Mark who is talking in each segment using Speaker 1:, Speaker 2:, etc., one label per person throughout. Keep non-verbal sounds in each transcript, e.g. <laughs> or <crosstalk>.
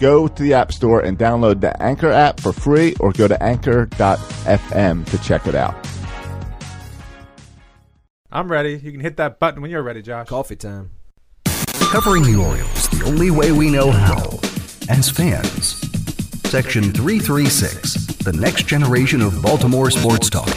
Speaker 1: Go to the App Store and download the Anchor app for free or go to anchor.fm to check it out.
Speaker 2: I'm ready. You can hit that button when you're ready, Josh.
Speaker 3: Coffee time.
Speaker 4: Covering the Orioles the only way we know how, as fans. Section 336, the next generation of Baltimore sports talk.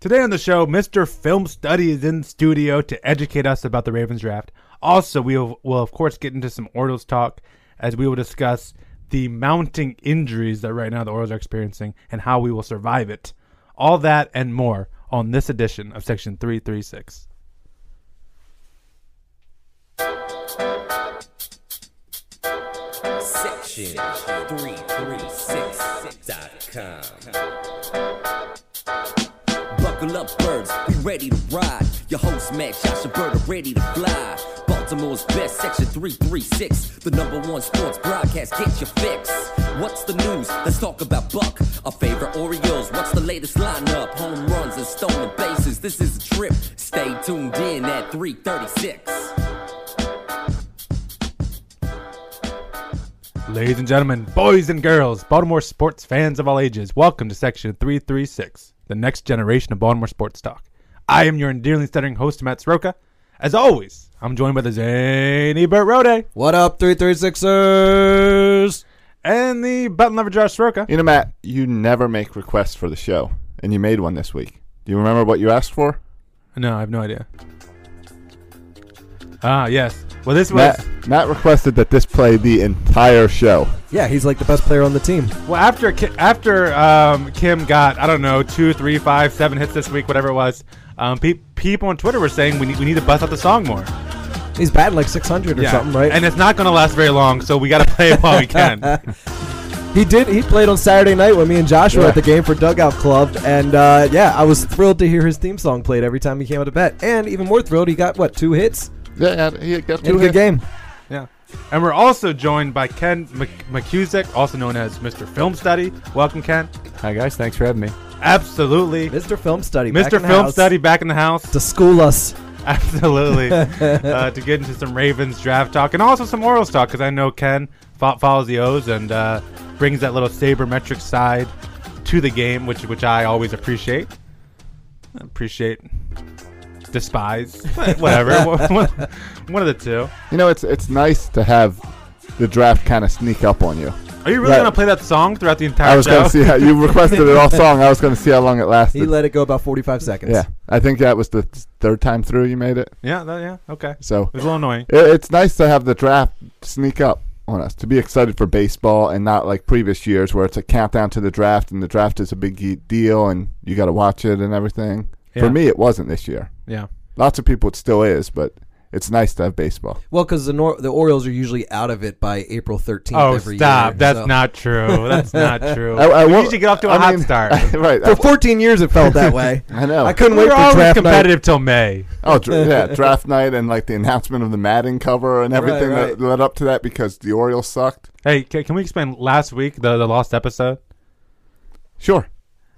Speaker 2: Today on the show, Mr. Film Study is in studio to educate us about the Ravens draft. Also, we will, will of course get into some Orioles talk as we will discuss the mounting injuries that right now the Orioles are experiencing and how we will survive it. All that and more on this edition of Section 336.
Speaker 5: section 336.com. Buckle up, birds, be ready to ride. Your host, Max Joshua Bird, are ready to fly. Baltimore's best, section 336. The number one sports broadcast, get your fix. What's the news? Let's talk about Buck. Our favorite Orioles, what's the latest lineup? Home runs and stolen bases, this is a trip. Stay tuned in at 336.
Speaker 2: Ladies and gentlemen, boys and girls, Baltimore sports fans of all ages, welcome to Section 336, the next generation of Baltimore sports talk. I am your endearingly stuttering host, Matt Sroka. As always, I'm joined by the zany Burt Rode
Speaker 3: What up, 336ers?
Speaker 2: and the button lover Josh Sroka.
Speaker 1: You know, Matt, you never make requests for the show, and you made one this week. Do you remember what you asked for?
Speaker 2: No, I have no idea. Ah, yes. Well, this was
Speaker 1: Matt, Matt requested that this play the entire show.
Speaker 3: Yeah, he's like the best player on the team.
Speaker 2: well after Ki- after um, Kim got I don't know two, three, five, seven hits this week, whatever it was. Um, pe- people on Twitter were saying we need we need to bust out the song more.
Speaker 3: He's batting like 600 or something, right?
Speaker 2: And it's not going to last very long, so we got to <laughs> play it while we
Speaker 3: <laughs>
Speaker 2: can.
Speaker 3: he did. He played on Saturday night when me and Josh were
Speaker 1: Yeah.
Speaker 3: at the game for Dugout Club, and uh, yeah, I was thrilled to hear his theme song played every time he came out of bat, and even more thrilled he got what two hits
Speaker 1: Yeah, yeah, he got
Speaker 3: in
Speaker 1: two
Speaker 3: a good
Speaker 1: hits.
Speaker 3: game.
Speaker 2: yeah. And we're also joined by Ken Mc- McCusick, also known as Mr. Film Study. Welcome, Ken.
Speaker 6: Hi guys, thanks for having me.
Speaker 2: Absolutely.
Speaker 3: Mr. Film Study, back
Speaker 2: Mr.
Speaker 3: in the
Speaker 2: Film
Speaker 3: house
Speaker 2: Study back in the house.
Speaker 3: to school us.
Speaker 2: <laughs> Absolutely. uh, to get into some Ravens draft talk and also some Orioles talk because I know Ken fo- follows the O's and uh, brings that little sabermetric side to the game, which which I always appreciate. Appreciate, despise,
Speaker 1: <laughs>
Speaker 2: but whatever. one, one of the two.
Speaker 1: You know, it's it's nice to have the draft kind of sneak up on you.
Speaker 2: Are you really
Speaker 1: Right.
Speaker 2: gonna play that song throughout the entire
Speaker 1: I was
Speaker 2: show?
Speaker 1: going to see how you requested it <laughs> all song. I was going to see how long it lasted.
Speaker 3: He let it go about 45 seconds.
Speaker 1: yeah, I think that was the th- third time through you made it.
Speaker 2: yeah, that, yeah, okay. It
Speaker 1: So
Speaker 2: was a little annoying.
Speaker 1: it, it's nice to have the draft sneak up on us to be excited for baseball and not like previous years where it's a countdown to the draft and the draft is a big e- deal and you got to watch it and everything.
Speaker 2: Yeah.
Speaker 1: For me, it wasn't this year.
Speaker 2: Yeah.
Speaker 1: Lots of people, it still is, but it's nice to have baseball.
Speaker 3: Well, because the Nor- the Orioles are usually out of it by April 13th.
Speaker 2: Oh,
Speaker 3: every
Speaker 2: stop!
Speaker 3: year,
Speaker 2: That's
Speaker 3: so-
Speaker 2: not true.
Speaker 1: <laughs>
Speaker 2: That's not true.
Speaker 1: I- I
Speaker 2: we
Speaker 1: will-
Speaker 2: usually get off to a
Speaker 1: I
Speaker 2: hot
Speaker 1: mean-
Speaker 2: start.
Speaker 1: <laughs> right. I-
Speaker 3: For 14 years, it felt
Speaker 2: <laughs>
Speaker 3: that way.
Speaker 1: I know.
Speaker 3: I couldn't
Speaker 2: We're
Speaker 3: wait for
Speaker 2: always
Speaker 3: draft night.
Speaker 2: competitive till May.
Speaker 1: Oh, dra-
Speaker 2: <laughs>
Speaker 1: yeah, draft night and like the announcement of the Madden cover and everything
Speaker 3: right.
Speaker 1: that led up to that because the Orioles sucked.
Speaker 2: Hey, can, can we explain last week the the lost episode?
Speaker 1: Sure.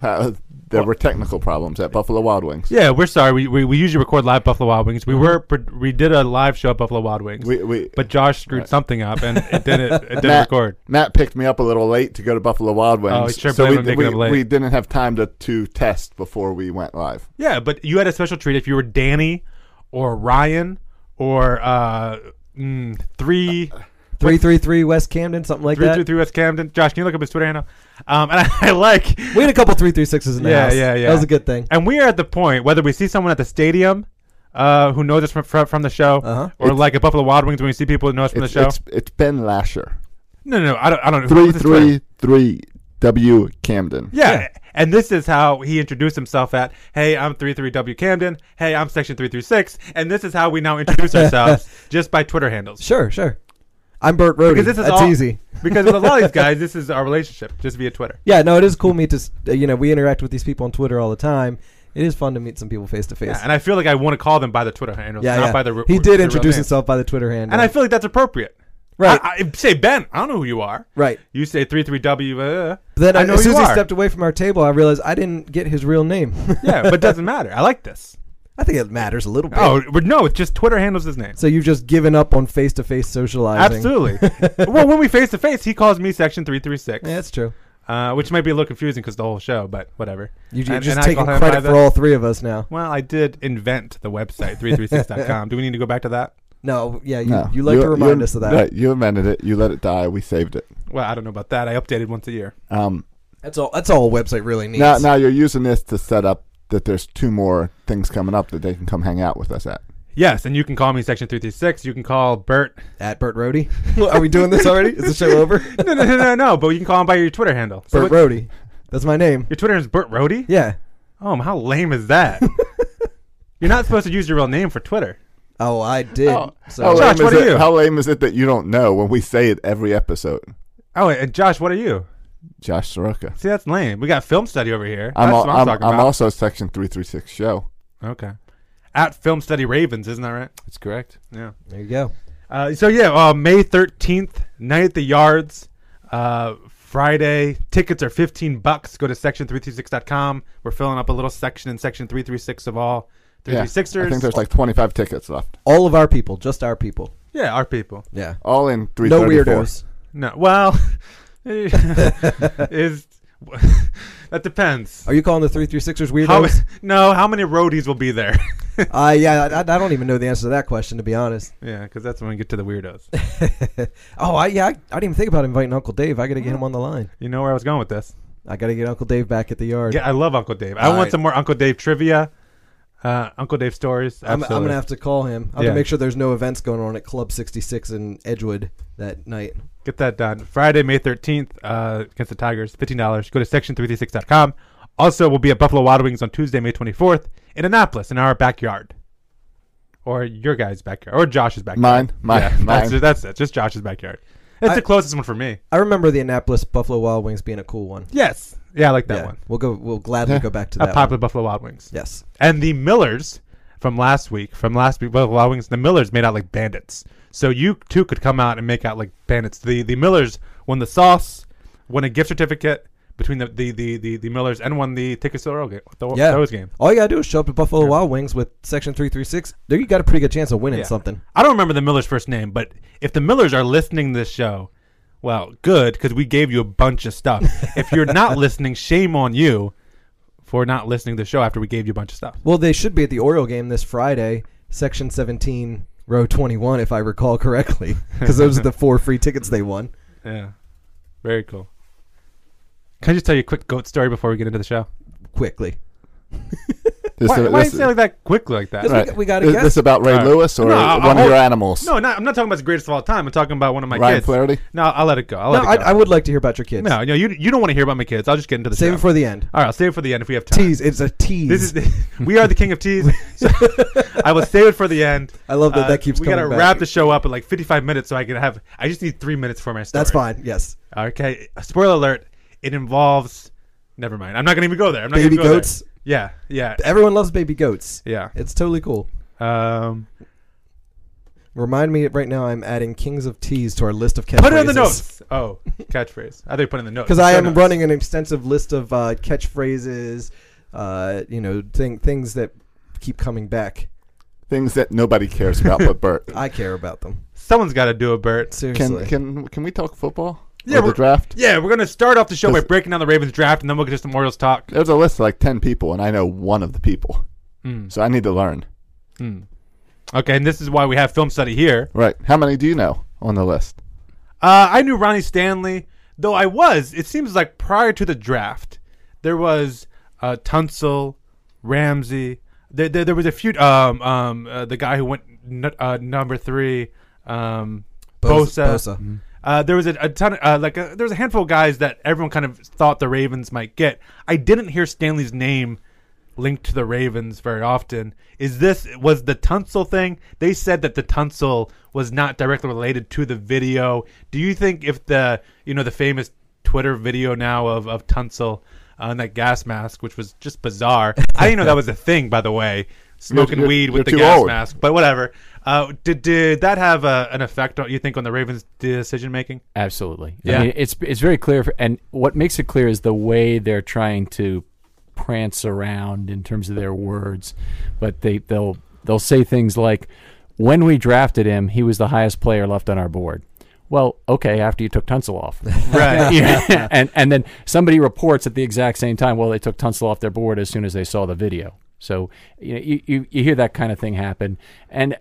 Speaker 1: Uh, there were technical problems at Buffalo Wild Wings.
Speaker 2: Yeah, we're sorry. We we, we usually record live Buffalo Wild Wings. We were pro- we did a live show at Buffalo Wild Wings,
Speaker 1: Mm-hmm. We, we,
Speaker 2: but Josh screwed something up and it didn't
Speaker 1: <laughs>
Speaker 2: it didn't
Speaker 1: Matt,
Speaker 2: record. Oh,
Speaker 1: Matt picked me up a little late to go to Buffalo Wild Wings.
Speaker 2: he sure
Speaker 1: so
Speaker 2: blamed
Speaker 1: we,
Speaker 2: him picking
Speaker 1: we,
Speaker 2: up late.
Speaker 1: we didn't have time to, to test before we went live.
Speaker 2: Yeah, but you had a special treat if you were Danny or Ryan or uh mm, three.
Speaker 3: 333 West Camden, something like
Speaker 2: Three
Speaker 3: that.
Speaker 2: three three West Camden. Josh, can you look up his Twitter handle? Um, and I, <laughs> I like,
Speaker 3: We had a couple 336s in the
Speaker 2: Yeah,
Speaker 3: house.
Speaker 2: yeah, yeah.
Speaker 3: That was a good thing.
Speaker 2: and we are at the point whether we see someone at the stadium, uh, who knows us from from, from the show,
Speaker 3: Uh-huh.
Speaker 2: or like at Buffalo Wild Wings when we see people who know us from
Speaker 1: It's,
Speaker 2: the show.
Speaker 1: it's, it's Ben Lasher.
Speaker 2: No, no, no, I don't. I don't. what's his Twitter?
Speaker 1: 333 W Camden.
Speaker 2: Yeah. And this is how he introduced himself at, hey, I'm 33W Camden. Hey,
Speaker 3: <laughs>
Speaker 2: I'm Section 336. And this is how we now introduce ourselves just by Twitter handles.
Speaker 3: Sure, sure. I'm Bert Rohde.
Speaker 2: Because this is
Speaker 3: That's
Speaker 2: all-
Speaker 3: easy.
Speaker 2: <laughs> because with a lot of these guys, this is our relationship just via Twitter.
Speaker 3: <laughs> Yeah, no, it is cool meet to s- uh, you know we interact with these people on Twitter all the time. It is fun to meet some people face to face.
Speaker 2: Yeah, and I feel like I want to call them by the Twitter handle,
Speaker 3: Yeah,
Speaker 2: not
Speaker 3: yeah.
Speaker 2: by the. re-
Speaker 3: he
Speaker 2: the
Speaker 3: did
Speaker 2: real
Speaker 3: introduce
Speaker 2: name.
Speaker 3: himself by the Twitter handle,
Speaker 2: and I feel like that's appropriate.
Speaker 3: Right.
Speaker 2: I, I say Ben. I don't know who you are.
Speaker 3: right.
Speaker 2: You say three three W. Uh,
Speaker 3: Then
Speaker 2: I
Speaker 3: I
Speaker 2: know
Speaker 3: as soon
Speaker 2: you
Speaker 3: as
Speaker 2: are.
Speaker 3: he
Speaker 2: <laughs>
Speaker 3: stepped away from our table, I realized I didn't get his real name. <laughs>
Speaker 2: yeah, but it doesn't matter. I like this.
Speaker 3: I think it matters a little bit.
Speaker 2: Oh but no, it's just Twitter handles his name.
Speaker 3: So you've just given up on face to face socializing.
Speaker 2: Absolutely.
Speaker 3: <laughs>
Speaker 2: well, when we face to face, he calls me Section Three Three Six,
Speaker 3: Yeah, that's true.
Speaker 2: uh, which might be a little confusing because the whole show, but whatever.
Speaker 3: You,
Speaker 2: And-
Speaker 3: are just
Speaker 2: and I
Speaker 3: taking
Speaker 2: call him by
Speaker 3: credit
Speaker 2: the-
Speaker 3: for all three of us now.
Speaker 2: Well, I did invent the website
Speaker 3: <laughs>
Speaker 2: 336.com. Do we need to go back to that?
Speaker 3: No, yeah, you,
Speaker 1: No.
Speaker 3: you like to remind
Speaker 1: you-
Speaker 3: us of that.
Speaker 1: Right, you amended it. You let it die. We saved it.
Speaker 2: Well, I don't know about that. I updated once a year.
Speaker 1: Um,
Speaker 3: That's all. That's all a website really needs.
Speaker 1: now, now you're using this to set up that there's two more things coming up that they can come hang out with us at.
Speaker 2: Yes, and you can call me Section 336. You can call Bert. <laughs>
Speaker 3: At Bert Rohde. <laughs> Are we doing this already? Is the show over?
Speaker 2: No, no, no, no, no, but you can call him by your Twitter handle. So
Speaker 3: Bert
Speaker 2: what-
Speaker 3: Rohde. That's my name.
Speaker 2: your Twitter is Bert Rohde?
Speaker 3: Yeah.
Speaker 2: Oh, how lame
Speaker 1: <laughs>
Speaker 2: is that? You're not supposed to use your real name for Twitter.
Speaker 3: Oh, I did. so
Speaker 1: how,
Speaker 2: Josh,
Speaker 1: lame
Speaker 2: what
Speaker 1: is
Speaker 2: are
Speaker 1: it,
Speaker 2: you?
Speaker 1: how lame is it that you don't know when we say it every episode?
Speaker 2: Oh, and Josh, what are you?
Speaker 1: Josh Soroka.
Speaker 2: See, that's lame. We got film study over here.
Speaker 1: I'm,
Speaker 2: that's
Speaker 1: al-
Speaker 2: what I'm,
Speaker 1: I'm,
Speaker 2: talking
Speaker 1: I'm
Speaker 2: about.
Speaker 1: also Section 336 show.
Speaker 2: okay. At Film Study Ravens, isn't that right?
Speaker 6: That's correct.
Speaker 2: Yeah.
Speaker 3: there you go.
Speaker 2: Uh, so yeah, uh, May thirteenth, night at the yards, uh, Friday. Tickets are fifteen bucks. Go to section336.com. We're filling up a little section in section three three six of all three
Speaker 1: Yeah,
Speaker 2: three sixers.
Speaker 1: I think there's like 25 tickets left.
Speaker 3: All of our people, just our people.
Speaker 2: yeah, our people.
Speaker 3: Yeah.
Speaker 1: All in 334.
Speaker 3: No weirdos.
Speaker 2: No, well, <laughs> is <laughs> that depends.
Speaker 3: Are you calling the three three sixers
Speaker 2: How,
Speaker 3: weirdos?
Speaker 2: <laughs> no, how many roadies will be there?
Speaker 3: <laughs>
Speaker 2: <laughs>
Speaker 3: uh, yeah, I, I don't even know the answer to that question to be honest.
Speaker 2: yeah, because that's when we get to the weirdos.
Speaker 3: Oh, I, yeah, I, I didn't even think about inviting Uncle Dave. I got to get him on the line.
Speaker 2: You know where I was going with this?
Speaker 3: I got to get Uncle Dave back at the yard.
Speaker 2: Yeah, I love Uncle Dave. I
Speaker 3: All
Speaker 2: want
Speaker 3: right.
Speaker 2: some more Uncle Dave trivia, uh, Uncle Dave stories.
Speaker 3: I'm, I'm
Speaker 2: Absolutely.
Speaker 3: gonna have to call him. I have
Speaker 2: Yeah.
Speaker 3: to make sure there's no events going on at Club 66 in Edgewood that night.
Speaker 2: Get that done. Friday, May 13th uh, against the Tigers, $15. Go to section336.com. Also, we'll be at Buffalo Wild Wings on Tuesday, May 24th in Annapolis in our backyard. Or your guy's backyard. Or Josh's backyard.
Speaker 1: Mine, mine,
Speaker 2: Yeah, That's,
Speaker 1: mine.
Speaker 2: it, that's it. Just Josh's backyard. It's
Speaker 3: I-
Speaker 2: the closest one for me.
Speaker 3: I remember the Annapolis Buffalo Wild Wings being a cool one.
Speaker 2: Yes. Yeah, I like that
Speaker 3: yeah,
Speaker 2: one.
Speaker 3: we'll go. We'll gladly
Speaker 1: Yeah.
Speaker 3: go back to
Speaker 2: A
Speaker 3: that.
Speaker 2: popular
Speaker 3: one.
Speaker 2: Buffalo Wild Wings.
Speaker 3: Yes.
Speaker 2: And the Millers from last week, from last week, Buffalo Wild Wings, the Millers made out like bandits. So you too could come out and make out like bandits. The the Millers won the sauce, won a gift certificate between the the the, the, the Millers and won the tickets to the Royal game. The
Speaker 3: Yeah.
Speaker 2: Rose game.
Speaker 3: All you gotta do is show up at Buffalo Wild Wings with Section 336. There, you got a pretty good chance of winning
Speaker 2: Yeah.
Speaker 3: something.
Speaker 2: I don't remember the Millers' first name, but if the Millers are listening to this show, well, good because we gave you a bunch of
Speaker 3: <laughs>
Speaker 2: stuff. if you're not listening, shame on you for not listening to the show after we gave you a bunch of stuff.
Speaker 3: Well, they should be at the Oriole game this Friday, Section 17, row 21, if I
Speaker 2: <laughs>
Speaker 3: recall correctly, because those are the four free tickets they won.
Speaker 2: Yeah, very cool. Can I just tell you a quick goat story before we get into the show?
Speaker 3: Quickly,
Speaker 1: This,
Speaker 2: Why,
Speaker 1: this-
Speaker 2: why you say like that quickly like that?
Speaker 3: Because we, got to
Speaker 1: Is
Speaker 3: guess.
Speaker 1: this about Ray
Speaker 2: All right.
Speaker 1: Lewis or
Speaker 2: No, I'll-
Speaker 1: one of
Speaker 2: I'll-
Speaker 1: your animals?
Speaker 2: No, not, I'm not talking about the greatest of all time. I'm talking about one of my
Speaker 1: Ryan
Speaker 2: kids.
Speaker 1: Flaherty?
Speaker 2: No, I'll let it go. I'll
Speaker 3: no,
Speaker 2: let
Speaker 3: I,
Speaker 2: it go.
Speaker 3: I would like to hear about your kids.
Speaker 2: no, no, you you don't want to hear about my kids. I'll just get into the
Speaker 3: Save
Speaker 2: show.
Speaker 3: it for the end.
Speaker 2: All right, I'll save it for the end if we have time.
Speaker 3: Tease. It's a tease.
Speaker 2: This is the, <laughs> we are the king of
Speaker 3: <laughs>
Speaker 2: teas. So I will save it for the end. Uh,
Speaker 3: I love that that keeps
Speaker 2: We gotta
Speaker 3: coming back.
Speaker 2: wrap the show up in like 55 minutes, so I can have. I just need three minutes for my story. <laughs>
Speaker 3: That's fine. Yes.
Speaker 2: Okay. Spoiler alert. It involves. Never mind. I'm not gonna even go there. I'm not
Speaker 3: Baby
Speaker 2: gonna go
Speaker 3: goats?
Speaker 2: There. Yeah. Yeah.
Speaker 3: Everyone loves baby goats.
Speaker 2: Yeah.
Speaker 3: It's totally cool.
Speaker 2: Um,
Speaker 3: Remind me right now I'm adding Kings of Teas to our list of catchphrases.
Speaker 2: put it in the notes. Oh, catchphrase. I think put it in the
Speaker 3: <laughs>
Speaker 2: notes.
Speaker 3: Because I
Speaker 2: Show
Speaker 3: am
Speaker 2: notes.
Speaker 3: running an extensive list of uh, catchphrases, uh, you know, thing, things that keep coming back.
Speaker 1: Things that nobody cares about but
Speaker 2: <laughs>
Speaker 1: Bert.
Speaker 3: I care about them.
Speaker 2: Someone's got to do it, Bert.
Speaker 3: Seriously.
Speaker 1: Can can can we talk football?
Speaker 2: Yeah,
Speaker 1: Or the
Speaker 2: we're-
Speaker 1: draft.
Speaker 2: Yeah, we're gonna start off the show by
Speaker 1: Does-
Speaker 2: breaking down the Ravens draft, and then we'll get to some Orioles talk.
Speaker 1: There's a list of like ten people, and I know one of the people,
Speaker 2: Mm.
Speaker 1: so I need to learn.
Speaker 2: Okay, and this is why we have film study here.
Speaker 1: Right? How many do you know on the list?
Speaker 2: Uh, I knew Ronnie Stanley, though I was. It seems like prior to the draft, there was uh, Tunsil, Ramsey. There, there, there was a few. Um, um, uh, the guy who went n- uh, number three, um,
Speaker 3: Bosa-
Speaker 2: Bosa.
Speaker 3: Bosa.
Speaker 2: Uh, there was a, a ton, of, uh, like a, there was a handful of guys that everyone kind of thought the Ravens might get. I didn't hear Stanley's name linked to the Ravens very often. Is this was the Tunsil thing? They said that the Tunsil was not directly related to the video. Do you think if the you know the famous Twitter video now of of Tunsil on that gas mask, which was just bizarre. I didn't know that was a thing, by the way. Smoking
Speaker 1: you're-
Speaker 2: weed
Speaker 1: you're
Speaker 2: with the
Speaker 1: too
Speaker 2: gas
Speaker 1: old.
Speaker 2: mask, but whatever. Uh, did did that have a, an effect? Don't you think on the Ravens' decision
Speaker 3: <laughs>
Speaker 2: making?
Speaker 6: Absolutely.
Speaker 2: Yeah.
Speaker 6: I mean, it's it's very clear, for, and what makes it clear is the way they're trying to prance around in terms of their words, but they they'll they'll say things like, "When we drafted him, he was the highest player left on our board." Well, okay, after you took Tunsil off,
Speaker 2: Right.
Speaker 6: Yeah. <laughs> and and then somebody reports at the exact same time. Well, they took Tunsil off their board as soon as they saw the video. So you know, you, you you hear that kind of thing happen, and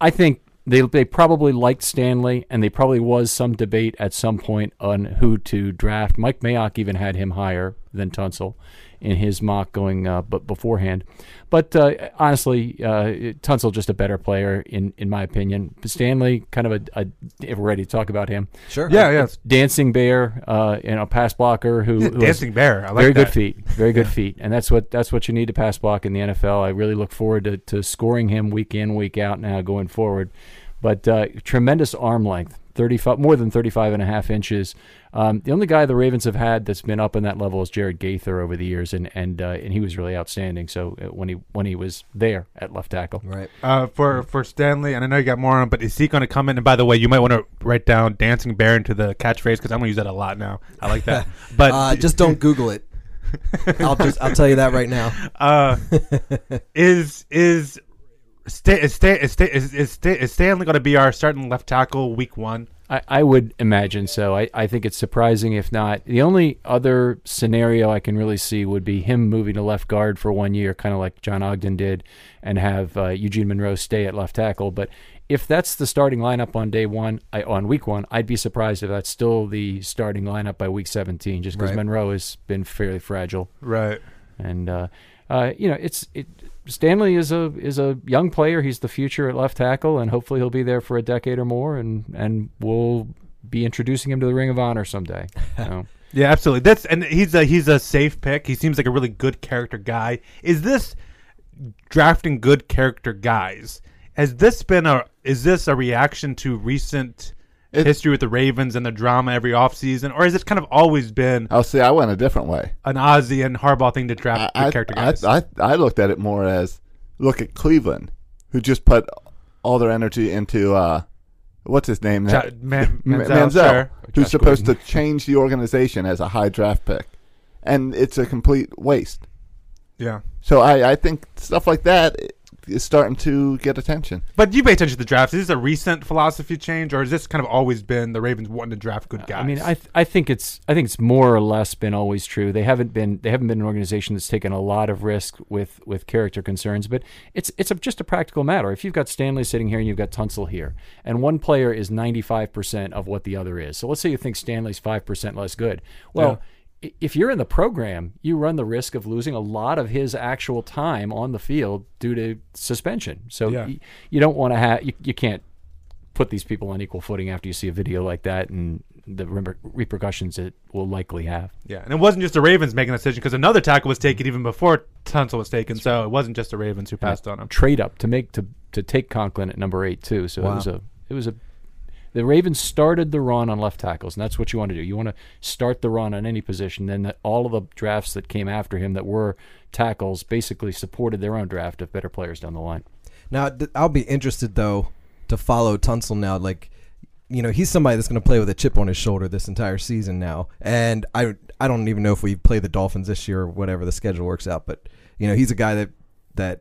Speaker 6: I think they they probably liked Stanley, and they probably was some debate at some point on who to draft. Mike Mayock even had him higher than Tunsil in his mock going, uh, but beforehand. But uh, honestly, uh, Tunsil just a better player in in my opinion. Stanley, kind of a, a if we're ready to talk about him,
Speaker 3: Sure.
Speaker 2: yes.
Speaker 6: dancing bear, uh, you know, pass blocker who, who has-
Speaker 2: Dancing Bear. I like
Speaker 6: very good
Speaker 2: that.
Speaker 6: feet, very good feet, and that's what that's what you need to pass block in the NFL. I really look forward to, to scoring him week in week out now going forward. But uh, tremendous arm length, 35 more than 35 and a half inches. Um, the only guy the Ravens have had that's been up in that level is Jared Gaither over the years, and and uh, and he was really outstanding. So uh, when he when he was there at left tackle,
Speaker 3: Right.
Speaker 2: Uh, for for Stanley, and I know you got more on, him, but is he going to come in? And by the way, you might want to write down "dancing bear" into the catchphrase because I'm going to use that a lot now. I like
Speaker 3: <laughs>
Speaker 2: that. But
Speaker 3: Uh, just don't
Speaker 2: <laughs>
Speaker 3: Google it. I'll just I'll tell you that right now.
Speaker 2: uh,
Speaker 3: <laughs>
Speaker 2: is is Sta- is, Sta- is, Sta- is, is, Sta- is Stanley going to be our starting left tackle week one?
Speaker 6: I, I would imagine so. I, I think it's surprising if not. The only other scenario I can really see would be him moving to left guard for one year, kind of like John Ogden did, and have uh, Eugene Monroe stay at left tackle. But if that's the starting lineup on day one, I, on week one, I'd be surprised if that's still the starting lineup by week 17, just because
Speaker 3: Right.
Speaker 6: Monroe has been fairly fragile
Speaker 2: Right.
Speaker 6: and uh, uh, you know it's it. Stanley is a is a young player. He's the future at left tackle, and hopefully he'll be there for a decade or more, and and we'll be introducing him to the Ring of Honor someday. So,
Speaker 2: Yeah, absolutely. That's and he's a he's a safe pick. He seems like a really good character guy. Is this drafting good character guys? Has this been a is this a reaction to recent
Speaker 1: It-
Speaker 2: history with the Ravens and the drama every offseason, or has it kind of always been
Speaker 1: I'll say I went a different way.
Speaker 2: an Ozzy and Harbaugh thing to draft good
Speaker 1: I,
Speaker 2: character
Speaker 1: I,
Speaker 2: guys?
Speaker 1: I, I looked at it more as look at Cleveland, who just put all their energy into uh, what's his name now?
Speaker 2: Ja-
Speaker 1: <laughs>
Speaker 2: Man-
Speaker 1: Ma-
Speaker 2: Manziel,
Speaker 1: Manziel,
Speaker 2: sure.
Speaker 1: who's
Speaker 6: Josh
Speaker 1: supposed to change the organization as a high draft pick, and it's a complete waste.
Speaker 2: yeah.
Speaker 1: So I, I think stuff like that is starting to get attention.
Speaker 2: But you pay attention to the drafts. Is this a recent philosophy change, or has this kind of always been the Ravens wanting to draft good guys?
Speaker 6: I mean, I th- I think it's I think it's more or less been always true. They haven't been they haven't been an organization that's taken a lot of risk with with character concerns, but it's it's a, just a practical matter. If you've got Stanley sitting here and you've got Tunsil here, and one player is ninety five percent of what the other is, so let's say you think Stanley's five percent less good. Well. i If you're in the program, you run the risk of losing a lot of his actual time on the field due to suspension. So
Speaker 2: Yeah.
Speaker 6: y- you don't want to have you, you can't put these people on equal footing after you see a video like that and the reper- repercussions it will likely have.
Speaker 2: Yeah, and it wasn't just the Ravens making that decision because another tackle was taken even before Tunsil was taken, so it wasn't just the Ravens who passed on him.
Speaker 6: Trade up to make to to take Conklin at number eight too. So it was a it was a the Ravens started the run on left tackles, and that's what you want to do. You want to start the run on any position. Then that all of the drafts that came after him that were tackles basically supported their own draft of better players down the line.
Speaker 3: Now th- I'll be interested though to follow Tunsil now. Like, you know, he's somebody that's going to play with a chip on his shoulder this entire season now. And I I don't even know if we play the Dolphins this year or whatever the schedule works out. But you know, he's a guy that that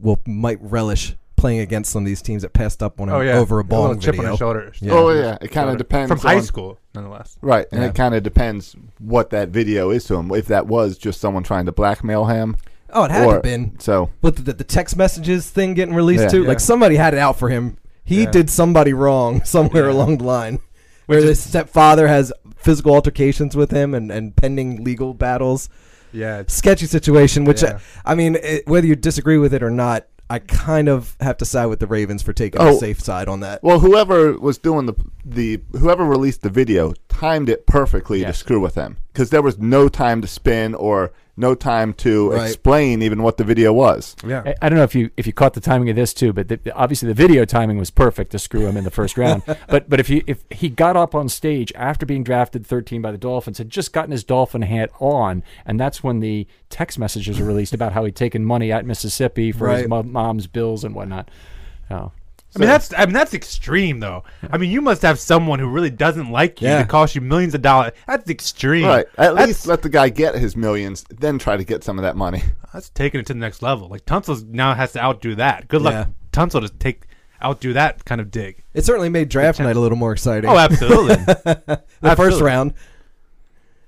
Speaker 3: will might relish playing against some of these teams that passed up on him
Speaker 2: Oh yeah,
Speaker 3: over a ball
Speaker 2: little
Speaker 3: in
Speaker 2: chip
Speaker 3: video.
Speaker 2: on his shoulder.
Speaker 3: Yeah.
Speaker 1: Oh yeah, it kind of depends
Speaker 2: from high
Speaker 1: on-
Speaker 2: school, nonetheless.
Speaker 1: Right, and it kind of depends what that video is to him. If that was just someone trying to blackmail him,
Speaker 3: Oh, it had to
Speaker 1: or-
Speaker 3: have been.
Speaker 1: So
Speaker 3: But the, the text messages thing getting released
Speaker 1: Yeah.
Speaker 3: too,
Speaker 2: Yeah.
Speaker 3: like somebody had it out for him. He
Speaker 2: Yeah.
Speaker 3: did somebody wrong <laughs> somewhere along the line. Where
Speaker 2: Which
Speaker 3: his stepfather has physical altercations with him and, and pending legal battles.
Speaker 2: Yeah, it's,
Speaker 3: Sketchy situation, which,
Speaker 2: Yeah.
Speaker 3: I, I mean, it, whether you disagree with it or not, I kind of have to side with the Ravens for taking
Speaker 1: Oh.
Speaker 3: the safe side on that.
Speaker 1: Well, whoever was doing the the whoever released the video timed it perfectly to
Speaker 6: Yes.
Speaker 1: screw with him because there was no time to spin or no time to
Speaker 3: Right.
Speaker 1: explain even what the video was.
Speaker 2: Yeah.
Speaker 6: I, I don't know if you if you caught the timing of this too, but the, obviously the video timing was perfect to screw him in the first round. but but if he if he got up on stage after being drafted 13 by the Dolphins, had just gotten his Dolphin hat on, and that's when the text messages were released about how he'd taken money out in Mississippi for his
Speaker 3: Right.
Speaker 6: mo- mom's bills and whatnot. Oh.
Speaker 2: I mean that's I mean that's extreme though. I mean you must have someone who really doesn't like you
Speaker 3: Yeah.
Speaker 2: that costs you millions of dollars. That's extreme.
Speaker 1: Right. At
Speaker 2: that's,
Speaker 1: least let the guy get his millions, then try to get some of that money. <laughs>
Speaker 2: that's taking it to the next level. Like Tunsil now has to outdo that. Good luck,
Speaker 3: Yeah.
Speaker 2: Tunsil, to take outdo that kind of dig.
Speaker 3: It certainly made draft night a little more exciting.
Speaker 2: Oh, absolutely.
Speaker 3: <laughs> the first
Speaker 2: absolutely.
Speaker 3: round.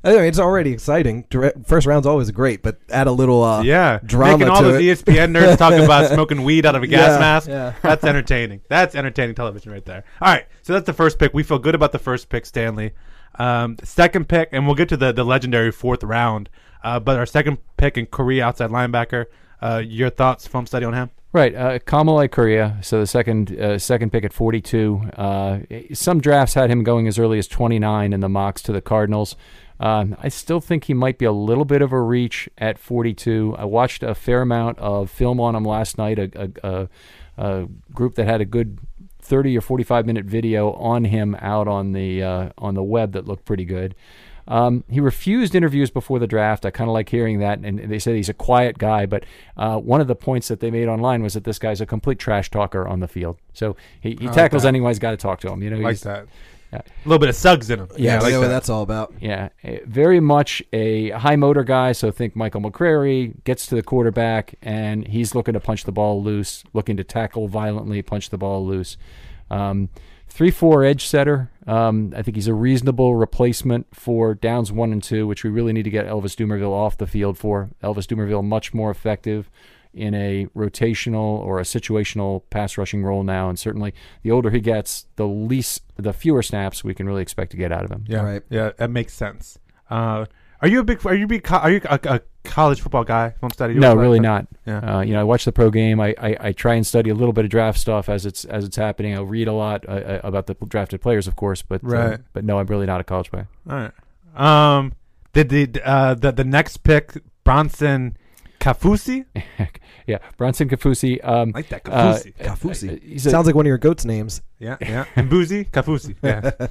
Speaker 3: I mean, it's already exciting. Direct- First round's always great, but add a little uh,
Speaker 2: yeah,
Speaker 3: <laughs> drama
Speaker 2: making all
Speaker 3: to
Speaker 2: those E
Speaker 3: it.
Speaker 2: ESPN nerds talking
Speaker 3: <laughs>
Speaker 2: about smoking weed out of a gas
Speaker 3: Yeah,
Speaker 2: mask.
Speaker 3: yeah. <laughs>
Speaker 2: That's entertaining. That's entertaining television right there. All right, so that's the first pick. We feel good about the first pick, Stanley. Um, second pick, and we'll get to the, the legendary fourth round. Uh, but our second pick in Korea, outside linebacker. Uh, your thoughts, film study on him?
Speaker 6: Right, uh, Kamalai Korea. So the second uh, second pick at 42. Uh, some drafts had him going as early as 29 in the mocks to the Cardinals. Um, I still think he might be a little bit of a reach at 42. I watched a fair amount of film on him last night. A, a, a, a group that had a good 30 or 45 minute video on him out on the uh, on the web that looked pretty good. Um, he refused interviews before the draft. I kind of like hearing that, and they said he's a quiet guy. But uh, one of the points that they made online was that this guy's a complete trash talker on the field. So he, he tackles
Speaker 2: that.
Speaker 6: anyone. He's got to talk to him. You know, he's-
Speaker 2: A little bit of Suggs in him.
Speaker 3: Yeah,
Speaker 2: I
Speaker 3: I
Speaker 2: like
Speaker 3: know what
Speaker 2: that.
Speaker 3: that's all about.
Speaker 6: Yeah, eh, very much a high motor guy. So think Michael McCrary gets to the quarterback and he's looking to punch the ball loose, looking to tackle violently, punch the ball loose. Um, three four edge setter. Um, I think he's a reasonable replacement for downs one and two, which we really need to get Elvis Dumervil off the field for. Elvis Dumervil much more effective in a rotational or a situational pass rushing role now, and certainly the older he gets, the least, the fewer snaps we can really expect to get out of him.
Speaker 2: Yeah,
Speaker 3: Right.
Speaker 2: Yeah, that makes sense. Uh, are you a big? Are you a big? co- Are you a, a college football guy? Film study?
Speaker 6: No, really not.
Speaker 2: Yeah.
Speaker 6: Uh, you know, I watch the pro game. I, I, I try and study a little bit of draft stuff as it's as it's happening. I read a lot uh, uh, about the drafted players, of course, but uh,
Speaker 2: Right.
Speaker 6: but no, I'm really not a college player. <laughs>
Speaker 2: All right. Um, did the uh, the the next pick Bronson Kafusi? I
Speaker 6: yeah, Bronson Kafusi. Um,
Speaker 2: like that
Speaker 6: uh,
Speaker 2: Kafusi.
Speaker 3: Kafusi.
Speaker 6: he's a
Speaker 3: Sounds like one of your goat's names.
Speaker 2: yeah, yeah. And Boozy Kafusi. <laughs> Yeah.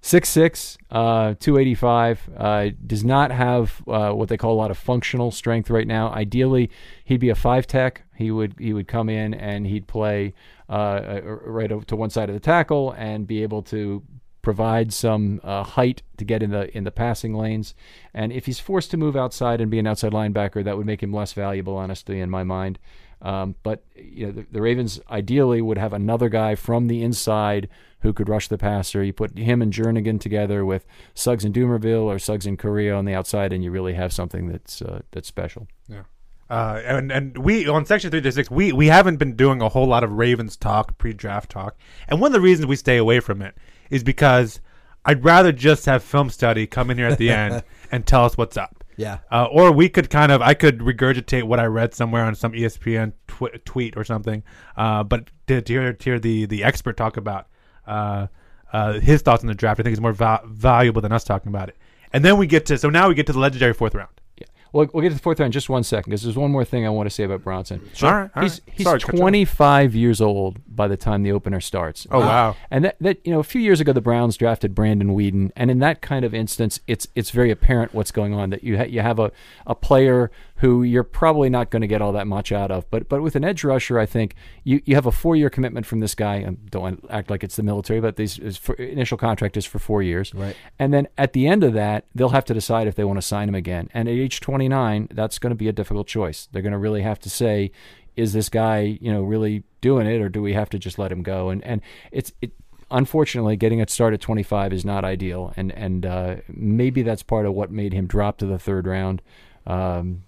Speaker 6: six six, uh, two eighty five. Uh, does not have uh, what they call a lot of functional strength right now. Ideally, he'd be a five tech. He would he would come in and he'd play uh, uh, right over to one side of the tackle and be able to provide some uh, height to get in the in the passing lanes. And if he's forced to move outside and be an outside linebacker, that would make him less valuable, honestly, in my mind. Um, but you know, the, the Ravens ideally would have another guy from the inside who could rush the passer. You put him and Jernigan together with Suggs and Doomerville or Suggs and Korea on the outside, and you really have something that's uh, that's special.
Speaker 2: Yeah. Uh, and and we on section three to six we we haven't been doing a whole lot of Ravens talk pre draft talk and one of the reasons we stay away from it is because I'd rather just have film study come in here <laughs> at the end and tell us what's up
Speaker 3: Yeah.
Speaker 2: uh, or we could kind of I could regurgitate what I read somewhere on some E ESPN tw- tweet or something uh, but to, to hear to hear the the expert talk about uh, uh, his thoughts on the draft I think is more va- valuable than us talking about it and then we get to so now we get to the legendary fourth round
Speaker 6: Yeah. We'll, we'll get to the fourth round in just one second because there's one more thing I want to say about Bronson.
Speaker 2: Sure. All right, all
Speaker 6: he's
Speaker 2: right.
Speaker 6: he's
Speaker 2: Sorry, cut you off.
Speaker 6: 25 years old by the time the opener starts.
Speaker 2: Oh, wow.
Speaker 6: And that, that you know, a few years ago, the Browns drafted Brandon Whedon, and in that kind of instance, it's it's very apparent what's going on. That you ha- you have a, a player who you're probably not going to get all that much out of, but but with an edge rusher, I think you, you have a four year commitment from this guy. I don't want to act like it's the military, but these his fir- initial contract is for four years, right? And then at the end of that, they'll have to decide if they want to sign him again. And at age 29, that's going to be a difficult choice. They're going to really have to say, is this guy you know really doing it or do we have to just let him go and and it's it unfortunately getting it started at 25 is not ideal and and uh, maybe that's part of what made him drop to the third round um,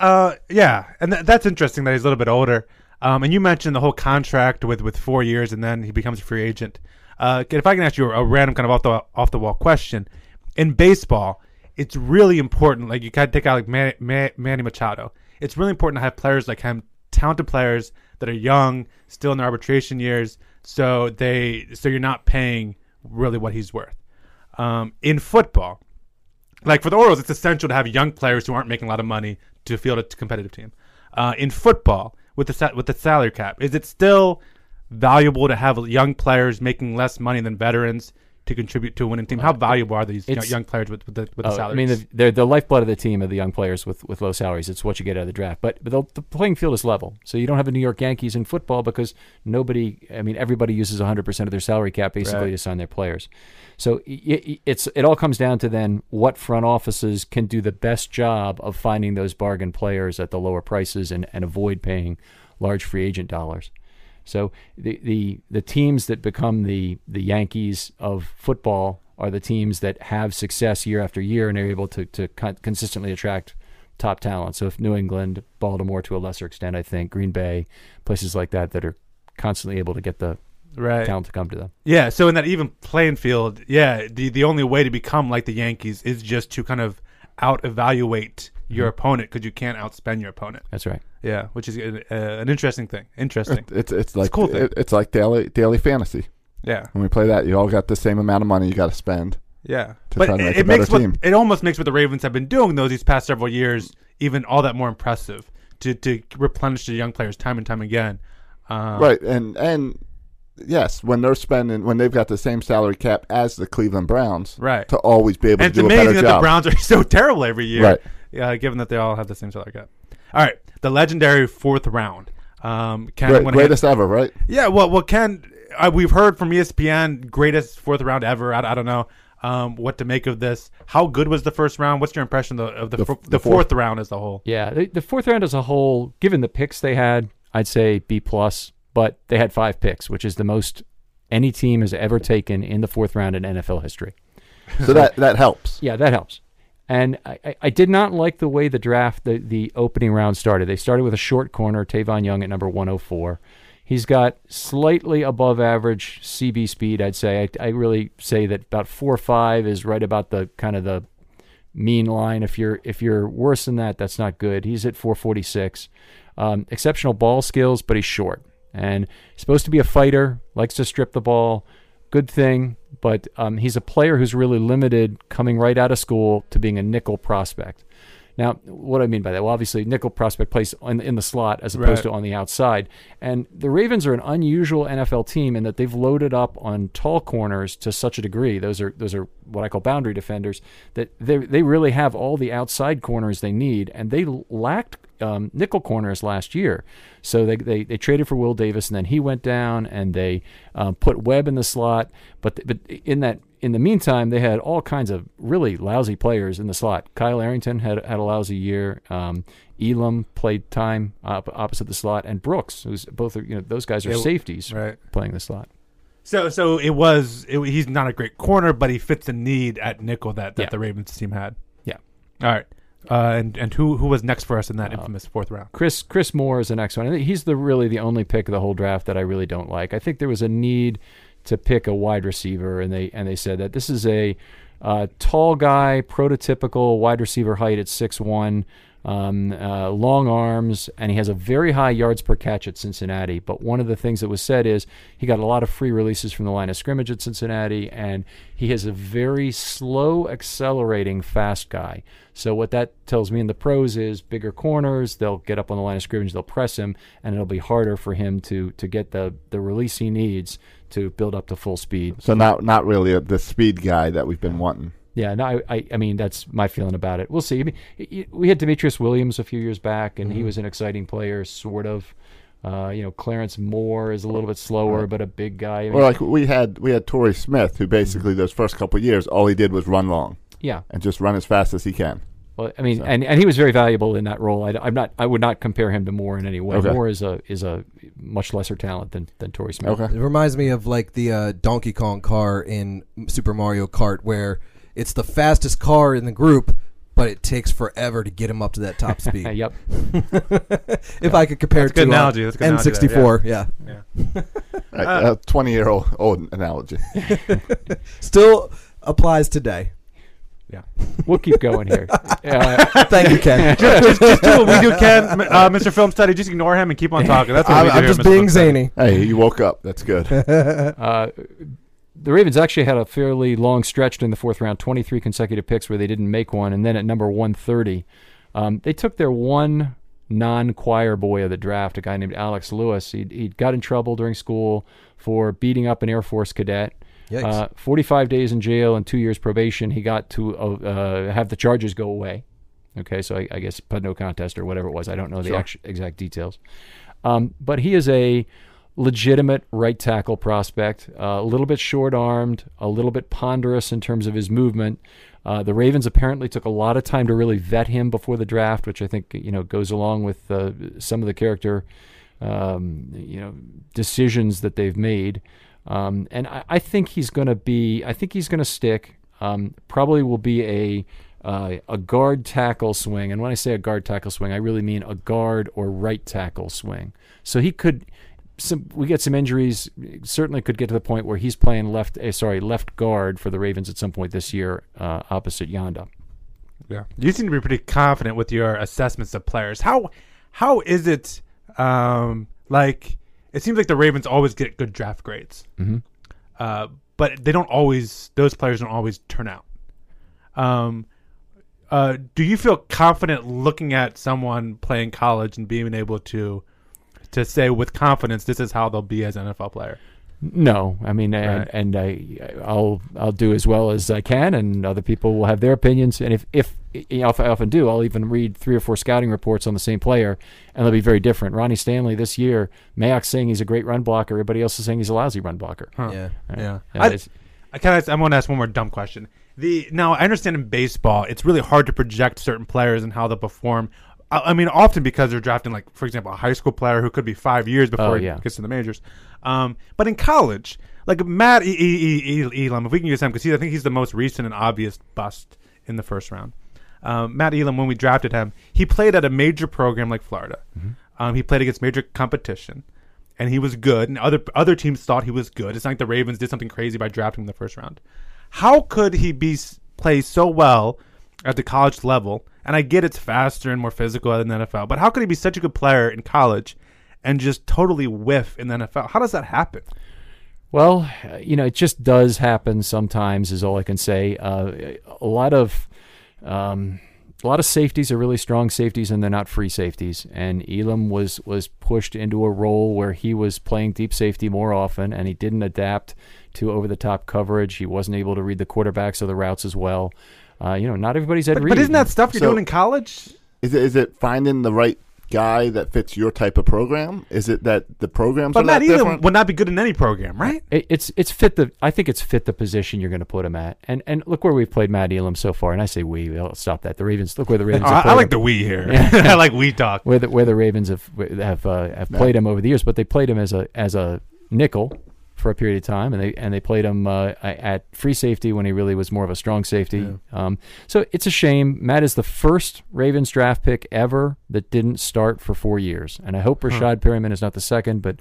Speaker 2: Uh, yeah, and th- that's interesting that he's a little bit older. Um, and you mentioned the whole contract with with four years, and then he becomes a free agent. Uh, if I can ask you a random kind of off the off the wall question, in baseball, it's really important. Like you kind of take out like Manny, Ma- Manny Machado. It's really important to have players like him, talented players that are young, still in their arbitration years. So they so you're not paying really what he's worth. Um, in football, like for the Orioles, it's essential to have young players who aren't making a lot of money to field a competitive team. Uh, in football, with the sa- with the salary cap, is it still valuable to have young players making less money than veterans to contribute to a winning team? How valuable are these you know,
Speaker 6: Uh, it's-
Speaker 2: young players with, with the with the
Speaker 6: Oh,
Speaker 2: salaries?
Speaker 6: I mean, the- they're the lifeblood of the team of the young players with, with low salaries. It's what you get out of the draft. But, but the, the playing field is level. So you don't have the New York Yankees in football because nobody, I mean, everybody uses 100% of their salary cap basically
Speaker 2: Right.
Speaker 6: to sign their players. So y- y- it's it all comes down to then what front offices can do the best job of finding those bargain players at the lower prices and, and avoid paying large free agent dollars. So the, the the teams that become the the Yankees of football are the teams that have success year after year and are able to to con- consistently attract top talent. So if New England, Baltimore to a lesser extent, I think Green Bay, places like that that are constantly able to get the
Speaker 2: right.
Speaker 6: talent to come to them.
Speaker 2: Yeah, so in that even playing field, yeah, the the only way to become like the Yankees is just to kind of out evaluate
Speaker 6: Mm-hmm.
Speaker 2: your opponent because you can't outspend your opponent.
Speaker 6: That's right.
Speaker 2: Yeah, which is uh, an interesting thing.
Speaker 6: <laughs>
Speaker 2: Interesting.
Speaker 1: It's it's like
Speaker 2: cool thing.
Speaker 1: it- it's like daily daily fantasy.
Speaker 2: Yeah,
Speaker 1: When we play that, you all got the same amount of money you got to spend.
Speaker 2: yeah.
Speaker 1: To
Speaker 2: but
Speaker 1: try to
Speaker 2: it,
Speaker 1: make
Speaker 2: it
Speaker 1: a better
Speaker 2: makes what,
Speaker 1: team.
Speaker 2: it almost makes what the Ravens have been doing though these past several years even all that more impressive to to replenish the young players time and time again. Um,
Speaker 1: Right, and and yes, when they're spending when they've got the same salary cap as the Cleveland Browns,
Speaker 2: Right.
Speaker 1: to always be able
Speaker 2: And it's
Speaker 1: to do a
Speaker 2: amazing
Speaker 1: better
Speaker 2: that
Speaker 1: job.
Speaker 2: the Browns are <laughs> so terrible every year.
Speaker 1: Right.
Speaker 2: Yeah, given that they all have the same salary cap. All right, the legendary fourth round. Um, Ken,
Speaker 1: Great,
Speaker 2: I'm gonna hand-
Speaker 1: greatest ever, right?
Speaker 2: Yeah, well, well, Ken, uh, we've heard from ESPN greatest fourth round ever. I, I don't know um, what to make of this. How good was the first round? What's your impression of the of the,
Speaker 1: The
Speaker 2: fo-
Speaker 1: f-
Speaker 2: the,
Speaker 1: the
Speaker 2: fourth, round as a whole?
Speaker 6: Yeah, the, the fourth round as a whole, given the picks they had, I'd say B plus. But they had five picks, which is the most any team has ever taken in the fourth round in NFL history.
Speaker 1: So that that helps.
Speaker 6: Yeah, that helps. And I, I- I did not like the way the draft, the, the opening round started. They started with a short corner, Tavon Young at number 104. He's got slightly above average CB speed, I'd say. I, I really say that about four or five is right about the kind of the mean line. If you're if you're worse than that, that's not good. He's at 446. Um, exceptional ball skills, but he's short and supposed to be a fighter. Likes to strip the ball. Good thing, but um, he's a player who's really limited coming right out of school to being a nickel prospect. Now, what do I mean by that? Well, obviously, nickel prospect plays in, in the slot as opposed
Speaker 2: Right.
Speaker 6: to on the outside. And the Ravens are an unusual NFL team in that they've loaded up on tall corners to such a degree. Those are those are what I call boundary defenders. That they they really have all the outside corners they need, and they l- lacked um, nickel corners last year. So they, they they traded for Will Davis, and then he went down, and they um, put Webb in the slot. But th- but in that in the meantime, they had all kinds of really lousy players in the slot. Kyle Arrington had, had a lousy year. Um, Elam played time op- opposite the slot, and Brooks, who's both are, you know those guys are
Speaker 2: Yeah,
Speaker 6: safeties
Speaker 2: right.
Speaker 6: playing the slot.
Speaker 2: So so it was. It, he's not a great corner, but he fits the need at nickel that, that
Speaker 6: Yeah.
Speaker 2: the Ravens team had.
Speaker 6: Yeah,
Speaker 2: All right, uh, and and who who was next for us in that infamous fourth round?
Speaker 6: Chris Chris Moore is the next one. I think he's the really the only pick of the whole draft that I really don't like. I think there was a need to pick a wide receiver, and they and they said that this is a uh, tall guy, prototypical wide receiver height at six one, um, uh, long arms, and he has a very high yards per catch at Cincinnati. But one of the things that was said is he got a lot of free releases from the line of scrimmage at Cincinnati, and he has a very slow accelerating fast guy. So what that tells me in the pros is bigger corners, they'll get up on the line of scrimmage, they'll press him, and it'll be harder for him to to get the the release he needs to build up to full speed.
Speaker 1: So not not really a, the speed guy that we've been wanting.
Speaker 6: Yeah, no, I, I, I mean that's my feeling about it. We'll see. I mean, y- y- we had Demetrius Williams a few years back, and he was an exciting player, sort of. Uh, you know, Clarence Moore is a little bit slower, but a big guy. I mean,
Speaker 1: Or like we had we had Torrey Smith, who basically
Speaker 2: Mm-hmm.
Speaker 1: those first couple years, all he did was run long
Speaker 6: yeah,
Speaker 1: and just run as fast as he can.
Speaker 6: well, I mean, and, and he was very valuable in that role. I, am not, I would not compare him to Moore in any way.
Speaker 1: Okay.
Speaker 6: Moore is a is a much lesser talent than than Torrey Smith.
Speaker 1: Okay.
Speaker 3: It reminds me of like the uh, Donkey Kong car in Super Mario Kart, where it's the fastest car in the group, but it takes forever to get him up to that
Speaker 6: <laughs>
Speaker 3: top speed.
Speaker 6: Uh, yep.
Speaker 3: <laughs> if I could compare it
Speaker 2: good
Speaker 3: to uh,
Speaker 2: analogy. That's a good analogy there,
Speaker 3: N64, yeah.
Speaker 1: Right,
Speaker 2: Ah.
Speaker 1: a twenty year old old
Speaker 2: <laughs>
Speaker 1: analogy.
Speaker 3: still applies today.
Speaker 2: Yeah.
Speaker 6: We'll keep going here.
Speaker 1: <laughs>
Speaker 6: Uh,
Speaker 3: Thank
Speaker 2: <laughs>
Speaker 3: you, Ken.
Speaker 2: just do what we do, Ken, M- uh, Mr. Film Study. Just ignore him and
Speaker 3: <laughs>
Speaker 2: keep on talking. That's what
Speaker 3: I'm,
Speaker 2: we do
Speaker 3: I'm
Speaker 2: here,
Speaker 3: just
Speaker 2: Mr.
Speaker 3: being
Speaker 2: <laughs> Film Study.
Speaker 3: zany.
Speaker 1: hey, you woke up. That's good.
Speaker 6: uh, the Ravens actually had a fairly long stretch in the fourth round, 23 consecutive picks where they didn't make one, and then at number 130, um, they took their one non-choir boy of the draft, a guy named Alex Lewis. He he got in trouble during school for beating up an Air Force cadet.
Speaker 3: Yikes.
Speaker 6: Uh, 45 days in jail and two years probation. He got to uh, uh, have the charges go away. Okay, so I, I guess put no contest or whatever it was. I don't know the actu- exact details. Um, but he is a legitimate right tackle prospect, uh, a little bit short armed, a little bit ponderous in terms of his movement. Uh, the Ravens apparently took a lot of time to really vet him before the draft, which I think you know goes along with uh, some of the character um, you know decisions that they've made. Um, and I, I think he's going to be. I think he's going to stick. Um, probably will be a uh, a guard tackle swing. And when I say a guard tackle swing, I really mean a guard or right tackle swing. So he could. Some, we get some injuries. Certainly could get to the point where he's playing left. eh, sorry, left guard for the Ravens at some point this year, uh, opposite Yonda.
Speaker 2: Yeah. You seem to be pretty confident with your assessments of players. How how is it um like it seems like the Ravens always get good draft grades. Mm-hmm. Uh, but they don't always those players don't always turn out. Um uh, do you feel confident looking at someone playing college and being able to to say with confidence this is how they'll be as an NFL player?
Speaker 6: No, I mean,
Speaker 2: Right.
Speaker 6: and, and I, I'll I'll do as well as I can, and other people will have their opinions. And if if you know, if I often do, I'll even read three or four scouting reports on the same player, and they'll be very different. Ronnie Stanley this year, Mayock saying he's a great run blocker. Everybody else is saying he's a lousy run blocker.
Speaker 3: Yeah.
Speaker 2: Yeah.
Speaker 6: Yeah,
Speaker 2: I,
Speaker 6: it's-
Speaker 2: I kind of. I'm going to ask one more dumb question. The now I understand in baseball, it's really hard to project certain players and how they'll perform. I, I mean, often because they're drafting, like for example, a high school player who could be five years before
Speaker 6: yeah.
Speaker 2: he gets to the majors. Um, but in college, like Matt e- e- E- E- Elam, if we can use him because I think he's the most recent and obvious bust in the first round. Um, Matt Elam, when we drafted him, he played at a major program like Florida. Um, he played against major competition and he was good, and other other teams thought he was good. It's not like the Ravens did something crazy by drafting him in the first round. How could he be s- play so well at the college level? And I get it's faster and more physical than the NFL, but how could he be such a good player in college and just totally whiff in the NFL? How does that happen?
Speaker 6: Well, uh, you know, it just does happen sometimes. Is all I can say. Uh, a lot of um, a lot of safeties are really strong safeties, and they're not free safeties. And Elam was was pushed into a role where he was playing deep safety more often, and he didn't adapt to over the top coverage. He wasn't able to read the quarterbacks or the routes as well. Uh, you know, not everybody's Ed
Speaker 2: But,
Speaker 6: Reed.
Speaker 2: but isn't that stuff you're
Speaker 1: So-
Speaker 2: doing in college?
Speaker 1: Is it is it finding the right guy that fits your type of program? Is it that the programs
Speaker 2: But
Speaker 1: are that
Speaker 2: Matt Elam
Speaker 1: different?
Speaker 2: would not be good in any program, right?
Speaker 6: It, it's it's fit the I think it's fit the position you're going to put him at, and and look where we've played Matt Elam so far. And I say we, I'll stop that. The Ravens, look where the Ravens.
Speaker 2: Oh, <laughs> I,
Speaker 6: have
Speaker 2: I
Speaker 6: played
Speaker 2: like
Speaker 6: him.
Speaker 2: the we here. <laughs> I like we talk.
Speaker 6: where the where the Ravens have have uh, have played him over the years, but they played him as a as a nickel for a period of time, and they and they played him uh, at free safety when he really was more of a strong safety. Um, so it's a shame. Matt is the first Ravens draft pick ever that didn't start for four years, and I hope Rashad Perryman is not the second, but.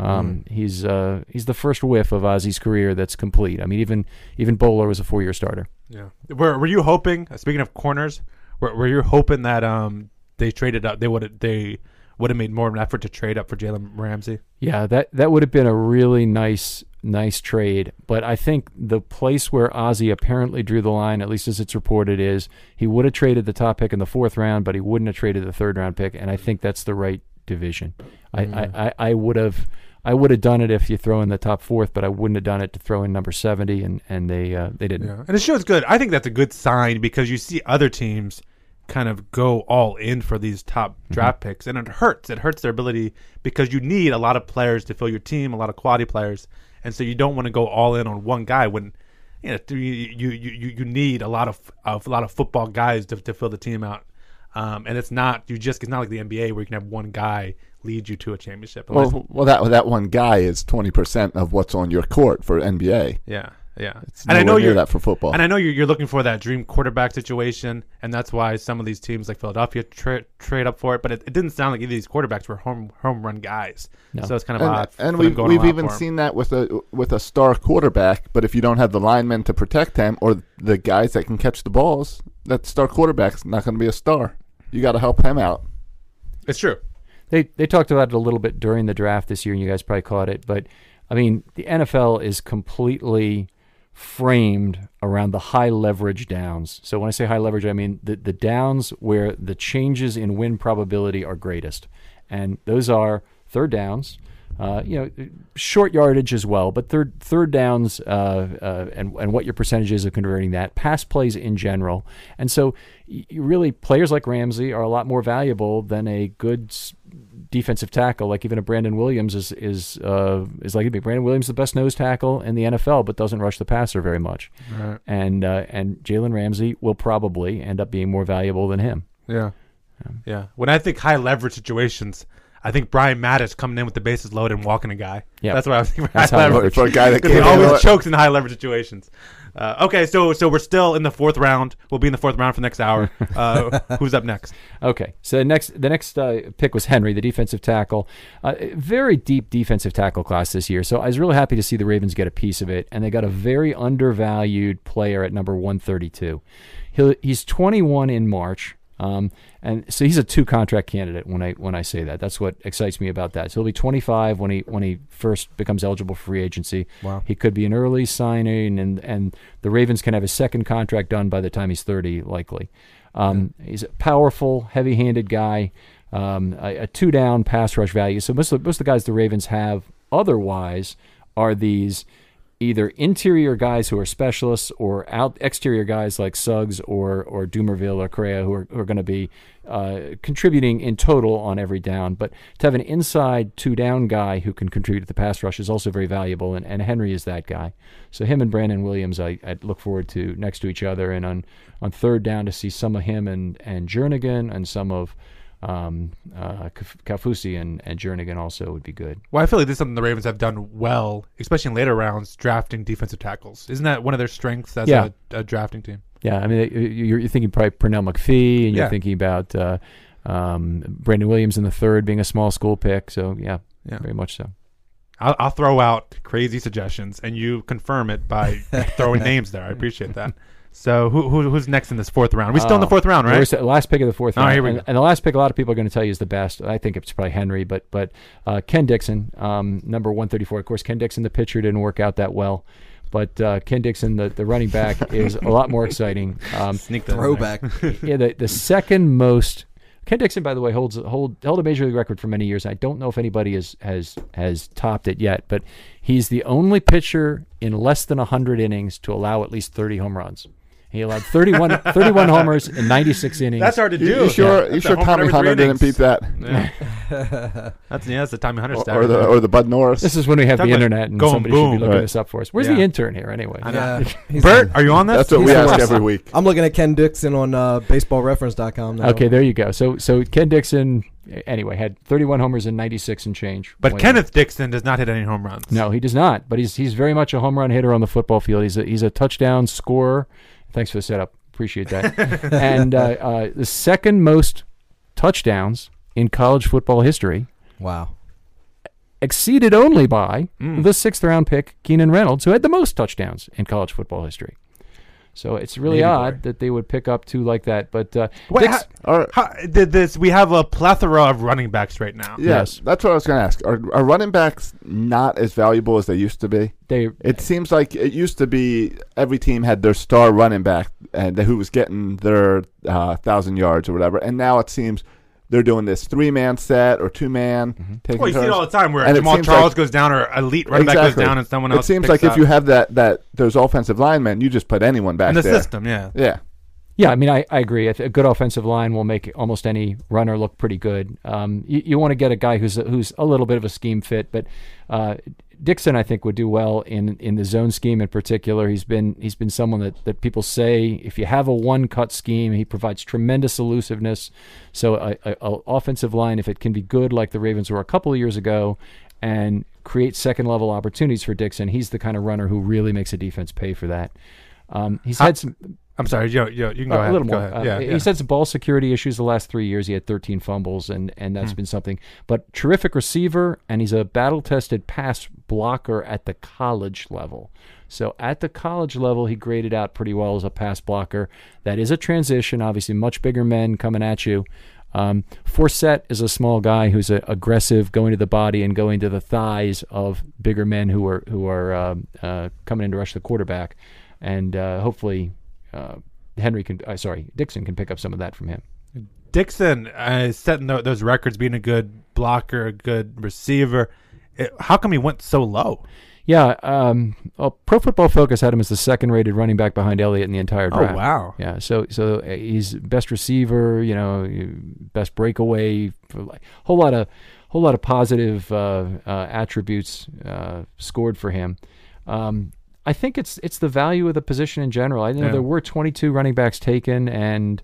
Speaker 6: Um, He's uh, he's the first whiff of Ozzy's career that's complete. I mean, even even Bowler was a four year starter.
Speaker 2: Yeah. Were Were you hoping? uh, Speaking of corners, were, were you hoping that um they traded up? They would they would have made more of an effort to trade up for Jalen Ramsey.
Speaker 6: Yeah, that that would have been a really nice nice trade, but I think the place where Ozzy apparently drew the line, at least as it's reported, is he would have traded the top pick in the fourth round, but he wouldn't have traded the third round pick, and I think that's the right division. I I, I, I would have I would have done it if you throw in the top fourth, but I wouldn't have done it to throw in number seventy, and and they uh, they didn't.
Speaker 2: And it shows good. I think that's a good sign because you see other teams kind of go all in for these top draft picks, and it hurts. It hurts their ability because you need a lot of players to fill your team, a lot of quality players, and so you don't want to go all in on one guy when. You, know, you, you, you, you need a lot of, of a lot of football guys to, to fill the team out, um, and it's not you just it's not like the NBA where you can have one guy lead you to a championship. Unless-
Speaker 1: well, well, that that one guy is twenty percent of what's on your court for NBA.
Speaker 2: Yeah, yeah.
Speaker 1: It's nowhere near that for football.
Speaker 2: And I know you're, you're looking for that dream quarterback situation, and that's why some of these teams like Philadelphia tra- trade up for it. But it, it didn't sound like either of these quarterbacks were home home run guys. So it's kind of
Speaker 1: And,
Speaker 2: odd.
Speaker 1: and
Speaker 2: for them
Speaker 1: we've,
Speaker 2: going
Speaker 1: we've
Speaker 2: all out
Speaker 1: even
Speaker 2: for him.
Speaker 1: seen that with a with a star quarterback, but if you don't have the linemen to protect him or the guys that can catch the balls, that star quarterback's not going to be a star. You got to help him out.
Speaker 2: it's true.
Speaker 6: They they talked about it a little bit during the draft this year, and you guys probably caught it. But I mean, the NFL is completely framed around the high leverage downs. So when I say high leverage, I mean the, the downs where the changes in win probability are greatest. And those are third downs, uh, you know, short yardage as well, but third third downs uh, uh, and and what your percentage is of converting that pass plays in general, and so y- you really players like Ramsey are a lot more valuable than a good s- defensive tackle like even a Brandon Williams is is uh, is like Brandon Williams is the best nose tackle in the NFL, but doesn't rush the passer very much, and uh, and Jalen Ramsey will probably end up being more valuable than him.
Speaker 2: Yeah. Yeah. When I think high leverage situations, I think Brian Mattis coming in with the bases loaded and walking a guy.
Speaker 6: Yeah.
Speaker 2: That's what I was thinking.
Speaker 6: That's
Speaker 2: high
Speaker 6: how it
Speaker 2: leverage.
Speaker 1: works. For a guy that
Speaker 2: 'Cause he
Speaker 1: can't handle
Speaker 2: always
Speaker 1: it.
Speaker 2: chokes in high leverage situations. Uh, okay, so so we're still in the fourth round. We'll be in the fourth round for the
Speaker 1: <laughs>
Speaker 2: next hour. Uh, who's up next?
Speaker 6: Okay, so the next the next uh, pick was Henry, the defensive tackle. Uh, very deep defensive tackle class this year, so I was really happy to see the Ravens get a piece of it, and they got a very undervalued player at number one thirty two. He'll, he's twenty one in March. Um, and so he's a two contract candidate when I when I say that. That's what excites me about that. So he'll be 25 when he when he first becomes eligible for free agency. Wow. He could be an early signing and and the Ravens can have his second contract done by the time he's 30 likely. Um, He's a powerful, heavy-handed guy. Um, a, a two-down pass rush value. So most of, most of the guys the Ravens have otherwise are these either interior guys who are specialists or out exterior guys like Suggs or or Doomerville or Correa who are, who are going to be uh, contributing in total on every down. But to have an inside two down guy who can contribute to the pass rush is also very valuable, and, and Henry is that guy. So him and Brandon Williams, I, I look forward to next to each other, and on on third down to see some of him and and Jernigan and some of. Um, uh, Kaf- Kafusi and, and Jernigan also would be good.
Speaker 2: Well, I feel like this is something the Ravens have done well, especially in later rounds, drafting defensive tackles. Isn't that one of their strengths as
Speaker 6: Yeah.
Speaker 2: a, a drafting team?
Speaker 6: Yeah, I mean, uh, you're, you're thinking probably Pernell McPhee, and you're
Speaker 2: Yeah.
Speaker 6: thinking about uh, um, Brandon Williams in the third being a small school pick. So yeah,
Speaker 2: Yeah.
Speaker 6: very much so.
Speaker 2: I'll, I'll throw out crazy suggestions, and you confirm
Speaker 1: <laughs>
Speaker 2: it by throwing names there. I appreciate that. So who, who who's next in this fourth round? Are we still
Speaker 1: Oh.
Speaker 2: in the
Speaker 6: Uh,
Speaker 2: fourth round,
Speaker 6: We're
Speaker 2: right?
Speaker 6: s- last pick of the fourth
Speaker 2: All
Speaker 6: round.
Speaker 2: right, here we
Speaker 6: and,
Speaker 2: go.
Speaker 6: and the last pick, a lot of people are going to tell you is the best. I think it's probably Henry, but but uh, Ken Dixon, um, number 134. Of course, Ken Dixon, the pitcher, didn't work out that well. But uh, Ken Dixon, the, the running back, is a lot more exciting. Um,
Speaker 2: Sneak that in there.
Speaker 6: <laughs>
Speaker 3: Throwback.
Speaker 6: yeah, the, the second most. Ken Dixon, by the way, holds hold held a major league record for many years. I don't know if anybody has has has topped it yet, but he's the only pitcher in less than hundred innings to allow at least thirty home runs. He
Speaker 2: <laughs>
Speaker 6: allowed 31, 31 homers in ninety six innings.
Speaker 2: That's hard to do.
Speaker 1: You, you sure?
Speaker 2: That's
Speaker 1: You
Speaker 2: a
Speaker 1: sure
Speaker 2: home
Speaker 1: Tommy
Speaker 2: run every
Speaker 1: Hunter
Speaker 2: three
Speaker 1: didn't beat
Speaker 2: innings.
Speaker 1: that,
Speaker 2: Yeah. that's yeah, that's the Tommy Hunter
Speaker 1: or,
Speaker 2: stat.
Speaker 1: or the or the Bud Norris?
Speaker 6: This is when we have
Speaker 2: Talk
Speaker 6: the
Speaker 2: about
Speaker 6: internet and
Speaker 2: going
Speaker 6: somebody should be
Speaker 2: boom.
Speaker 6: looking
Speaker 1: Right.
Speaker 6: this up for us. Where's
Speaker 2: Yeah.
Speaker 6: the intern here anyway?
Speaker 3: Yeah,
Speaker 6: <laughs>
Speaker 3: he's-
Speaker 2: Bert, are you on this?
Speaker 1: That's what we
Speaker 3: He's the
Speaker 1: ask
Speaker 3: worst.
Speaker 1: every week.
Speaker 3: I'm looking at Ken Dixon on uh, baseballreference.com now.
Speaker 6: Okay, there you go. So so Ken Dixon anyway had 31 homers in 96 and change.
Speaker 2: But
Speaker 6: Way
Speaker 2: Kenneth Dixon does not hit any home runs.
Speaker 6: No, he does not. But he's he's very much a home run hitter on the football field. He's a, he's a touchdown scorer. Thanks for the setup. Appreciate that. and uh, uh, the second most touchdowns in college football history,
Speaker 3: Wow.
Speaker 6: exceeded only by the sixth round pick Keenan Reynolds, who had the most touchdowns in college football history. So it's really
Speaker 2: Native
Speaker 6: odd that they would pick up two like that. But uh,
Speaker 2: Wait,
Speaker 6: Dix-
Speaker 2: how,
Speaker 1: Or-
Speaker 2: how, did this? We have a plethora of running backs right now.
Speaker 1: Yeah,
Speaker 6: Yes.
Speaker 1: that's what I was going to ask. Are, are running backs not as valuable as they used to be?
Speaker 6: they
Speaker 1: It seems like it used to be every team had their star running back and who was getting their uh, thousand yards or whatever, and now it seems they're doing this three man set or two man. Taking
Speaker 2: Well, you see it
Speaker 1: turns.
Speaker 2: all the time where
Speaker 1: And it
Speaker 2: Jamal
Speaker 1: seems
Speaker 2: Charles
Speaker 1: like-
Speaker 2: goes down or elite running back goes down and someone else.
Speaker 1: It seems
Speaker 2: picks
Speaker 1: like
Speaker 2: up.
Speaker 1: if you have that that those offensive linemen, you just put anyone back
Speaker 2: in the
Speaker 1: there.
Speaker 2: system, yeah.
Speaker 1: Yeah,
Speaker 6: Yeah, I mean, I, I agree. A a good offensive line will make almost any runner look pretty good. Um, you you want to get a guy who's a, who's a little bit of a scheme fit, but uh, Dixon, I think, would do well in, in the zone scheme in particular. He's been he's been someone that, that people say if you have a one cut scheme, he provides tremendous elusiveness. So a, a, a offensive line, if it can be good like the Ravens were a couple of years ago, and create second level opportunities for Dixon, he's the kind of runner who really makes a defense pay for that. Um, he's had some
Speaker 2: I'm sorry, yo, yo, you can go
Speaker 6: a
Speaker 2: ahead.
Speaker 6: little
Speaker 2: go
Speaker 6: more.
Speaker 2: ahead.
Speaker 6: Uh,
Speaker 2: yeah,
Speaker 6: he-
Speaker 2: yeah.
Speaker 6: He's had some ball security issues the last three years. He had 13 fumbles, and and
Speaker 2: Hmm.
Speaker 6: that's been something. But terrific receiver, and he's a battle tested pass blocker at the college level. So at the college level, he graded out pretty well as a pass blocker. That is a transition, obviously, much bigger men coming at you. Um, Forsett is a small guy who's a, aggressive, going to the body and going to the thighs of bigger men who are who are um, uh, coming in to rush the quarterback, and uh, hopefully uh, Henry can. Uh, sorry, Dixon can pick up some of that from him.
Speaker 2: Dixon uh, is setting tho- those records, being a good blocker, a good receiver. It, how come he went so low?
Speaker 6: Yeah, um, well, Pro Football Focus had him as the second-rated running back behind Elliott in the entire
Speaker 2: Oh,
Speaker 6: draft.
Speaker 2: wow.
Speaker 6: Yeah, so so uh, he's best receiver, you know, best breakaway, for like, whole lot of whole lot of positive uh, uh, attributes uh, scored for him. Um, I think it's it's the value of the position in general. I know
Speaker 2: Yeah.
Speaker 6: there were 22 running backs taken, and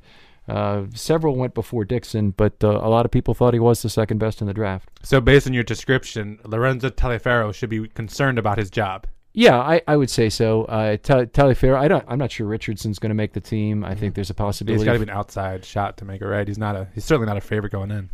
Speaker 6: uh, several went before Dixon, but uh, a lot of people thought he was the second best in the draft.
Speaker 2: So, based on your description, Lorenzo Taliaferro should be concerned about his job.
Speaker 6: Yeah, I, I would say so. Uh, Tal- Taliaferro, I don't. I'm not sure Richardson's going to make the team. I think there's a
Speaker 2: He's
Speaker 6: possibility.
Speaker 2: got to Mm-hmm. be an outside shot to make it right. He's not a. He's certainly not a favorite going in.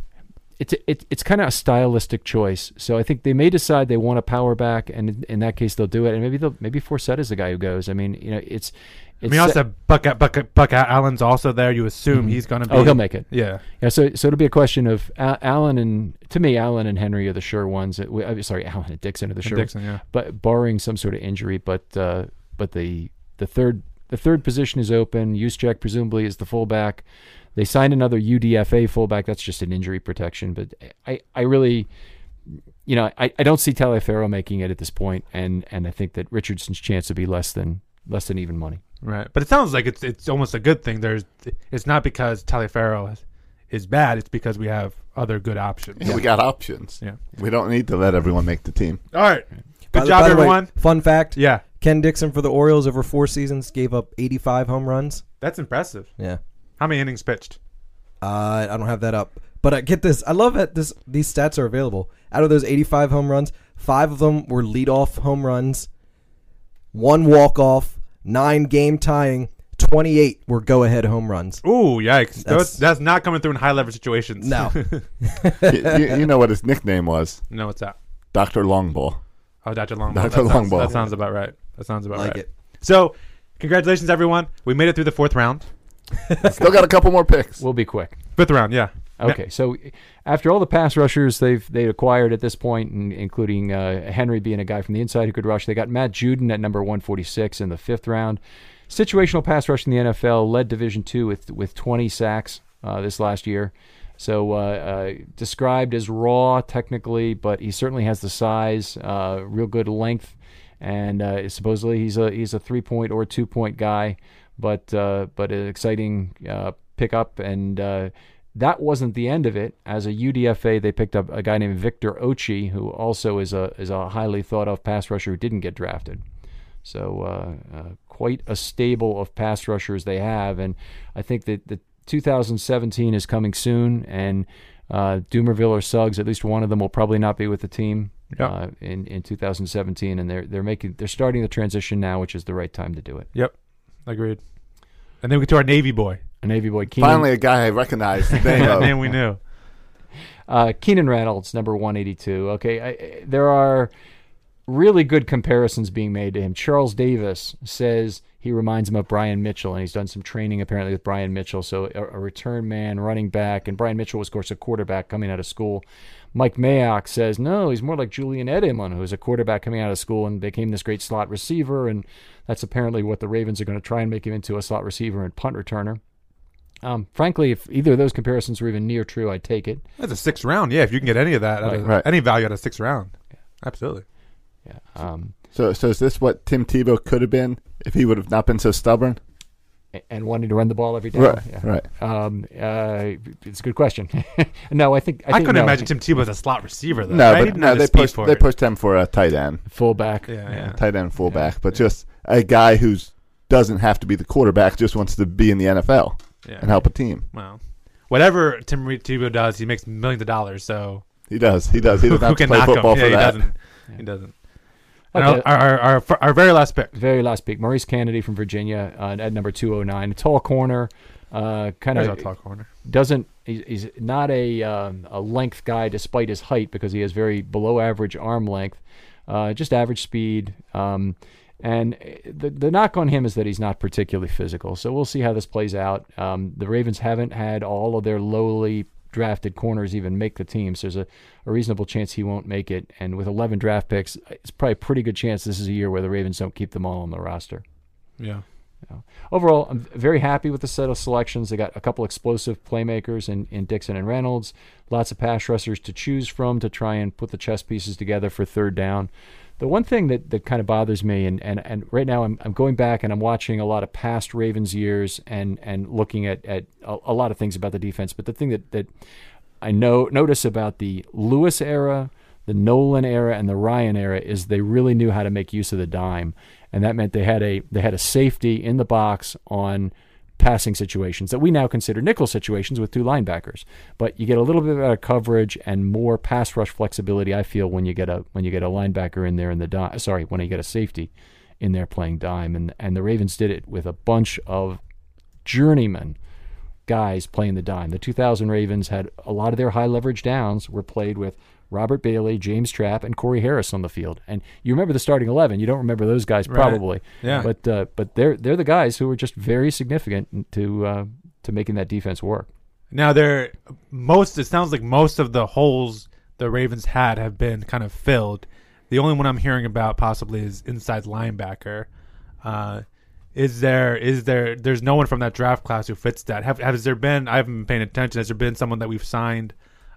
Speaker 6: it's it, it's kind of a stylistic choice. So I think they may decide they want a power back, and in, in that case they'll do it. And maybe they'll maybe Forsett is the guy who goes. I mean, you know, it's.
Speaker 2: I
Speaker 6: it's uh,
Speaker 2: mean, also Buck Buck Buck Allen's also there. You assume he's going to be.
Speaker 6: Oh, he'll make it.
Speaker 2: Yeah.
Speaker 6: Yeah, so so it'll be a question of Al- Allen and to me Allen and Henry are the sure ones. That we, I'm sorry, Allen and Dixon are the sure.
Speaker 2: Dixon, yeah.
Speaker 6: But barring some sort of injury, but uh, but the the third the third position is open. Juszczyk presumably is the fullback. They signed another UDFA fullback. That's just an injury protection. But I I really. You know, I, I don't see Taliaferro making it at this point, and, and I think that Richardson's chance would be less than less than even money.
Speaker 2: Right, but it sounds like it's it's almost a good thing. There's it's not because Taliaferro is, is bad. It's because we have other good options.
Speaker 1: We got options.
Speaker 2: Yeah.
Speaker 1: We don't need to let everyone make the <laughs> team.
Speaker 2: All right,
Speaker 3: By
Speaker 2: good
Speaker 3: the-
Speaker 2: job,
Speaker 3: by the way,
Speaker 2: everyone.
Speaker 3: fun fact:
Speaker 2: yeah,
Speaker 3: Ken Dixon for the Orioles over four seasons gave up 85 home runs.
Speaker 2: that's impressive.
Speaker 3: Yeah.
Speaker 2: How many innings pitched?
Speaker 3: Uh, I don't have that up, but I get this. I love that this these stats are available. Out of those 85 home runs, five of them were leadoff home runs, one walk off, nine game tying, 28 were go ahead home runs.
Speaker 2: Ooh, yikes! That's, that's
Speaker 3: That's-
Speaker 2: not coming through in high leverage situations. <laughs>
Speaker 3: No,
Speaker 1: you, you- you know what his nickname was?
Speaker 2: no, it's out.
Speaker 1: Dr.
Speaker 2: <laughs>
Speaker 1: Longball.
Speaker 2: Oh, Dr. Longball.
Speaker 1: Dr.
Speaker 2: That sounds-
Speaker 1: Longball.
Speaker 2: That sounds about right. That sounds about
Speaker 3: Like
Speaker 2: right.
Speaker 3: it.
Speaker 2: So, congratulations, everyone. We made it through the fourth round.
Speaker 1: Still got a couple more picks.
Speaker 6: We'll be quick.
Speaker 2: Fifth round, yeah.
Speaker 6: Okay, so after all the pass rushers they've they acquired at this point, and including uh, Henry being a guy from the inside who could rush, they got Matt Juden at number 146 in the fifth round. Situational pass rush in the NFL led Division Two with with 20 sacks uh, this last year. So uh, uh, described as raw technically, but he certainly has the size, uh, real good length, and uh, supposedly he's a he's a three point or two point guy, but uh, but an exciting uh, pickup and. Uh, that wasn't the end of it. As a UDFA, they picked up a guy named Victor Ochi, who also is a is a highly thought of pass rusher who didn't get drafted. So uh, uh, quite a stable of pass rushers they have, and I think that the 2017 is coming soon, and uh, Doomerville or Suggs, at least one of them will probably not be with the team
Speaker 2: Yep.
Speaker 6: uh, in in 2017, and they're they're making they're starting the transition now, which is the right time to do it.
Speaker 2: Yep. Agreed. And then we get to our Navy boy.
Speaker 6: A Navy boy, Keenan,
Speaker 1: Finally, a guy I recognize the
Speaker 2: <laughs>
Speaker 1: name
Speaker 2: That
Speaker 1: of.
Speaker 2: name we knew.
Speaker 6: Uh, Keenan Reynolds, number 182. Okay, I- I, there are really good comparisons being made to him. Charles Davis says he reminds him of Brian Mitchell, and he's done some training apparently with Brian Mitchell. So a, a return man, running back, and Brian Mitchell was, of course, a quarterback coming out of school. Mike Mayock says no, he's more like Julian Edelman, who was a quarterback coming out of school and became this great slot receiver, and that's apparently what the Ravens are going to try and make him into a slot receiver and punt returner. Um, frankly, if either of those comparisons were even near true, I'd take it.
Speaker 2: That's a sixth round. Yeah, if you can get any of that, out of,
Speaker 1: Right. Right.
Speaker 2: any value out of sixth round. Absolutely.
Speaker 6: Yeah. Um,
Speaker 1: So, so is this what Tim Tebow could have been if he would have not been so stubborn?
Speaker 6: and wanting to run the ball every day.
Speaker 1: Right,
Speaker 6: Yeah.
Speaker 1: right.
Speaker 6: Um, uh, it's a good question. <laughs> no, I think I,
Speaker 2: I,
Speaker 6: think,
Speaker 2: couldn't
Speaker 6: no.
Speaker 2: imagine Tim Tebow as a slot receiver though.
Speaker 1: No,
Speaker 2: right? He
Speaker 1: but
Speaker 2: didn't
Speaker 1: no,
Speaker 2: have the
Speaker 1: they
Speaker 2: speed
Speaker 1: pushed
Speaker 2: for
Speaker 1: they
Speaker 2: it.
Speaker 1: pushed him for a tight end,
Speaker 6: fullback.
Speaker 2: Yeah, yeah.
Speaker 1: tight end fullback, but just a guy who's doesn't have to be the quarterback, just wants to be in the NFL
Speaker 2: Yeah.
Speaker 1: and help a team.
Speaker 2: Wow. Whatever Tim Re- Tebow does, he makes millions of dollars. So
Speaker 1: He does. He does. He
Speaker 2: <laughs> who
Speaker 1: doesn't have to
Speaker 2: can
Speaker 1: play
Speaker 2: knock him?
Speaker 1: football
Speaker 2: Yeah,
Speaker 1: for
Speaker 2: he
Speaker 1: that.
Speaker 2: doesn't. He doesn't. And
Speaker 6: Okay.
Speaker 2: Our, our, our, our, our very last pick.
Speaker 6: Very last pick, Maurice Kennedy from Virginia uh, at number two hundred nine. Tall corner, uh, kind
Speaker 2: There's our
Speaker 6: of
Speaker 2: talk corner.
Speaker 6: doesn't he's, he's not a um, a length guy despite his height because he has very below average arm length, uh, just average speed. Um, and eh, the the knock on him is that he's not particularly physical. So we'll see how this plays out. Um, the Ravens haven't had all of their lowly drafted corners even make the team. So there's a, a reasonable chance he won't make it. And with 11 draft picks, it's probably a pretty good chance this is a year where the Ravens don't keep them all on the roster.
Speaker 2: Yeah.
Speaker 6: Overall, I'm very happy with the set of selections. They got a couple explosive playmakers in, in Dixon and Reynolds, lots of pass rushers to choose from to try and put the chess pieces together for third down. The one thing that, that kind of bothers me, and, and, and right now I'm, I'm going back and I'm watching a lot of past Ravens years and, and looking at, at a, a lot of things about the defense, but the thing that, that I know notice about the Lewis era, the Nolan era, and the Ryan era is they really knew how to make use of the dime, and that meant they had a they had a safety in the box on passing situations that we now consider nickel situations with two linebackers. But you get a little bit better coverage and more pass rush flexibility. I feel when you get a when you get a linebacker in there in the dime. Sorry, when you get a safety in there playing dime, and and the Ravens did it with a bunch of journeymen guys playing the dime. The 2000 Ravens had a lot of their high leverage downs were played with Robert Bailey, James Trapp, and Corey Harris on the field. And you remember the starting 11. You don't remember those guys probably.
Speaker 2: Yeah.
Speaker 6: But uh, but they're they're the guys who were just very significant to uh, to making that defense work.
Speaker 2: Now there most it sounds like most of the holes the Ravens had have been kind of filled. The only one I'm hearing about possibly is inside linebacker. Uh, is there is there there's no one from that draft class who fits that? Have has there been I haven't been paying attention. Has there been someone that we've signed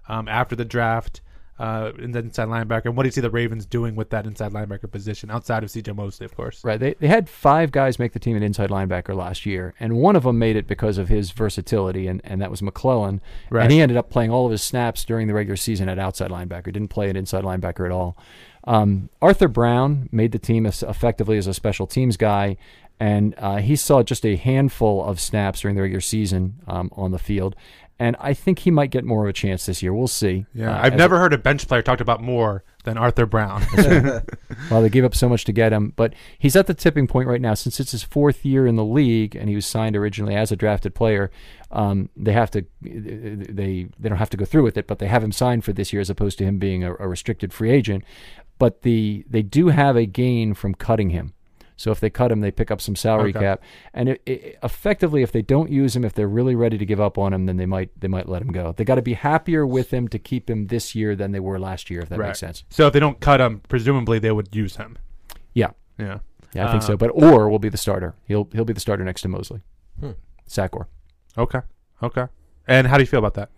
Speaker 2: um, after the draft uh, in the inside linebacker? And what do you see the Ravens doing with that inside linebacker position outside of CJ Mosley, of course?
Speaker 6: Right. They, they had five guys make the team an inside linebacker last year, and one of them made it because of his versatility, and, and that was McClellan.
Speaker 2: Right.
Speaker 6: And he ended up playing all of his snaps during the regular season at outside linebacker. Didn't play an inside linebacker at all. Um, Arthur Brown made the team as effectively as a special teams guy, and uh, he saw just a handful of snaps during the regular season um, on the field. And I think he might get more of a chance this year. We'll see.
Speaker 2: Yeah,
Speaker 6: Uh,
Speaker 2: I've
Speaker 6: as-
Speaker 2: never heard a bench player talked about more than Arthur Brown.
Speaker 6: Well, they gave up so much to get him, but he's at the tipping point right now. Since it's his fourth year in the league, and he was signed originally as a drafted player, um, they have to they they don't have to go through with it, but they have him signed for this year as opposed to him being a, a restricted free agent. But the they do have a gain from cutting him. So if they cut him, they pick up some salary cap, and it, it, effectively, if they don't use him, if they're really ready to give up on him, then they might they might let him go. They got to be happier with him to keep him this year than they were last year, if that
Speaker 2: Right.
Speaker 6: makes sense.
Speaker 2: So if they don't cut him, presumably they would use him.
Speaker 6: Yeah.
Speaker 2: Yeah.
Speaker 6: Yeah, I think so. But Orr will be the starter. He'll he'll be the starter next to Mosley. Sack Orr.
Speaker 2: Okay. Okay. And how do you feel about that?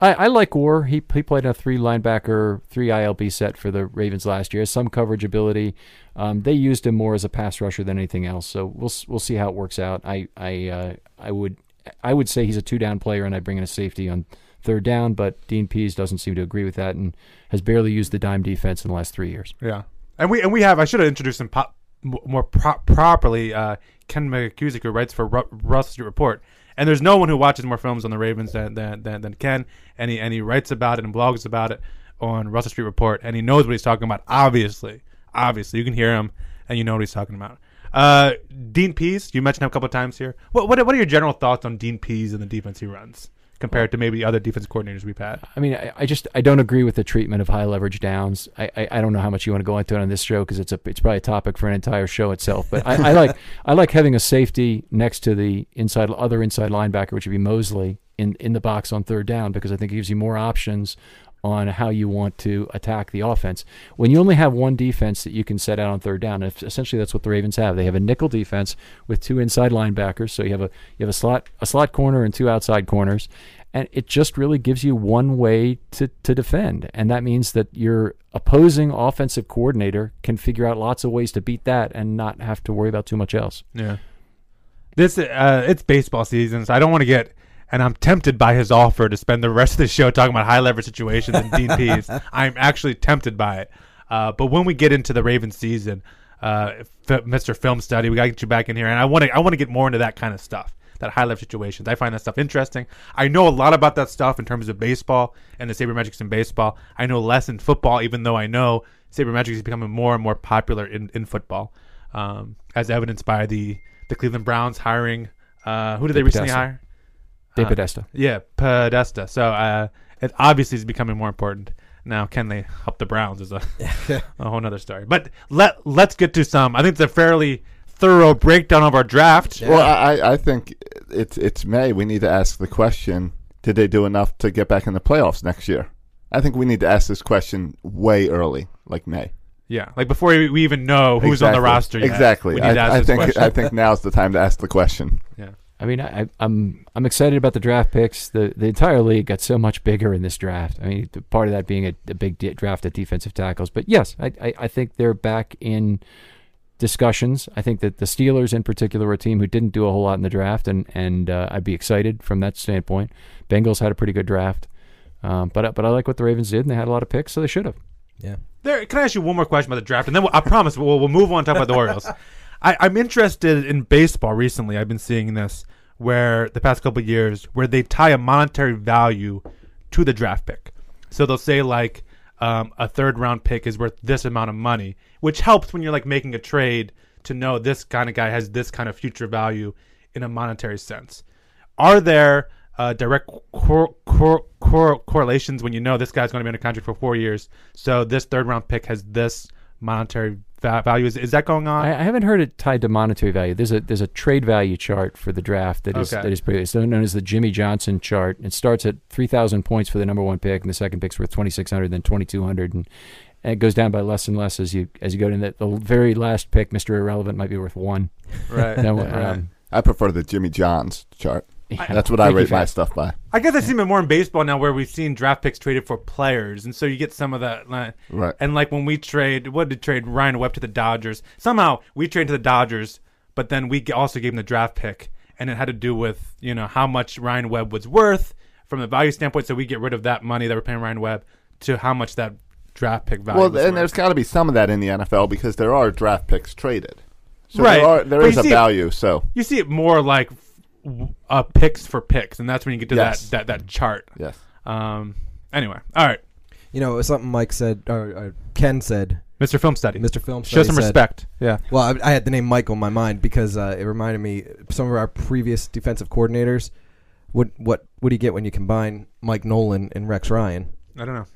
Speaker 6: I, I like Orr. He he played a three linebacker, three ILB set for the Ravens last year. Some coverage ability. Um, they used him more as a pass rusher than anything else. So we'll s- we'll see how it works out. I I uh, I would I would say he's a two down player, and I bring in a safety on third down. But Dean Pease doesn't seem to agree with that, and has barely used the dime defense in the last three years.
Speaker 2: Yeah. And we and we have I should have introduced him pop, m- more pro- properly. Uh, Ken McCusick, who writes for Ru- Russell Street Report, and there's no one who watches more films on the Ravens than than, than, than Ken, and he and he writes about it and blogs about it on Russell Street Report, and he knows what he's talking about. Obviously, obviously, you can hear him, and you know what he's talking about. Uh, Dean Pease, you mentioned him a couple of times here. What, what what are your general thoughts on Dean Pease and the defense he runs compared to maybe other defense coordinators we've had?
Speaker 6: I mean, I, I just I don't agree with the treatment of high leverage downs. I, I, I don't know how much you want to go into it on this show because it's a it's probably a topic for an entire show itself. But I, I like I like having a safety next to the inside other inside linebacker, which would be Mosley in in the box on third down because I think it gives you more options on how you want to attack the offense. When you only have one defense that you can set out on third down, and essentially that's what the Ravens have. They have a nickel defense with two inside linebackers, so you have a you have a slot a slot corner and two outside corners, and it just really gives you one way to to defend, and that means that your opposing offensive coordinator can figure out lots of ways to beat that and not have to worry about too much else.
Speaker 2: Yeah. This uh, it's baseball season, so I don't want to get. And I'm tempted by his offer to spend the rest of the show talking about high leverage situations and Dean Pease. I'm actually tempted by it. Uh, but when we get into the Ravens season, uh, F- Mr. Film Study, we got to get you back in here, and I want to I want to get more into that kind of stuff, that high leverage situations. I find that stuff interesting. I know a lot about that stuff in terms of baseball and the sabermetrics in baseball. I know less in football, even though I know sabermetrics is becoming more and more popular in in football um, as evidenced by the the Cleveland Browns hiring. Uh, who did they recently
Speaker 6: Podesta.
Speaker 2: hire?
Speaker 6: Dave Podesta.
Speaker 2: Yeah, Podesta. So uh, it obviously is becoming more important now. Can they help the
Speaker 1: <laughs>
Speaker 2: Browns is a, a whole other story. But let let's get to some. I think it's a fairly thorough breakdown of our draft.
Speaker 1: Well, I, I- I think it's it's May. We need to ask the question: Did they do enough to get back in the playoffs next year? I think we need to ask this question way early, like May.
Speaker 2: Yeah, like before we we even know who's on the
Speaker 1: Exactly.
Speaker 2: roster. Yet,
Speaker 1: Exactly.
Speaker 2: We need to ask
Speaker 1: I, I
Speaker 2: this
Speaker 1: think
Speaker 2: question.
Speaker 1: I think now's the time to ask the question.
Speaker 2: yeah.
Speaker 6: I mean, I, I- I'm I'm excited about the draft picks. the The entire league got so much bigger in this draft. I mean, th- part of that being a, a big di- draft at defensive tackles. But yes, I, I I think they're back in discussions. I think that the Steelers, in particular, were a team who didn't do a whole lot in the draft, and and uh, I'd be excited from that standpoint. Bengals had a pretty good draft, um, but I- but I like what the Ravens did, and they had a lot of picks, so they should have.
Speaker 3: Yeah.
Speaker 2: There, can I ask you one more question about the draft? And then we'll, I promise we'll, we'll move on and talk about the Orioles. I, I'm interested in baseball recently. I've been seeing this where the past couple of years where they tie a monetary value to the draft pick. So they'll say like um, a third round pick is worth this amount of money, which helps when you're like making a trade to know this kind of guy has this kind of future value in a monetary sense are there uh, direct cor- cor- cor- correlations when you know this guy's going to be under contract for four years? So this third round pick has this monetary va- value. Is, is that going on?
Speaker 6: I, I haven't heard it tied to monetary value. There's a there's a trade value chart for the draft that is
Speaker 2: Okay.
Speaker 6: that is pretty. It's known as the Jimmy Johnson chart. It starts at three thousand points for the number one pick, and the second pick's worth twenty six hundred, then twenty two hundred, and, and it goes down by less and less as you as you go to the, the very last pick. Mister Irrelevant might be
Speaker 2: <laughs>
Speaker 6: worth one.
Speaker 2: right.
Speaker 6: <laughs> No,
Speaker 2: Right.
Speaker 6: um,
Speaker 1: I prefer the Jimmy Johns chart. That's what I
Speaker 6: Thank you
Speaker 1: rate
Speaker 6: for
Speaker 1: my
Speaker 6: that.
Speaker 1: stuff by.
Speaker 2: I guess I see it more in baseball now, where we've seen draft picks traded for players, and so you get some of that. Like,
Speaker 1: Right.
Speaker 2: And like when we trade, what did trade Ryan Webb to the Dodgers? Somehow we traded to the Dodgers, but then we g- also gave him the draft pick, and it had to do with you know how much Ryan Webb was worth from the value standpoint. So we get rid of that money that we're paying Ryan Webb to how much that draft pick value.
Speaker 1: Well,
Speaker 2: was
Speaker 1: and
Speaker 2: worth.
Speaker 1: there's got to be some of that in the NFL because there are draft picks traded. So
Speaker 2: Right.
Speaker 1: There, are, there
Speaker 2: But
Speaker 1: is
Speaker 2: you
Speaker 1: a
Speaker 2: see-
Speaker 1: value. So
Speaker 2: you see it more like w- uh, picks for picks, and that's when you get to
Speaker 1: Yes.
Speaker 2: that, that that chart.
Speaker 1: yes,
Speaker 2: Um. Anyway, all right,
Speaker 3: You know, something Mike said, or, or Ken said,
Speaker 2: Mr. Film Study,
Speaker 3: Mr. Film.
Speaker 2: show
Speaker 3: Study
Speaker 2: some
Speaker 3: said-
Speaker 2: respect. Yeah.
Speaker 3: Well, I, I had the name Mike on my mind because uh, it reminded me some of our previous defensive coordinators. What what what do you get when you combine Mike Nolan and Rex Ryan?
Speaker 2: I don't know.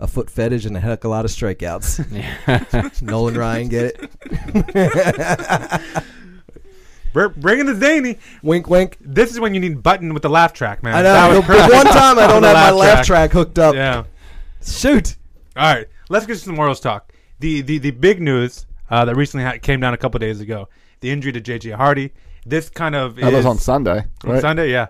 Speaker 3: A foot fetish and a heck of a lot of strikeouts. <laughs> Nolan Ryan, get
Speaker 2: <laughs>
Speaker 3: it?
Speaker 2: We're bringing the zany.
Speaker 3: Wink, wink.
Speaker 2: This is when you need button with the laugh track, man.
Speaker 3: I
Speaker 2: That
Speaker 3: know.
Speaker 2: was
Speaker 3: The, the
Speaker 2: perfect.
Speaker 3: one
Speaker 2: <laughs>
Speaker 3: time I don't
Speaker 2: The
Speaker 3: have my
Speaker 2: laugh
Speaker 3: laugh
Speaker 2: track.
Speaker 3: track hooked up.
Speaker 2: Yeah.
Speaker 3: Shoot.
Speaker 2: All right. Let's get to some Orioles talk. The the the big news uh, that recently ha- came down a couple days ago: the injury to J.J. Hardy. This kind of
Speaker 1: that was
Speaker 2: is-
Speaker 1: on Sunday.
Speaker 2: on
Speaker 1: right? Mm-hmm.
Speaker 2: Sunday, yeah.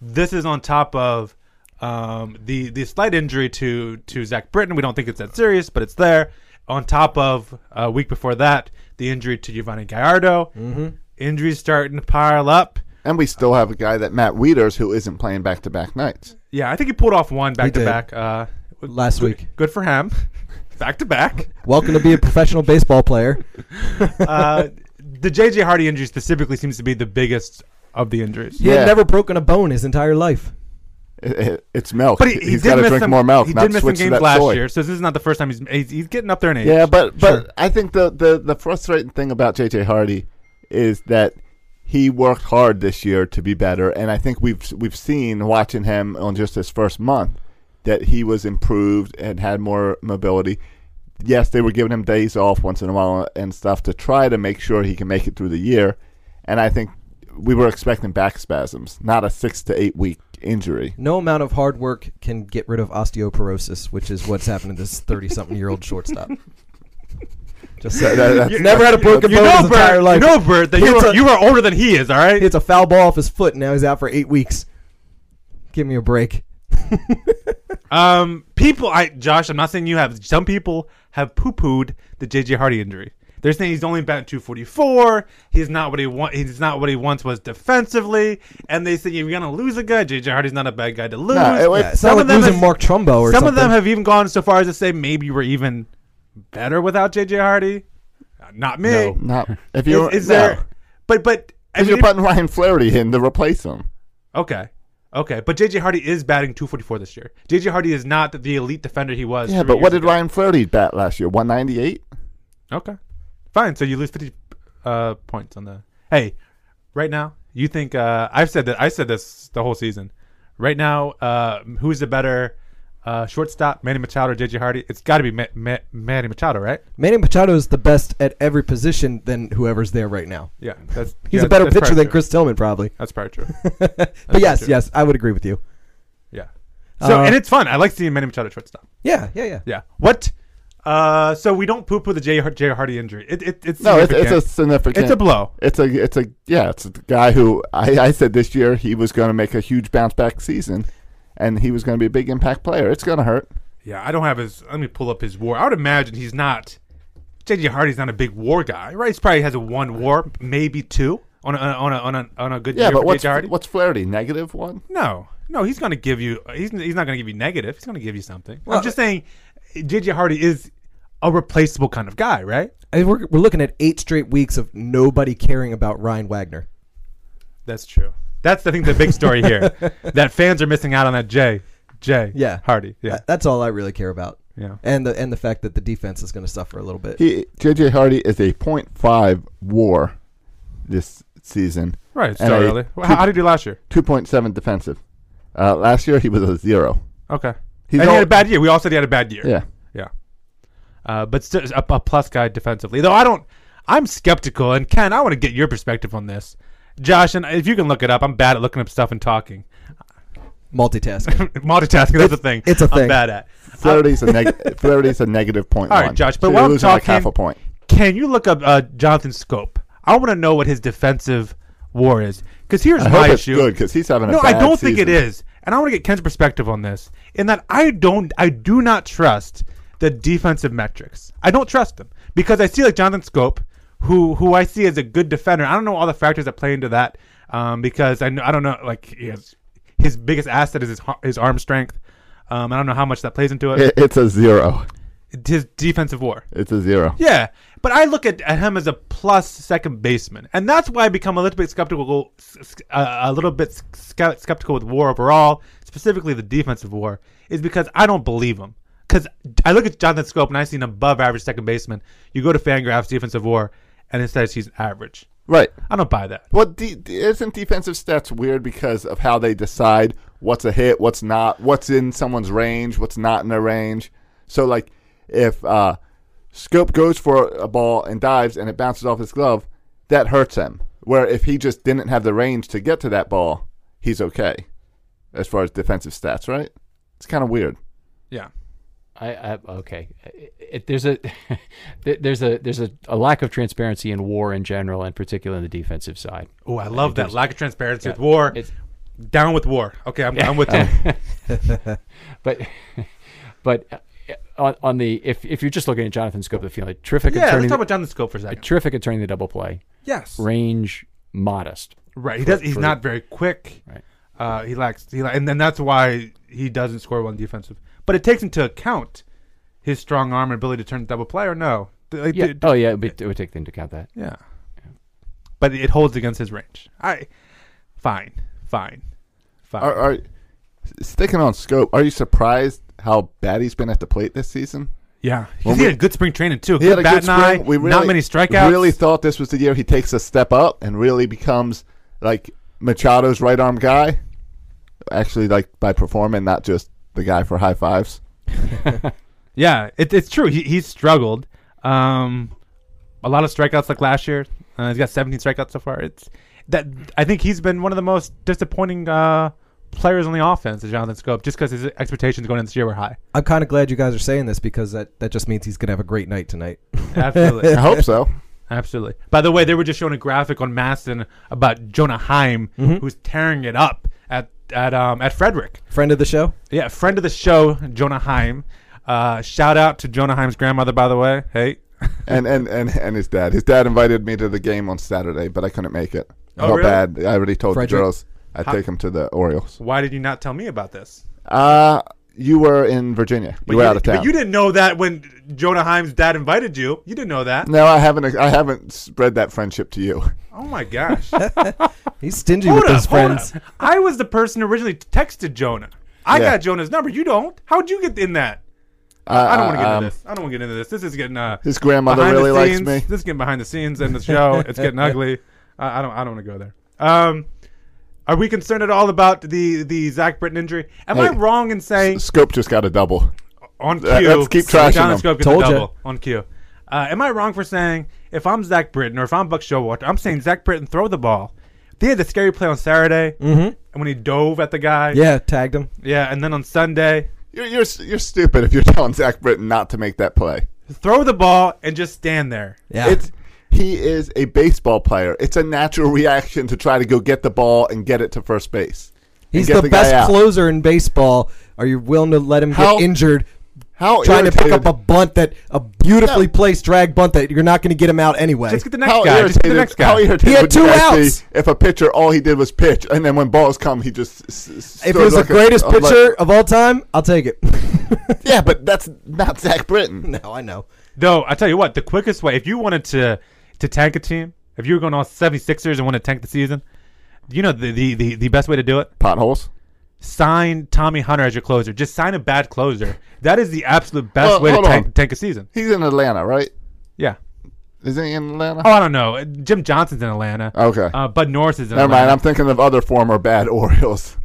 Speaker 2: This is on top of um, the the slight injury to to Zach Britton. We don't think it's that serious, but it's there. On top of uh, a week before that, the injury to Giovanni Gallardo.
Speaker 1: Mm-hmm.
Speaker 2: Injuries starting to pile up.
Speaker 1: And we still have a guy that Matt Wieters who isn't playing back to back nights.
Speaker 2: Yeah, I think he pulled off one back to
Speaker 3: did.
Speaker 2: back uh,
Speaker 3: Last
Speaker 2: good-
Speaker 3: week.
Speaker 2: Good for him. <laughs> back to <laughs> back.
Speaker 3: Welcome to be a professional baseball
Speaker 2: <laughs>
Speaker 3: player.
Speaker 2: Uh, the JJ Hardy injury specifically seems to be the biggest of the injuries.
Speaker 3: He
Speaker 1: Yeah.
Speaker 3: had never broken a bone his entire life.
Speaker 1: It, it, it's milk.
Speaker 2: But he, he
Speaker 1: has
Speaker 2: did
Speaker 1: got to
Speaker 2: miss
Speaker 1: drink
Speaker 2: some,
Speaker 1: more milk.
Speaker 2: He
Speaker 1: not
Speaker 2: did miss some
Speaker 1: switch to
Speaker 2: games
Speaker 1: that
Speaker 2: last
Speaker 1: soy.
Speaker 2: year, so this is not the first time he's he's, he's getting up there in age.
Speaker 1: Yeah, but but I think the, the the frustrating thing about JJ Hardy is that he worked hard this year to be better, and I think we've we've seen watching him on just his first month that he was improved and had more mobility. Yes, they were giving him days off once in a while and stuff to try to make sure he can make it through the year, and I think we were expecting back spasms, not a six to eight week injury.
Speaker 3: No amount of hard work can get rid of osteoporosis, which is what's happened to this 30 something year old shortstop.
Speaker 2: <laughs>
Speaker 3: Just
Speaker 1: That-
Speaker 3: saying.
Speaker 1: that- that's-
Speaker 3: never had a broken
Speaker 2: You
Speaker 3: bone his
Speaker 2: know,
Speaker 3: entire
Speaker 2: Bert, you
Speaker 3: life.
Speaker 2: know, Bert, that
Speaker 3: He
Speaker 2: you
Speaker 3: hits
Speaker 2: are,
Speaker 3: a-
Speaker 2: you are older than he is, all right?
Speaker 3: He hits a foul ball off his foot, and now he's out for eight weeks. Give me a break.
Speaker 2: Um, people, I Josh, I'm not saying you have. Some people have poo pooed the JJ Hardy injury. They're saying he's only batting 244. He's not what he want. He's not what he once was defensively. And they say if you're gonna lose a guy, JJ Hardy's not a bad guy to lose.
Speaker 1: it was- Yeah,
Speaker 3: It's not like losing
Speaker 2: have-
Speaker 3: Mark Trumbo or
Speaker 2: some
Speaker 3: something.
Speaker 2: of them have even gone so far as to say maybe we're even better without JJ Hardy. Not me.
Speaker 3: No.
Speaker 1: Not if you
Speaker 2: Is, is there? But but I
Speaker 1: If
Speaker 2: mean,
Speaker 1: you're
Speaker 2: if-
Speaker 1: putting Ryan Flaherty in to replace him.
Speaker 2: okay. Okay, but JJ Hardy is batting 244 this year. JJ Hardy is not the elite defender he was.
Speaker 1: Yeah,
Speaker 2: three
Speaker 1: but what
Speaker 2: years
Speaker 1: did
Speaker 2: ago.
Speaker 1: Ryan Flaherty bat last year? 198?
Speaker 2: Okay. Fine. So you lose 50 uh, points on the. Hey, right now, you think. Uh, I've said that. I said this the whole season. Right now, uh, who's the better uh, shortstop, Manny Machado or JJ Hardy? It's got to be Ma- Ma- Manny Machado, right?
Speaker 3: Manny Machado is the best at every position than whoever's there right now.
Speaker 2: Yeah. That's,
Speaker 3: He's
Speaker 2: yeah,
Speaker 3: a better
Speaker 2: that's
Speaker 3: pitcher
Speaker 2: probably
Speaker 3: than
Speaker 2: true.
Speaker 3: <laughs> Chris Tillman, probably.
Speaker 2: That's probably true.
Speaker 3: but yes,
Speaker 2: true.
Speaker 3: yes, I would agree with you.
Speaker 2: Yeah. So
Speaker 3: Uh,
Speaker 2: and it's fun. I like seeing Manny Machado at shortstop.
Speaker 3: Yeah, yeah, yeah.
Speaker 2: Yeah. What? Uh, so we don't poo poo the Jay, Har- Jay Hardy injury. It, it, it's
Speaker 1: No, it's, it's a
Speaker 2: significant.
Speaker 1: significant.
Speaker 2: It's a blow.
Speaker 1: It's a it's a yeah. It's a guy who I, I said this year he was going to make a huge bounce back season, and he was going to be a big impact player. It's going to hurt.
Speaker 2: Yeah, I don't have his. Let me pull up his war. I would imagine he's not. JJ Hardy's not a big war guy, right? He probably has a one war, maybe two on a, on a, on a, on a good
Speaker 1: Yeah,
Speaker 2: year
Speaker 1: but
Speaker 2: for
Speaker 1: what's
Speaker 2: JJ Hardy.
Speaker 1: what's Flaherty negative one?
Speaker 2: No, no, he's going to give you. He's he's not going to give you negative. He's going to give you something.
Speaker 3: Well-
Speaker 2: I'm just saying, JJ Hardy is a replaceable kind of guy, right?
Speaker 3: I mean, we're, we're looking at eight straight weeks of nobody caring about Ryan Wagner.
Speaker 2: That's true. That's I think the big
Speaker 1: <laughs>
Speaker 2: story here that fans are missing out on that Jay Jay
Speaker 3: Yeah,
Speaker 2: Hardy.
Speaker 1: Uh,
Speaker 2: Yeah,
Speaker 3: That- that's all I really care about.
Speaker 2: Yeah.
Speaker 3: and the and the fact that the defense is going to suffer a little bit.
Speaker 1: He JJ Hardy is a .5 WAR this season.
Speaker 2: right. It's
Speaker 1: and
Speaker 2: still
Speaker 1: a
Speaker 2: early. Well, How, how did you do last year?
Speaker 1: Two point seven defensive. Uh, last year he was a zero.
Speaker 2: Okay,
Speaker 1: He's
Speaker 2: and he
Speaker 1: al-
Speaker 2: had a bad year. We all said he had a bad year.
Speaker 1: Yeah.
Speaker 2: Yeah. Uh, but still a, a plus guy defensively. Though I don't, I'm skeptical. And Ken, I want to get your perspective on this. Josh, and if you can look it up, I'm bad at looking up stuff and talking. <laughs>
Speaker 1: <laughs>
Speaker 3: Multitasking.
Speaker 2: Multitasking, that's a thing.
Speaker 3: it's a
Speaker 2: I'm
Speaker 3: thing.
Speaker 2: bad at.
Speaker 1: Uh, Flaherty's a neg- Flaherty's a negative point
Speaker 2: All
Speaker 1: one.
Speaker 2: right, Josh, but
Speaker 1: so
Speaker 2: while
Speaker 1: you're
Speaker 2: I'm
Speaker 1: losing like half
Speaker 2: talking-
Speaker 1: a point.
Speaker 2: Can you look up uh, Jonathan Scope? I want to know what his defensive war is. Because here's
Speaker 1: I
Speaker 2: my
Speaker 1: hope it's
Speaker 2: issue.
Speaker 1: good because he's having a
Speaker 2: no, I
Speaker 1: bad
Speaker 2: don't think it
Speaker 1: season.
Speaker 2: is. And I want to get Ken's perspective on this. In that I don't I do not trust the defensive metrics. I don't trust them. Because I see like Jonathan Scope, who who I see as a good defender. I don't know all the factors that play into that. Um, because I know I don't know like he has, his biggest asset is his har- his arm strength. Um, I don't know how much that plays into it.
Speaker 1: It- it's a zero.
Speaker 2: His defensive war.
Speaker 1: It's a zero.
Speaker 2: Yeah, but I look at, at him as a plus second baseman, and that's why I become a little bit skeptical, s- s- uh, a little bit s- skept- skeptical with WAR overall, specifically the defensive WAR, is because I don't believe him. Because I look at Jonathan Scope and I see an above average second baseman. You go to Fangraphs defensive WAR, and it says he's average.
Speaker 1: Right.
Speaker 2: I don't buy that.
Speaker 1: Well, de- de- isn't defensive stats weird because of how they decide what's a hit, what's not, what's in someone's range, what's not in their range? So, like, if uh, Scope goes for a ball and dives and it bounces off his glove, that hurts him. Where if he just didn't have the range to get to that ball, he's okay as far as defensive stats, right? It's kind of weird.
Speaker 2: Yeah.
Speaker 6: I, I okay. It, it- there's a <laughs> there- there's a there's a, a lack of transparency in war in general, and particularly on the defensive side.
Speaker 2: Oh, I love that lack of transparency with WAR.
Speaker 6: It's-
Speaker 2: Down with WAR. Okay, I'm, <laughs> I'm with him.
Speaker 6: but <laughs> but uh, on, on the if if you're just looking at Jonathan Scope, the field, like, terrific at
Speaker 2: yeah, let's
Speaker 6: turning
Speaker 2: talk
Speaker 6: the,
Speaker 2: about Jonathan Scope for a second.
Speaker 6: terrific at turning the double play,
Speaker 2: Yes.
Speaker 6: range modest.
Speaker 2: Right. He does. He's
Speaker 6: for-
Speaker 2: not very quick.
Speaker 6: Right.
Speaker 2: Uh, he lacks. He la- and then that's why he doesn't score one defensive. But it takes into account his strong arm and ability to turn the double play. Or no. D- like,
Speaker 6: Yeah.
Speaker 2: d- d-
Speaker 6: oh yeah, it would, it would take into account that.
Speaker 2: yeah. But it holds against his range. I. Fine. Fine. Fine.
Speaker 1: Are, are, sticking on Scope, are you surprised how bad he's been at the plate this season?
Speaker 2: yeah. 'Cause
Speaker 1: when
Speaker 2: he
Speaker 1: we-
Speaker 2: had a good spring training too.
Speaker 1: He had a
Speaker 2: bat
Speaker 1: good
Speaker 2: and eye,
Speaker 1: spring. We really,
Speaker 2: not many strikeouts.
Speaker 1: Really thought this was the year he takes a step up and really becomes like Machado's right arm guy. Actually, like by performing, not just the guy for high fives.
Speaker 2: Yeah, it, it's true. He, he's struggled. Um, a lot of strikeouts like last year. Uh, he's got 17 strikeouts so far. It's that I think he's been one of the most disappointing uh, players on the offense, is Jonathan Scope, just because his expectations going into this year were high.
Speaker 3: I'm kind of glad you guys are saying this because that, that just means he's going to have a great night tonight.
Speaker 1: I
Speaker 2: Absolutely,
Speaker 1: hope so.
Speaker 2: absolutely. By the way, they were just showing a graphic on Maston about Jonah Heim, who's tearing it up at at um, at Frederick.
Speaker 3: Friend of the show.
Speaker 2: Yeah, friend of the show, Jonah Heim. Uh, shout out to Jonah Heim's grandmother, by the way. Hey.
Speaker 1: <laughs>
Speaker 2: <laughs>
Speaker 1: And, and and and his dad. His dad invited me to the game on Saturday, but I couldn't make it.
Speaker 2: Oh,
Speaker 1: How
Speaker 2: really?
Speaker 1: bad? I already told
Speaker 3: Frederick.
Speaker 1: the girls I'd take him to the Orioles.
Speaker 2: Why did you not tell me about this?
Speaker 1: Uh you were in Virginia. You were out of town.
Speaker 2: But you didn't know that when Jonah Heim's dad invited you. You didn't know that.
Speaker 1: No, I haven't. I haven't spread that friendship to you.
Speaker 2: Oh
Speaker 1: <laughs>
Speaker 2: my gosh.
Speaker 3: He's stingy
Speaker 2: hold
Speaker 3: with
Speaker 2: up,
Speaker 3: his friends.
Speaker 2: hold up. I was the person who originally texted Jonah. I
Speaker 1: Yeah.
Speaker 2: got Jonah's number. You don't. How'd you get in that? I
Speaker 1: Uh,
Speaker 2: don't want to get
Speaker 1: um,
Speaker 2: into this. I don't want to get into this. This is getting uh,
Speaker 1: His grandmother
Speaker 2: behind the
Speaker 1: really likes
Speaker 2: scenes.
Speaker 1: me.
Speaker 2: This is getting behind the scenes in
Speaker 1: <laughs>
Speaker 2: the show. it's getting ugly. I, I don't. I don't want to go there. Um, are we concerned at all about the the Zach Britton injury? Am I
Speaker 1: Hey.
Speaker 2: wrong in saying
Speaker 1: Scope just got a double.
Speaker 2: on cue.
Speaker 1: Uh, let's keep trashing
Speaker 2: Jonathan
Speaker 1: them.
Speaker 2: Scope gets
Speaker 3: Told
Speaker 2: a
Speaker 3: ya.
Speaker 2: double on cue. Uh, am I wrong for saying if I'm Zach Britton or if I'm Buck Showalter, I'm saying Zach Britton throw the ball. They had the scary play on Saturday, and when he dove at the guy,
Speaker 3: Mm-hmm. Yeah, tagged him.
Speaker 2: yeah, and then on Sunday,
Speaker 1: You're, you're s- you're stupid if you're <laughs> telling Zach Britton not to make that play.
Speaker 2: throw the ball and just stand there.
Speaker 3: Yeah.
Speaker 1: It's he is a baseball player. It's a natural reaction to try to go get the ball and get it to first base. and
Speaker 3: He's
Speaker 1: get
Speaker 3: the,
Speaker 1: guy
Speaker 3: best
Speaker 1: out.
Speaker 3: closer in baseball. Are you willing to let him get
Speaker 1: How-
Speaker 3: injured?
Speaker 1: how
Speaker 3: trying to pick
Speaker 1: irritated-
Speaker 3: up a bunt that a beautifully
Speaker 1: No.
Speaker 3: placed drag bunt that you're not going to get him out anyway.
Speaker 2: Just get the next
Speaker 1: How
Speaker 2: guy. Just get
Speaker 1: irritated,
Speaker 2: the next
Speaker 1: how
Speaker 2: guy.
Speaker 1: irritated
Speaker 3: He had
Speaker 1: would you
Speaker 3: two
Speaker 1: guys be
Speaker 3: outs.
Speaker 1: if a pitcher all he did was pitch and then when balls come he just s- s-
Speaker 3: if it
Speaker 1: stood
Speaker 3: was the
Speaker 1: like a-
Speaker 3: greatest
Speaker 1: a le-
Speaker 3: pitcher of all time, I'll take it.
Speaker 1: <laughs>
Speaker 3: <laughs>
Speaker 1: yeah but that's not Zach Britton
Speaker 3: no, I know.
Speaker 2: Though I tell you what, the quickest way if you wanted to to tank a team, if you were going all 76ers and want to tank the season, you know the the, the, the best way to do it?
Speaker 1: potholes
Speaker 2: Sign Tommy Hunter as your closer. Just sign a bad closer. That is the absolute best
Speaker 1: Well,
Speaker 2: way to
Speaker 1: hold
Speaker 2: tank,
Speaker 1: on.
Speaker 2: tank a season.
Speaker 1: he's in Atlanta right
Speaker 2: Yeah.
Speaker 1: is he in Atlanta
Speaker 2: Oh, I don't know. Jim Johnson's in Atlanta.
Speaker 3: Oh.
Speaker 1: Okay.
Speaker 2: Uh, Bud Norris is in
Speaker 1: never
Speaker 2: Atlanta.
Speaker 1: mind I'm thinking of other former bad <laughs> Orioles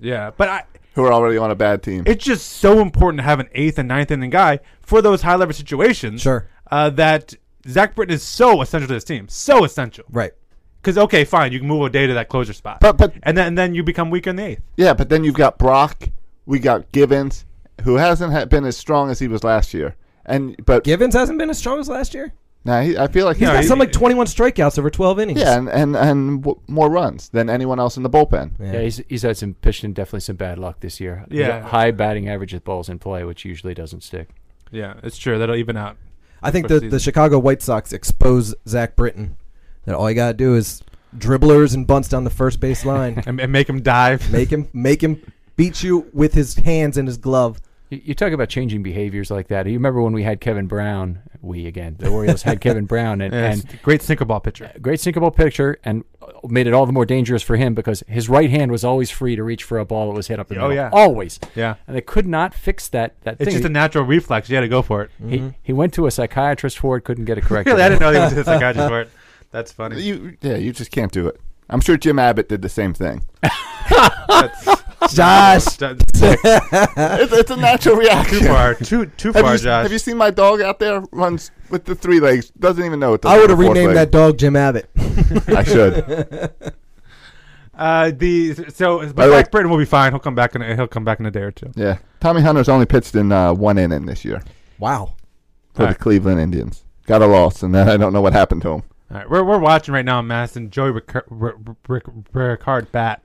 Speaker 2: yeah, but I,
Speaker 1: who are already on a bad team
Speaker 2: it's just so important to have an eighth and ninth inning guy for those high leverage situations.
Speaker 3: Sure.
Speaker 2: Uh, that Zach Britton is so essential to this team. So essential.
Speaker 3: Right.
Speaker 2: Because okay, fine, you can move O'Day to that closer spot,
Speaker 1: But- but-
Speaker 2: and then and then you become weaker in the eighth.
Speaker 1: yeah but then you've got Brock we got Givens who hasn't ha- been as strong as he was last year and but
Speaker 3: Givens hasn't been as strong as last year.
Speaker 1: now he, I feel like he's
Speaker 3: He's
Speaker 2: No,
Speaker 3: got
Speaker 2: he-
Speaker 3: something like 21 strikeouts over 12 innings.
Speaker 1: yeah and and, and w- more runs than anyone else in the bullpen
Speaker 6: Yeah, he's, he's had some pitched and definitely some bad luck this year. He's got
Speaker 2: Yeah.
Speaker 6: high batting average at balls in play, which usually doesn't stick.
Speaker 2: Yeah, it's true. That'll even out.
Speaker 3: I think
Speaker 2: For
Speaker 3: the,
Speaker 2: the
Speaker 3: the
Speaker 2: season.
Speaker 3: Chicago White Sox expose Zach Britton. That all you got to do is dribblers and bunts down the first base line.
Speaker 2: <laughs> and, and make him dive.
Speaker 3: make him make him beat you with his hands and his glove.
Speaker 6: You, you talk about changing behaviors like that. You remember when we had Kevin Brown? We again, the Orioles had Kevin
Speaker 2: <laughs>
Speaker 6: Brown,
Speaker 2: <laughs>
Speaker 6: and,
Speaker 2: Yeah,
Speaker 6: and
Speaker 2: it's a great sinker ball pitcher.
Speaker 6: great sinkable picture and made it all the more dangerous for him because his right hand was always free to reach for a ball that was hit up the
Speaker 2: Oh,
Speaker 6: middle.
Speaker 2: yeah.
Speaker 6: Always.
Speaker 2: Yeah.
Speaker 6: And they could not fix that that
Speaker 2: It's
Speaker 6: thing.
Speaker 2: just a natural reflex. You had to go for it.
Speaker 6: he, he went to a psychiatrist for it,
Speaker 2: <laughs>
Speaker 6: couldn't get it corrected.
Speaker 2: Really, I didn't know he was
Speaker 1: <laughs>
Speaker 2: a psychiatrist for it. That's funny.
Speaker 1: You yeah, you just can't do it. I'm sure Jim Abbott did the same thing.
Speaker 2: That's,
Speaker 3: Josh,
Speaker 2: that's sick.
Speaker 1: it's, it's a natural reaction.
Speaker 2: too
Speaker 1: <laughs>
Speaker 2: far. Too too
Speaker 1: Have
Speaker 2: far,
Speaker 1: you,
Speaker 2: Josh.
Speaker 1: have you seen my dog out there runs with the three legs? Doesn't even know it. doesn't
Speaker 3: I would have
Speaker 1: a fourth
Speaker 3: renamed that
Speaker 1: leg.
Speaker 3: dog Jim Abbott.
Speaker 1: I should.
Speaker 2: uh, the so but
Speaker 1: By the way-
Speaker 2: Zach Britton will be fine. He'll come back in. A, he'll come back in a day or two.
Speaker 1: Yeah. Tommy Hunter's only pitched in uh, one inning this year
Speaker 3: Wow.
Speaker 1: for the
Speaker 2: Alright.
Speaker 1: Cleveland Indians. Got a loss, and then I don't know what happened to him.
Speaker 2: All right, we're we're watching right now. in Madison Joey Ricard, Rick, Ricard bat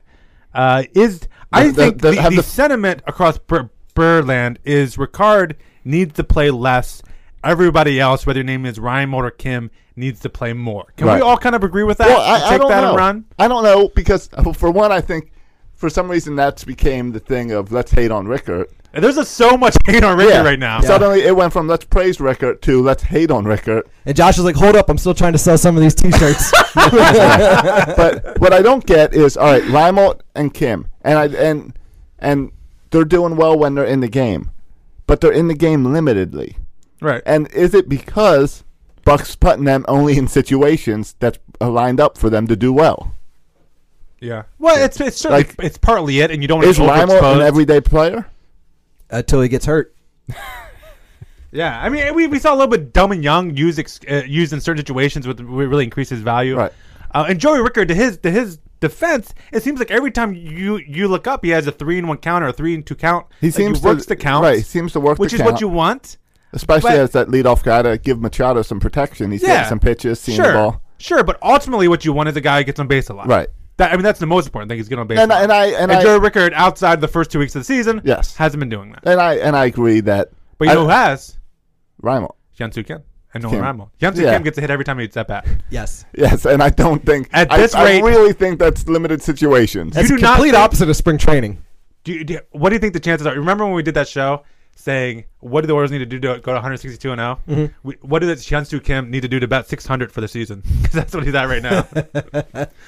Speaker 2: uh, is. I
Speaker 1: The- the-
Speaker 2: think the,
Speaker 1: the-
Speaker 2: the,
Speaker 1: have the-
Speaker 2: sentiment across Bur- Burland is Ricard needs to play less. Everybody else, whether your name is Ryan Moore or Kim, needs to play more. Can we
Speaker 1: Right.
Speaker 2: all kind of agree with that?
Speaker 1: Well, I, I
Speaker 2: Take
Speaker 1: don't
Speaker 2: that
Speaker 1: know.
Speaker 2: and run.
Speaker 1: I don't know because uh, for one, I think for some reason that's became the thing of let's hate on Rickard.
Speaker 2: There's just so much hate on Ricky right now.
Speaker 1: Suddenly it went from let's praise Rickard to let's hate on Rickard.
Speaker 3: And Josh is like, hold up, I'm still trying to sell some of
Speaker 1: <laughs>
Speaker 3: these T-shirts.
Speaker 2: <laughs>
Speaker 1: but what I don't get is all right, Lymalt and Kim, and I and and they're doing well when they're in the game, but they're in the game limitedly.
Speaker 2: Right.
Speaker 1: And is it because Buck's putting them only in situations that's uh, lined up for them to do well?
Speaker 2: yeah. Well, it's it's certainly
Speaker 1: Like-
Speaker 2: it's partly it, and you don't want
Speaker 1: Is
Speaker 2: to
Speaker 1: Lymalt an
Speaker 2: overexpose.
Speaker 1: everyday player?
Speaker 3: Until he gets hurt.
Speaker 2: Yeah, I mean, we, we saw a little bit dumb and young used ex- uh, used in certain situations, with where it really increased his value.
Speaker 1: Right.
Speaker 2: Uh, and Joey Ricker, to his to his defense, it seems like every time you you look up, he has a three and one count or a three and two count.
Speaker 1: He
Speaker 2: Like,
Speaker 1: seems
Speaker 2: he works
Speaker 1: to-
Speaker 2: the count.
Speaker 1: right, he seems to work the
Speaker 2: which is what
Speaker 1: count.
Speaker 2: you want.
Speaker 1: Especially
Speaker 2: But-
Speaker 1: as that leadoff guy to give Machado some protection. He's
Speaker 2: Yeah,
Speaker 1: getting some pitches, seeing
Speaker 2: sure,
Speaker 1: the ball.
Speaker 2: sure. But ultimately, what you want is a guy who gets on base a lot.
Speaker 1: Right.
Speaker 2: That, I mean, that's the most important thing. He's getting on base.
Speaker 1: And
Speaker 2: a
Speaker 1: I-
Speaker 2: lot.
Speaker 1: and I- and I-
Speaker 2: Joey Rickard, outside the first two weeks of the season,
Speaker 1: Yes.
Speaker 2: hasn't been doing that.
Speaker 1: And I and I agree that.
Speaker 2: But you
Speaker 1: I-
Speaker 2: know who has
Speaker 1: Rymalt.
Speaker 2: Hyun-Soo Kim and Nolan
Speaker 1: Kim.
Speaker 2: Ramos. Hyun-Soo
Speaker 1: Yeah.
Speaker 2: Kim gets a hit every time he hits that bat.
Speaker 3: Yes.
Speaker 1: <laughs> Yes, and I don't think
Speaker 2: At
Speaker 1: I-
Speaker 2: this rate-
Speaker 1: I really think that's limited situations.
Speaker 3: That's
Speaker 2: do
Speaker 3: the
Speaker 2: not
Speaker 3: complete
Speaker 2: think-
Speaker 3: opposite of spring training.
Speaker 2: Do you, do you- what do you think the chances are? Remember when we did that show saying what do the Orioles need to do to go to 162 and 0? We, what does Hyun-Soo Kim need to do to bet 600 for the season? <laughs> 'Cause that's what he's at right now.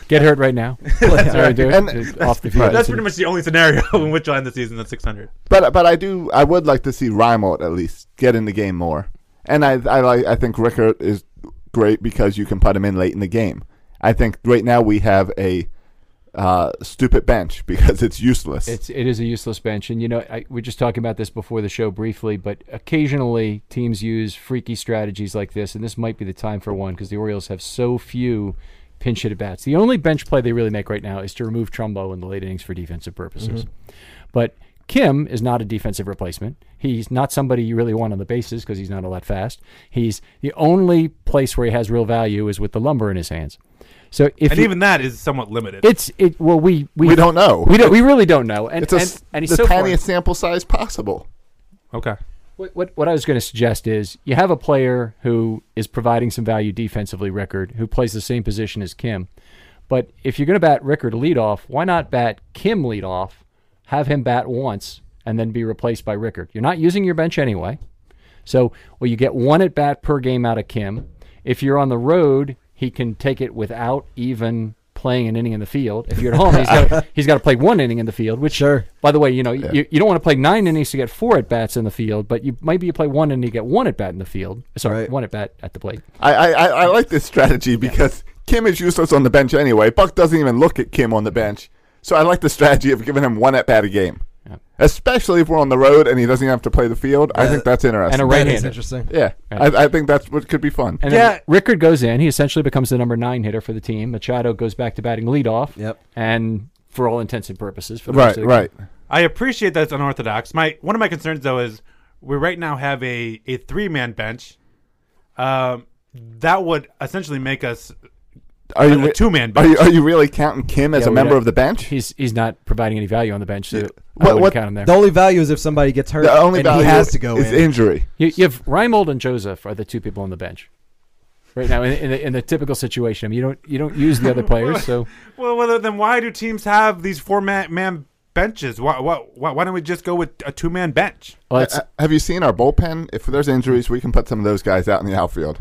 Speaker 6: Get hurt
Speaker 2: <laughs>
Speaker 6: right now. Sorry, dude.
Speaker 1: And-
Speaker 6: Just off the field.
Speaker 2: that's pretty much the only scenario <laughs> in which you'll end the season at 600.
Speaker 1: But but I do I would like to see Reimold at least get in the game more. And I I like I think Rickert is great because you can put him in late in the game. I think right now we have a uh, stupid bench <laughs> because it's useless.
Speaker 6: It's it is a useless bench, and you know I, we are just talking about this before the show briefly, but occasionally teams use freaky strategies like this, and this might be the time for one because the Orioles have so few pinch hit at bats. The only bench play they really make right now is to remove Trumbo in the late innings for defensive purposes.
Speaker 2: Mm-hmm.
Speaker 6: But Kim is not a defensive replacement. He's not somebody you really want on the bases because he's not all that fast. He's the only place where he has real value is with the lumber in his hands. So if
Speaker 2: and
Speaker 6: you-
Speaker 2: even that is somewhat limited.
Speaker 6: it's it well we we,
Speaker 1: We don't know.
Speaker 6: we don't we really don't know and
Speaker 1: It's a,
Speaker 6: and,
Speaker 1: s-
Speaker 6: and he's
Speaker 1: the
Speaker 6: so far-
Speaker 1: tiniest sample size possible.
Speaker 2: okay.
Speaker 6: What, what, what I was going to suggest is you have a player who is providing some value defensively, Rickard, who plays the same position as Kim. But if you're going to bat Rickard leadoff, why not bat Kim leadoff, have him bat once, and then be replaced by Rickard? You're not using your bench anyway. So, well, you get one at bat per game out of Kim. If you're on the road, he can take it without even playing an inning in the field. If you're at home, he's got he's got to play one inning in the field. Which,
Speaker 3: Sure.
Speaker 6: by the way, you know you, you don't want to play nine innings to get four at bats in the field, but you maybe you play one and you get one at bat in the field. Sorry,
Speaker 3: Right.
Speaker 6: one at bat at the plate.
Speaker 1: I, I, I I like this strategy because Kim is useless on the bench anyway. Buck doesn't even look at Kim on the bench. So I like the strategy of giving him one at bat a game. Especially if we're on the road and he doesn't have to play the field. I think that's interesting.
Speaker 6: and a
Speaker 3: That is
Speaker 6: right-hander.
Speaker 3: interesting.
Speaker 1: yeah. I, I think that's what could be fun.
Speaker 6: And then Rickard goes in. He essentially becomes the number nine hitter for the team. Machado goes back to batting leadoff.
Speaker 3: Yep.
Speaker 6: And for all intents and purposes, for the
Speaker 1: right,
Speaker 6: rest of the-
Speaker 1: right.
Speaker 2: I appreciate that it's unorthodox. My one of my concerns though is we right now have a, a three man bench. Um, that would essentially make us
Speaker 1: Are
Speaker 2: a
Speaker 1: re-
Speaker 2: two-man
Speaker 1: Are you,
Speaker 2: bench.
Speaker 1: are you really counting Kim as
Speaker 6: Yeah,
Speaker 1: a
Speaker 6: we
Speaker 1: member
Speaker 6: don't-
Speaker 1: of the bench?
Speaker 6: He's he's not providing any value on the bench. So I
Speaker 1: What-
Speaker 6: wouldn't
Speaker 1: what-
Speaker 6: count him there.
Speaker 3: The only value is if somebody gets hurt
Speaker 1: The only
Speaker 3: and
Speaker 1: value
Speaker 3: he has to go
Speaker 1: is
Speaker 3: in.
Speaker 1: injury.
Speaker 6: You, you have Reimold and Joseph are the two people on the bench right now in, in, the, in the typical situation. I mean, you don't you don't use the
Speaker 2: <laughs>
Speaker 6: other players, so
Speaker 2: well, well then why do teams have these four man, man benches? Why, why why why don't we just go with a two man bench?
Speaker 6: well, it's,
Speaker 1: Uh, have you seen our bullpen? If there's injuries, we can put some of those guys out in the outfield.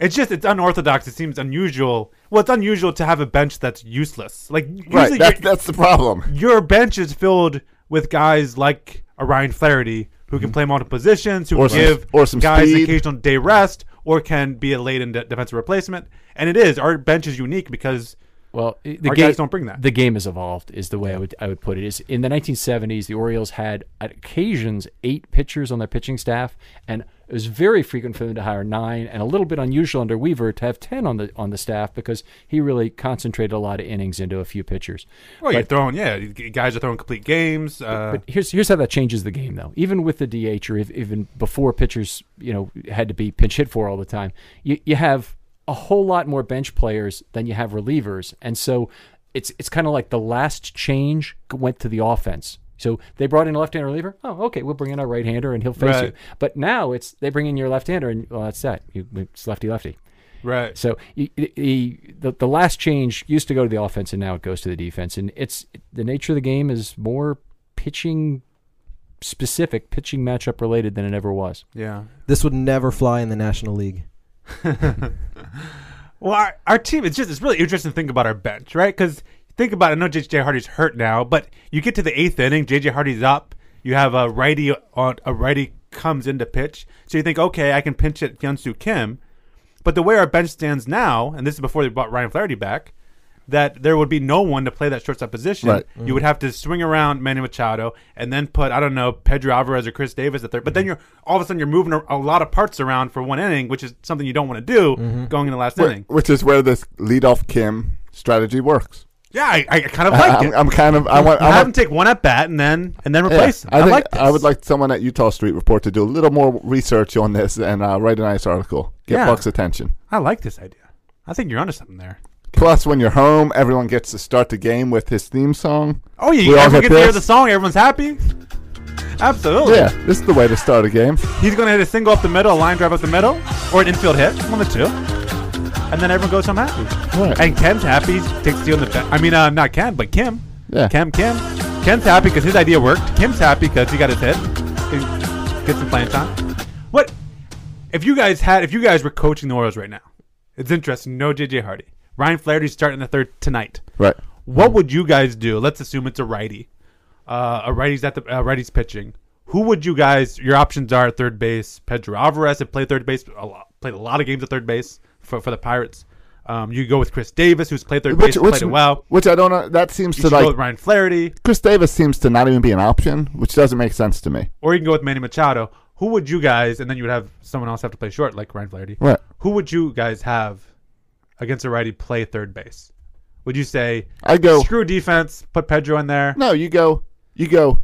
Speaker 2: It's just it's unorthodox. It seems unusual. Well, it's unusual to have a bench that's useless. Like
Speaker 1: Right.
Speaker 2: usually
Speaker 1: That's,
Speaker 2: your,
Speaker 1: that's the problem.
Speaker 2: your bench is filled with guys like a Ryan Flaherty who can play multiple positions, who
Speaker 1: Mm-hmm. Or
Speaker 2: can
Speaker 1: some-
Speaker 2: give
Speaker 1: or some
Speaker 2: guys
Speaker 1: speed.
Speaker 2: occasional day rest, or can be a late in de- defensive replacement. And it is our bench is unique because
Speaker 6: well i- the
Speaker 2: Our
Speaker 6: game,
Speaker 2: guys don't bring that.
Speaker 6: The game has evolved is the way I would I would put it. Is in the 1970s the Orioles had at occasions eight pitchers on their pitching staff, and it was very frequent for them to hire nine, and a little bit unusual under Weaver to have ten on the on the staff because he really concentrated a lot of innings into a few pitchers.
Speaker 2: well, you're
Speaker 6: But-
Speaker 2: throwing yeah, you- guys are throwing complete games. Uh,
Speaker 6: but here's here's how that changes the game though. Even with the DH or if, even before pitchers, you know, had to be pinch hit for all the time, you you have a whole lot more bench players than you have relievers, and so it's it's kind of like the last change g- went to the offense. So they brought in a left-hander reliever. Oh, okay, we'll bring in our right-hander and he'll face
Speaker 2: Right.
Speaker 6: you. But now it's they bring in your left-hander and well, that's that. You, it's lefty-lefty.
Speaker 2: right.
Speaker 6: So y- y- y- the the last change used to go to the offense, and now it goes to the defense. And it's the nature of the game is more pitching specific, pitching matchup related than it ever was.
Speaker 2: Yeah.
Speaker 3: This would never fly in the National League.
Speaker 2: Well, our, our team, it's just, it's really interesting to think about our bench, right? Because think about, I know J.J. Hardy's hurt now, but you get to the eighth inning, J.J. Hardy's up. You have a righty, on, a righty comes into pitch. So you think, okay, I can pinch at Hyunsu Kim. But the way our bench stands now, and this is before they brought Ryan Flaherty back, that there would be no one to play that shortstop position.
Speaker 1: Right.
Speaker 2: You would have to swing around Manny Machado and then put I don't know Pedro Alvarez or Chris Davis at third. But then you're all of a sudden you're moving a, a lot of parts around for one inning, which is something you don't want to do going in the last inning.
Speaker 1: <laughs> Which is where this leadoff Kim strategy works.
Speaker 2: Yeah, I, I kind of
Speaker 1: I,
Speaker 2: like
Speaker 1: I'm,
Speaker 2: it.
Speaker 1: I'm kind of. I want. I
Speaker 2: I'll have him
Speaker 1: want
Speaker 2: take one at bat and then and then
Speaker 1: yeah,
Speaker 2: replace. him. I,
Speaker 1: think
Speaker 2: like this.
Speaker 1: I would like someone at Utah Street Report to do a little more research on this and uh, write a nice article. Get
Speaker 2: Yeah.
Speaker 1: Buck's attention.
Speaker 2: I like this idea. I think you're onto something there.
Speaker 1: Plus, when you're home, everyone gets to start the game with his theme song.
Speaker 2: Oh yeah,
Speaker 1: We
Speaker 2: you
Speaker 1: all
Speaker 2: everyone
Speaker 1: get
Speaker 2: gets to hear the
Speaker 1: this.
Speaker 2: song. Everyone's happy. Absolutely.
Speaker 1: Yeah, this is the way to start a game.
Speaker 2: He's going to hit a single up the middle, a line drive up the middle, or an infield hit, one of the two. And then everyone goes home happy.
Speaker 1: Right.
Speaker 2: And Ken's happy. Takes steal in the back. I mean, uh, not Ken, but Kim.
Speaker 1: Yeah.
Speaker 2: Kim, Kim. Ken's happy because his idea worked. Kim's happy because he got his hit. Can Get some playing time. What if you guys had? If you guys were coaching the Orioles right now, it's interesting. No JJ Hardy. Ryan Flaherty's starting the third tonight.
Speaker 1: Right.
Speaker 2: What would you guys do? Let's assume it's a righty. Uh, a righty's at the uh, righty's pitching. Who would you guys? Your options are at third base. Pedro Alvarez had played third base a lot, played a lot of games at third base for, for the Pirates. Um, you go with Chris Davis, who's played third base, played it well.
Speaker 1: Which I don't know. That seems
Speaker 2: You
Speaker 1: to
Speaker 2: should go with
Speaker 1: like
Speaker 2: Ryan Flaherty,
Speaker 1: Chris Davis seems to not even be an option, which doesn't make sense to me.
Speaker 2: or you can go with Manny Machado. Who would you guys? And then you would have someone else have to play short, like Ryan Flaherty.
Speaker 1: Right.
Speaker 2: Who would you guys have? against a righty play third base? Would you say
Speaker 1: I go.
Speaker 2: screw defense, put Pedro in there?
Speaker 1: No, you go. You go.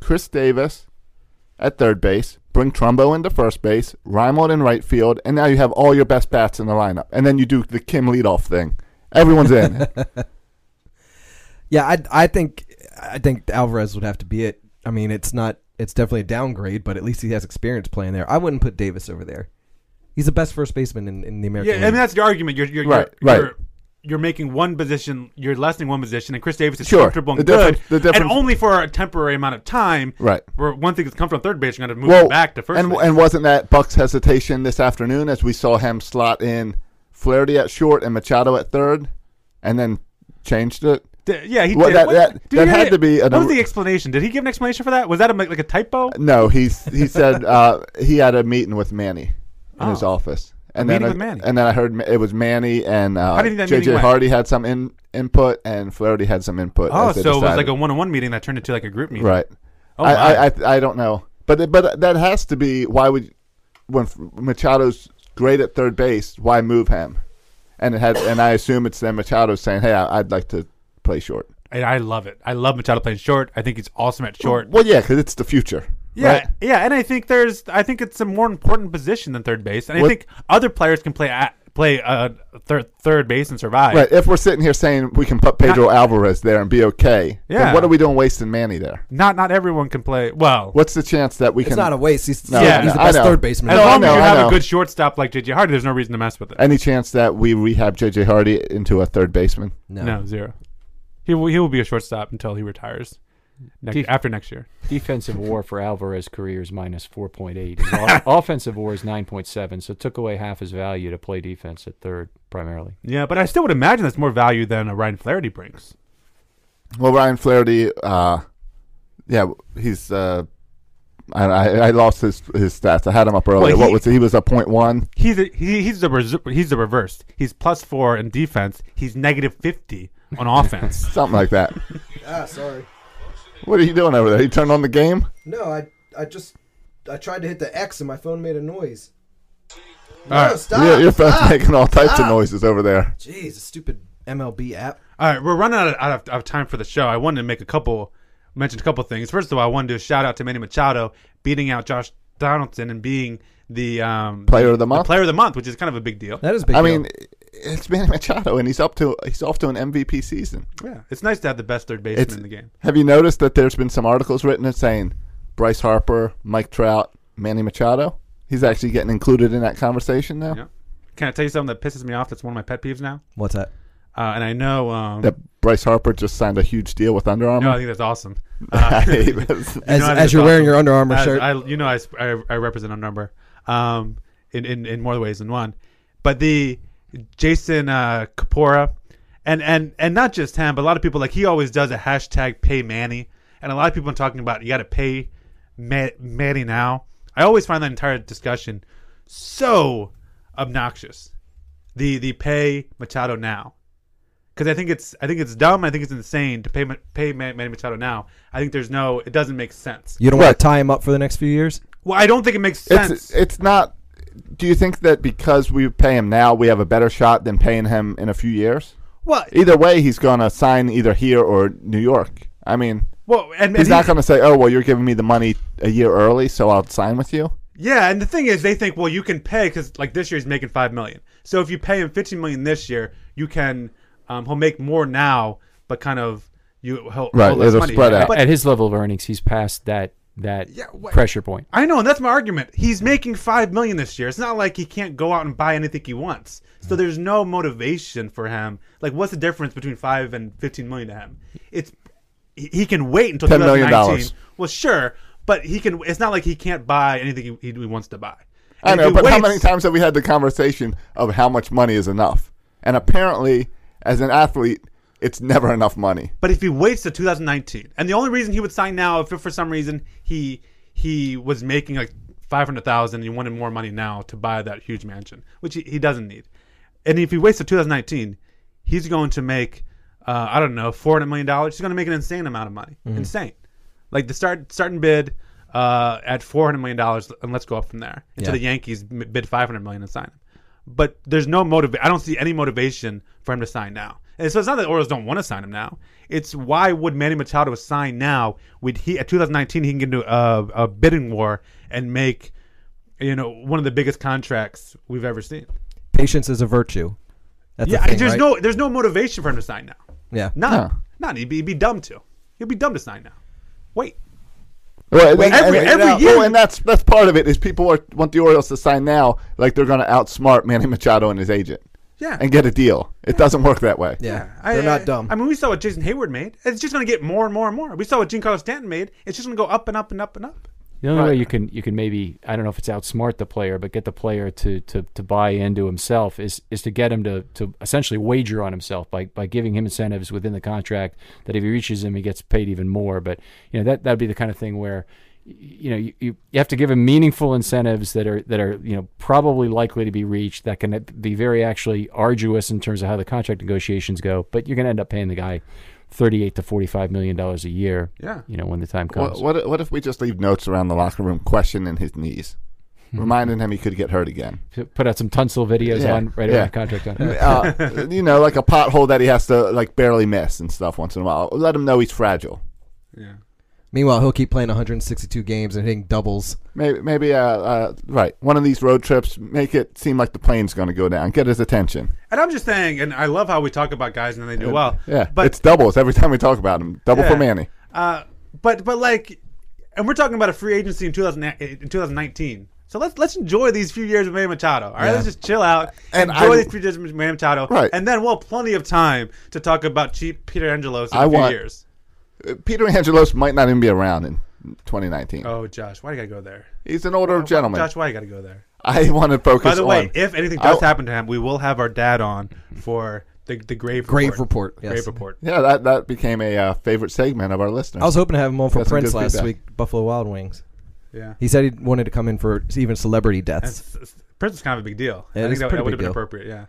Speaker 1: Chris Davis at third base. Bring Trumbo into first base. Reimold in right field, and now you have all your best bats in the lineup. And then you do the Kim leadoff thing. Everyone's
Speaker 2: <laughs>
Speaker 1: in.
Speaker 3: Yeah, I I think I think Alvarez would have to be it. I mean, it's not it's definitely a downgrade, but at least he has experience playing there. I wouldn't put Davis over there. He's the best first baseman in, in the American
Speaker 2: Yeah, I mean
Speaker 3: League.
Speaker 2: that's the argument. You're you're
Speaker 1: Right,
Speaker 2: you're,
Speaker 1: right.
Speaker 2: You're, you're making one position, you're lessening one position, and Chris Davis is
Speaker 1: Sure.
Speaker 2: comfortable and
Speaker 1: The
Speaker 2: good,
Speaker 1: difference- the difference-
Speaker 2: and only for a temporary amount of time.
Speaker 1: Right.
Speaker 2: Where one thing is comfortable on third base, you're going to move
Speaker 1: well,
Speaker 2: him back to first.
Speaker 1: and
Speaker 2: base.
Speaker 1: and wasn't that Buck's hesitation this afternoon as we saw him slot in Flaherty at short and Machado at third, and then changed it.
Speaker 2: D- yeah, he
Speaker 1: Well,
Speaker 2: did.
Speaker 1: that-
Speaker 2: What-
Speaker 1: that-
Speaker 2: did
Speaker 1: that
Speaker 2: you
Speaker 1: had
Speaker 2: really-
Speaker 1: to be an-
Speaker 2: What was the explanation? Did he give an explanation for that? Was that a, like a typo?
Speaker 1: No, he's he said uh, he had a meeting with Manny in his
Speaker 2: Oh.
Speaker 1: office, and
Speaker 2: A
Speaker 1: then
Speaker 2: meeting
Speaker 1: I-
Speaker 2: with Manny.
Speaker 1: and then I heard ma- it was Manny and uh,
Speaker 2: do you think that meeting
Speaker 1: JJ
Speaker 2: went?
Speaker 1: Hardy had some in, input, and Flaherty had some input.
Speaker 2: Oh,
Speaker 1: as they
Speaker 2: so it was like
Speaker 1: decided.
Speaker 2: a one-on-one meeting that turned into like a group meeting.
Speaker 1: right.
Speaker 2: Oh,
Speaker 1: I,
Speaker 2: my.
Speaker 1: I, I I don't know, but it- but that has to be why would when F- Machado's great at third base, why move him? And it had and I assume it's then Machado saying, "Hey, I, I'd like to play short."
Speaker 2: And I love it. I love Machado playing short. I think he's awesome at short.
Speaker 1: Well, yeah, because it's the future.
Speaker 2: Yeah,
Speaker 1: right?
Speaker 2: yeah, and I think there's, I think it's a more important position than third base, and I
Speaker 1: What-
Speaker 2: think other players can play at, play uh, third third base and survive.
Speaker 1: Right. If we're sitting here saying we can put Pedro Alvarez there and be okay,
Speaker 2: Yeah.
Speaker 1: then what are we doing wasting Manny there?
Speaker 2: Not not everyone can play well.
Speaker 1: What's the chance that we
Speaker 3: It's
Speaker 1: can?
Speaker 3: not a waste. He's,
Speaker 1: No,
Speaker 3: yeah,
Speaker 2: I
Speaker 3: he's the
Speaker 1: know, I
Speaker 3: best
Speaker 1: know.
Speaker 3: third baseman.
Speaker 2: As
Speaker 1: No, I
Speaker 2: long
Speaker 1: know,
Speaker 2: as you
Speaker 1: I
Speaker 2: have
Speaker 1: know.
Speaker 2: a good shortstop like JJ Hardy, there's no reason to mess with it.
Speaker 1: any chance that we rehab JJ Hardy into a third baseman?
Speaker 3: no.
Speaker 2: no, zero. He will he will be a shortstop until he retires. Next,
Speaker 6: Def-
Speaker 2: after next year.
Speaker 6: Defensive WAR for Alvarez career is minus
Speaker 2: <laughs>
Speaker 6: 4.8. His o- offensive WAR is 9.7, so took away half his value to play defense at third primarily.
Speaker 2: Yeah, but I still would imagine that's more value than a Ryan Flaherty brings.
Speaker 1: Well, Ryan Flaherty, uh, yeah, he's. Uh, I, I I lost his his stats. I had him up earlier.
Speaker 2: Well,
Speaker 1: what
Speaker 2: he-
Speaker 1: was he was a point one?
Speaker 2: He's a, he, he's the res- he's the reverse. He's plus four in defense. He's negative fifty on <laughs> offense.
Speaker 1: something like that.
Speaker 3: Ah, sorry.
Speaker 1: what are you doing over there? You turned on the game.
Speaker 3: No, I I just I tried to hit the X and my phone made a noise.
Speaker 2: All right.
Speaker 3: stop.
Speaker 1: your, your phone's <laughs> making all types of noises over there.
Speaker 3: Jeez, a stupid MLB app.
Speaker 2: All right, we're running out of, out of, out of time for the show. I wanted to make a couple, mention a couple things. First of all, I wanted to shout out to Manny Machado beating out Josh Donaldson and being the um,
Speaker 1: Player of the month?
Speaker 2: player of the month, which is kind of a big deal.
Speaker 3: That is a big.
Speaker 1: I
Speaker 3: deal.
Speaker 1: mean, it's Manny Machado, and he's up to he's off to an MVP season.
Speaker 2: Yeah, it's nice to have the best third baseman
Speaker 1: It's-
Speaker 2: in the game.
Speaker 1: Have you noticed that there's been some articles written that's saying Bryce Harper, Mike Trout, Manny Machado? He's actually getting included in that conversation now.
Speaker 2: Yeah. Can I tell you something that pisses me off? That's one of my pet peeves now.
Speaker 3: what's that?
Speaker 2: Uh, and I know. Um,
Speaker 1: That Bryce Harper just signed a huge deal with Under
Speaker 2: no, I
Speaker 1: Armour.
Speaker 2: think
Speaker 1: <laughs>
Speaker 2: that's awesome.
Speaker 1: I
Speaker 2: Uh,
Speaker 1: hate this.
Speaker 3: As,
Speaker 2: know, I think
Speaker 3: as
Speaker 2: it's
Speaker 3: you're wearing
Speaker 2: awesome.
Speaker 3: your Under Armour
Speaker 2: As
Speaker 3: shirt,
Speaker 2: I, you know, I, sp- I, I represent Under Armour um, in, in, in more ways than one. But the Jason uh, Kapora, and, and, and not just him, but a lot of people, like he always does a hashtag pay Manny. And a lot of people are talking about you got to pay Ma- Manny now. I always find that entire discussion so obnoxious. The the pay Machado now because I think it's I think it's dumb. I think it's insane to pay Ma- pay Ma- Manny Machado now. I think there's no it doesn't make sense.
Speaker 3: you don't
Speaker 1: Right.
Speaker 3: want to tie him up for the next few years.
Speaker 2: Well, I don't think it makes sense.
Speaker 1: It's it's not. Do you think that because we pay him now, we have a better shot than paying him in a few years?
Speaker 2: well,
Speaker 1: Either way, he's gonna sign either here or New York. I mean,
Speaker 2: well, and, and
Speaker 1: he's not
Speaker 2: he-
Speaker 1: gonna say, "Oh, well, you're giving me the money a year early, so I'll sign with you."
Speaker 2: yeah. And the thing is, they think well, you can pay because like this year he's making five million. So if you pay him fifteen million this year, you can um, he'll make more now, but kind of you he'll,
Speaker 1: Right,
Speaker 2: he'll less
Speaker 1: it'll
Speaker 2: money.
Speaker 1: spread out.
Speaker 2: But-
Speaker 6: at his level of earnings, he's past that that
Speaker 2: Yeah, what-
Speaker 6: pressure point.
Speaker 2: I know, and that's my argument. He's making five million this year. It's not like he can't go out and buy anything he wants.
Speaker 1: Mm.
Speaker 2: So there's no motivation for him. Like, what's the difference between five and fifteen million to him? It's he he can wait until
Speaker 1: $10 million
Speaker 2: 2019. Well, sure, but he can. It's not like he can't buy anything he, he wants to buy.
Speaker 1: I
Speaker 2: And
Speaker 1: know,
Speaker 2: if he
Speaker 1: but how
Speaker 2: waits-
Speaker 1: many times have we had the conversation of how much money is enough? And apparently, as an athlete, it's never enough money.
Speaker 2: But if he waits to 2019, and the only reason he would sign now, if for some reason he he was making like 500,000 and he wanted more money now to buy that huge mansion, which he, he doesn't need, and if he waits to 2019, he's going to make uh, I don't know 400 million dollars. He's going to make an insane amount of money, insane. Like the start starting bid uh, at 400 million dollars, and let's go up from there until
Speaker 3: Yeah.
Speaker 2: the Yankees m- bid 500 million and sign him. but there's no motive. I don't see any motivation for him to sign now. And so it's not that the Orioles don't want to sign him now. It's why would Manny Machado sign now? Would he at 2019 he can get into a, a bidding war and make you know one of the biggest contracts we've ever seen?
Speaker 3: Patience is a virtue. That's a
Speaker 2: yeah,
Speaker 3: thing,
Speaker 2: there's
Speaker 3: right?
Speaker 2: no there's no motivation for him to sign now.
Speaker 3: Yeah.
Speaker 2: None.
Speaker 1: No.
Speaker 2: None. He'd be, he'd be dumb to. He'd be dumb to sign now. Wait.
Speaker 1: Well, and-
Speaker 2: every-
Speaker 1: and,
Speaker 2: every
Speaker 1: and,
Speaker 2: year-
Speaker 1: well, and that's that's part of it is people are, want the Orioles to sign now, like they're going to outsmart Manny Machado and his agent,
Speaker 2: Yeah.
Speaker 1: and get a deal. It doesn't work that way.
Speaker 3: Yeah.
Speaker 2: I-
Speaker 3: They're
Speaker 2: I-
Speaker 3: not dumb.
Speaker 2: I mean, we saw what Jason Hayward made. It's just going to get more and more and more. We saw what Giancarlo Stanton made. It's just going to go up and up and up and up.
Speaker 6: The only
Speaker 1: Right.
Speaker 6: way you can you can maybe I don't know if it's outsmart the player, but get the player to to, to buy into himself is is to get him to, to essentially wager on himself by, by giving him incentives within the contract that if he reaches him he gets paid even more. But you know that that'd be the kind of thing where y- you know you, you, you have to give him meaningful incentives that are that are you know probably likely to be reached that can be very actually arduous in terms of how the contract negotiations go. But you're going to end up paying the guy thirty eight to forty five million dollars a year.
Speaker 2: Yeah.
Speaker 6: you know when the time comes.
Speaker 1: What, what what if we just leave notes around the locker room questioning his knees,
Speaker 2: Hmm.
Speaker 1: reminding him he could get hurt again?
Speaker 6: to put out some tonsil videos
Speaker 1: Yeah,
Speaker 6: on right
Speaker 1: yeah.
Speaker 6: around the contract
Speaker 1: Uh,
Speaker 6: on.
Speaker 1: you know, like a pothole that he has to like barely miss and stuff once in a while. Let him know he's fragile.
Speaker 2: Yeah.
Speaker 3: Meanwhile, he'll keep playing 162 games and hitting doubles.
Speaker 1: Maybe, maybe uh, uh, right. One of these road trips, make it seem like the plane's going to go down. Get his attention.
Speaker 2: And I'm just saying, and I love how we talk about guys and then they do well.
Speaker 1: Yeah,
Speaker 2: Oh, But
Speaker 1: it's doubles every time we talk about him. Double for
Speaker 2: Yeah.
Speaker 1: Manny.
Speaker 2: Uh, but but like, and we're talking about a free agency in 2000, in 2019. So let's let's enjoy these few years with Manny Machado. All right, let's just chill out,
Speaker 1: And
Speaker 2: enjoy
Speaker 1: I-
Speaker 2: these few years with Manny Machado,
Speaker 1: Right.
Speaker 2: and then we'll have plenty of time to talk about cheap Peter Angelos in
Speaker 1: I
Speaker 2: a few
Speaker 1: want-
Speaker 2: years.
Speaker 1: Uh, Peter Angelos might not even be around in 2019.
Speaker 2: Oh, Josh, why do you gotta go there?
Speaker 1: He's an older gentleman.
Speaker 2: Josh, why you gotta go there?
Speaker 1: I want to focus.
Speaker 2: By the way,
Speaker 1: on-
Speaker 2: if anything does
Speaker 1: I-
Speaker 2: happen to him, we will have our dad on for the the grave
Speaker 3: Grave
Speaker 2: report.
Speaker 3: report, yes.
Speaker 2: Grave report.
Speaker 1: yeah, that that became a uh, favorite segment of our listeners.
Speaker 3: I was hoping to have him on for
Speaker 1: That's some
Speaker 3: Prince
Speaker 1: good
Speaker 3: last
Speaker 1: feedback.
Speaker 3: week, Buffalo Wild Wings.
Speaker 2: Yeah.
Speaker 3: He said he wanted to come in for even celebrity deaths.
Speaker 2: That's, that's- Prince is kind of a big deal.
Speaker 3: Yeah,
Speaker 2: I
Speaker 3: it
Speaker 2: think
Speaker 3: is a
Speaker 2: that,
Speaker 3: pretty
Speaker 2: that would have
Speaker 3: big
Speaker 2: been
Speaker 3: deal.
Speaker 2: appropriate. Yeah.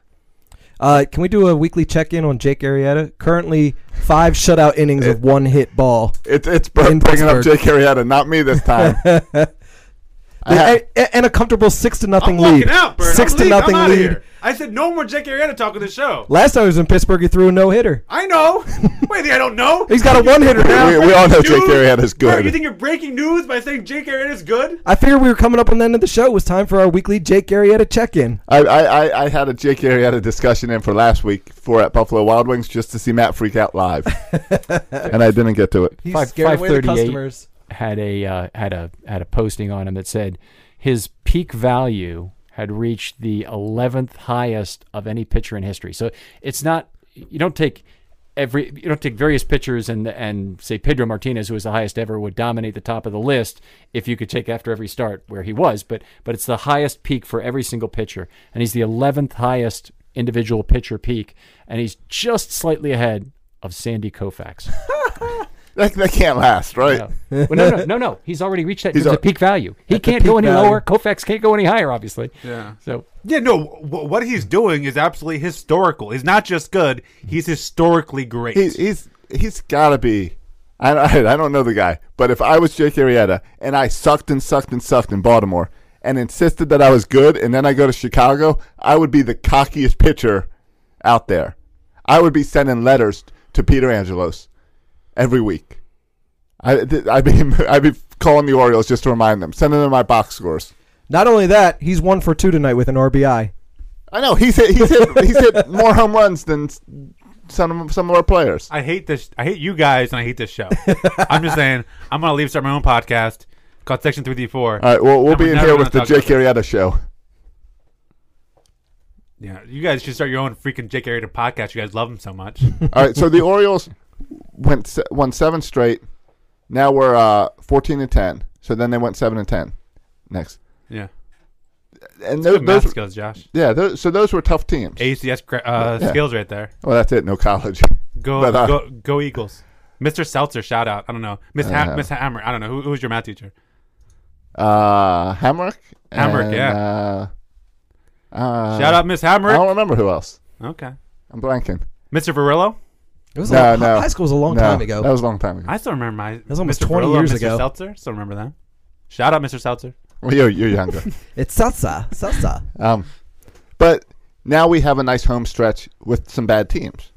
Speaker 3: Uh, can we do a weekly check in on Jake Arrieta? Currently, five shutout innings of one hit ball.
Speaker 1: It, it's br-
Speaker 3: In
Speaker 1: bringing up Jake
Speaker 3: Pittsburgh.
Speaker 1: Arrieta, not me this time. I ha-
Speaker 3: And, and a comfortable six to nothing
Speaker 2: I'm
Speaker 3: lead.
Speaker 2: walking out, Bert.
Speaker 3: 6
Speaker 2: I'm
Speaker 3: to
Speaker 2: leaving.
Speaker 3: nothing
Speaker 2: I'm outta
Speaker 3: lead.
Speaker 2: Here. I said no more Jake Arrieta talk on the show.
Speaker 3: Last time he was in Pittsburgh, he threw a no hitter.
Speaker 2: I know. Wait, I don't know.
Speaker 3: He's got a one hitter now.
Speaker 1: we, we all know
Speaker 2: Dude,
Speaker 1: Jake Arrieta's
Speaker 2: Bert,
Speaker 1: good.
Speaker 2: you think you're breaking news by saying Jake Arrieta's good?
Speaker 3: I figured we were coming up on the end of the show. It was time for our weekly Jake Arrieta check in.
Speaker 1: I, I, I, I had a Jake Arrieta discussion in for last week for at Buffalo Wild Wings just to see Matt freak out live, and I didn't get to it.
Speaker 3: He's
Speaker 6: Five-
Speaker 3: scared away the
Speaker 6: 538.
Speaker 3: customers.
Speaker 6: had a uh, had a had a posting on him that said his peak value had reached the 11th highest of any pitcher in history. So it's not you don't take every you don't take various pitchers and and say Pedro Martinez who was the highest ever would dominate the top of the list if you could take after every start where he was, but but it's the highest peak for every single pitcher and he's the 11th highest individual pitcher peak and he's just slightly ahead of Sandy Koufax.
Speaker 1: That, that can't last, right?
Speaker 6: No. Well, no, no, no, no. He's already reached that.
Speaker 1: He's
Speaker 6: He's a
Speaker 1: al-
Speaker 6: peak value. He
Speaker 3: At the
Speaker 6: can't go
Speaker 3: peak
Speaker 6: any
Speaker 3: value.
Speaker 6: lower. Koufax can't go any higher, obviously.
Speaker 2: Yeah.
Speaker 6: So
Speaker 2: Yeah, no. W- what he's doing is absolutely historical. He's not just good. He's historically great.
Speaker 1: He, he's he's got to be. I, <laughs> I I don't know the guy, but if I was Jake Arrieta and I sucked and sucked and sucked in Baltimore and insisted that I was good, and then I go to Chicago, I would be the cockiest pitcher out there. I would be sending letters to Peter Angelos every week. I, th- I'd be <laughs> I'd be calling the Orioles just to remind them, sending them my box scores.
Speaker 3: Not only that, he's one for two tonight with an RBI.
Speaker 1: I know he's hit he's hit he's
Speaker 2: <laughs>
Speaker 1: hit more home runs than s- some of some of our players.
Speaker 2: I hate this. I hate you guys, and I hate this show. <laughs> I'm just saying. I'm gonna leave. Start my own podcast called Section Three D Four.
Speaker 1: All right, well we'll
Speaker 2: And we're
Speaker 1: be in
Speaker 2: never
Speaker 1: here
Speaker 2: gonna
Speaker 1: with the
Speaker 2: talk about
Speaker 1: Jake Arrieta show.
Speaker 2: Yeah, you guys should start your own freaking Jake Arrieta podcast. You guys love him so much.
Speaker 1: <laughs> All right, so the Orioles went se- won seven straight. Now we're uh, fourteen and ten. So then they went seven and ten next,
Speaker 2: yeah,
Speaker 1: and those,
Speaker 2: good math
Speaker 1: those
Speaker 2: skills, Josh.
Speaker 1: yeah, those, so those were tough teams.
Speaker 2: ACS gra- uh,
Speaker 1: Yeah.
Speaker 2: skills right there.
Speaker 1: Well, that's it. No college. <laughs>
Speaker 2: Go,
Speaker 1: But, uh,
Speaker 2: go, go Eagles. Mr. Seltzer, shout out. I don't know. Miss ha-
Speaker 1: Uh,
Speaker 2: Miss Hammer. I don't know. Who, who was your math teacher?
Speaker 1: Uh, Hamrick.
Speaker 2: Hamrick,
Speaker 1: and,
Speaker 2: yeah.
Speaker 1: Uh, uh,
Speaker 2: shout out, Miss Hammer.
Speaker 1: I don't remember who else.
Speaker 2: okay.
Speaker 1: I'm blanking.
Speaker 2: Mr. Varillo.
Speaker 3: It was a
Speaker 1: No,
Speaker 3: long-
Speaker 1: no.
Speaker 3: High school was a long
Speaker 1: No,
Speaker 3: time ago.
Speaker 1: That was a long time ago.
Speaker 2: I still remember my. That
Speaker 3: was almost 20 years ago.
Speaker 2: Mr. Seltzer. Still remember that. Shout out, Mr. Seltzer.
Speaker 1: Well, you're, you're younger.
Speaker 3: It's salsa, salsa.
Speaker 1: um, But now we have a nice home stretch with some bad teams.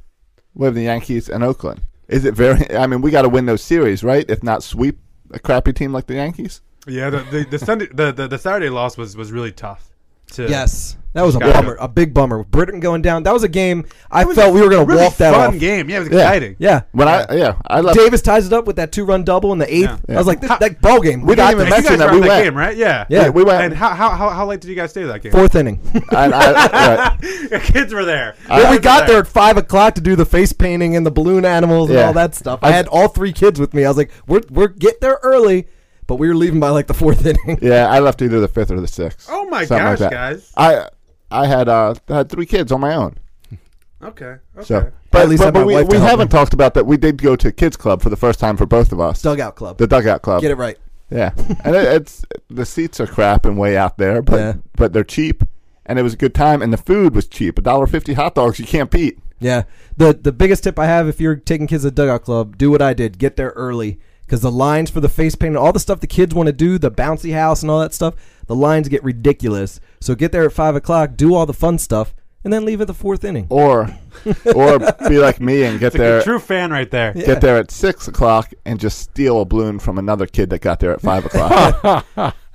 Speaker 1: We have the Yankees and Oakland. Is it very? I mean, we got to win those series, right? If not sweep a crappy team like the Yankees.
Speaker 2: Yeah, the the, the Sunday the, the, the Saturday loss was was really tough. To,
Speaker 3: Yes, that was a
Speaker 2: Chicago.
Speaker 3: bummer, a big bummer. With Britain going down, that was a game I
Speaker 2: It was
Speaker 3: felt
Speaker 2: a
Speaker 3: we were going to
Speaker 2: really
Speaker 3: walk that
Speaker 2: fun
Speaker 3: off.
Speaker 2: game. Yeah, it was exciting.
Speaker 3: Yeah,
Speaker 1: When I yeah, I love
Speaker 3: Davis ties it up with that two-run double in the eighth.
Speaker 2: Yeah.
Speaker 3: I was like, this, that ball game, we
Speaker 1: We
Speaker 3: got
Speaker 1: didn't even
Speaker 3: this.
Speaker 2: And you
Speaker 1: mention
Speaker 2: guys
Speaker 1: that
Speaker 2: were
Speaker 1: we
Speaker 2: on that
Speaker 1: went.
Speaker 2: game, right? Yeah,
Speaker 1: Yeah, we went.
Speaker 2: And how, how how how late did you guys stay that game?
Speaker 3: <laughs>
Speaker 1: <laughs>
Speaker 3: fourth inning. <laughs>
Speaker 1: And I, right.
Speaker 2: Your <laughs> kids were there.
Speaker 3: well, we got there at five o'clock to do the face painting and the balloon animals and
Speaker 1: Yeah.
Speaker 3: all that stuff. I had all three kids with me. I was like, we're we're get there early, but we were leaving by like the fourth <laughs> inning.
Speaker 1: Yeah, I left either the fifth or the sixth.
Speaker 2: Oh my
Speaker 1: Something
Speaker 2: gosh,
Speaker 1: like that.
Speaker 2: guys.
Speaker 1: I I had uh I had three kids on my own.
Speaker 2: Okay. Okay.
Speaker 1: So, but,
Speaker 3: At least I
Speaker 1: but,
Speaker 3: had
Speaker 1: but
Speaker 3: my
Speaker 1: we,
Speaker 3: wife to
Speaker 1: we
Speaker 3: help
Speaker 1: haven't
Speaker 3: me.
Speaker 1: talked about that. We did go to kids club for the first time for both of us.
Speaker 3: Dugout club.
Speaker 1: the dugout club.
Speaker 3: Get it right.
Speaker 1: Yeah, and it, it's the seats are crap and way out there, but
Speaker 3: Yeah.
Speaker 1: but they're cheap, and it was a good time, and the food was cheap. A dollar fifty hot dogs, you can't beat.
Speaker 3: Yeah. The the biggest tip I have if you're taking kids to the dugout club, do what I did. Get there early because the lines for the face painting, all the stuff the kids want to do, the bouncy house and all that stuff, the lines get ridiculous. So get there at five o'clock, do all the fun stuff, and then leave at the fourth inning.
Speaker 1: Or or be like me and get
Speaker 2: a
Speaker 1: there
Speaker 2: true fan right there.
Speaker 1: get there at six o'clock and just steal a balloon from another kid that got there at five o'clock.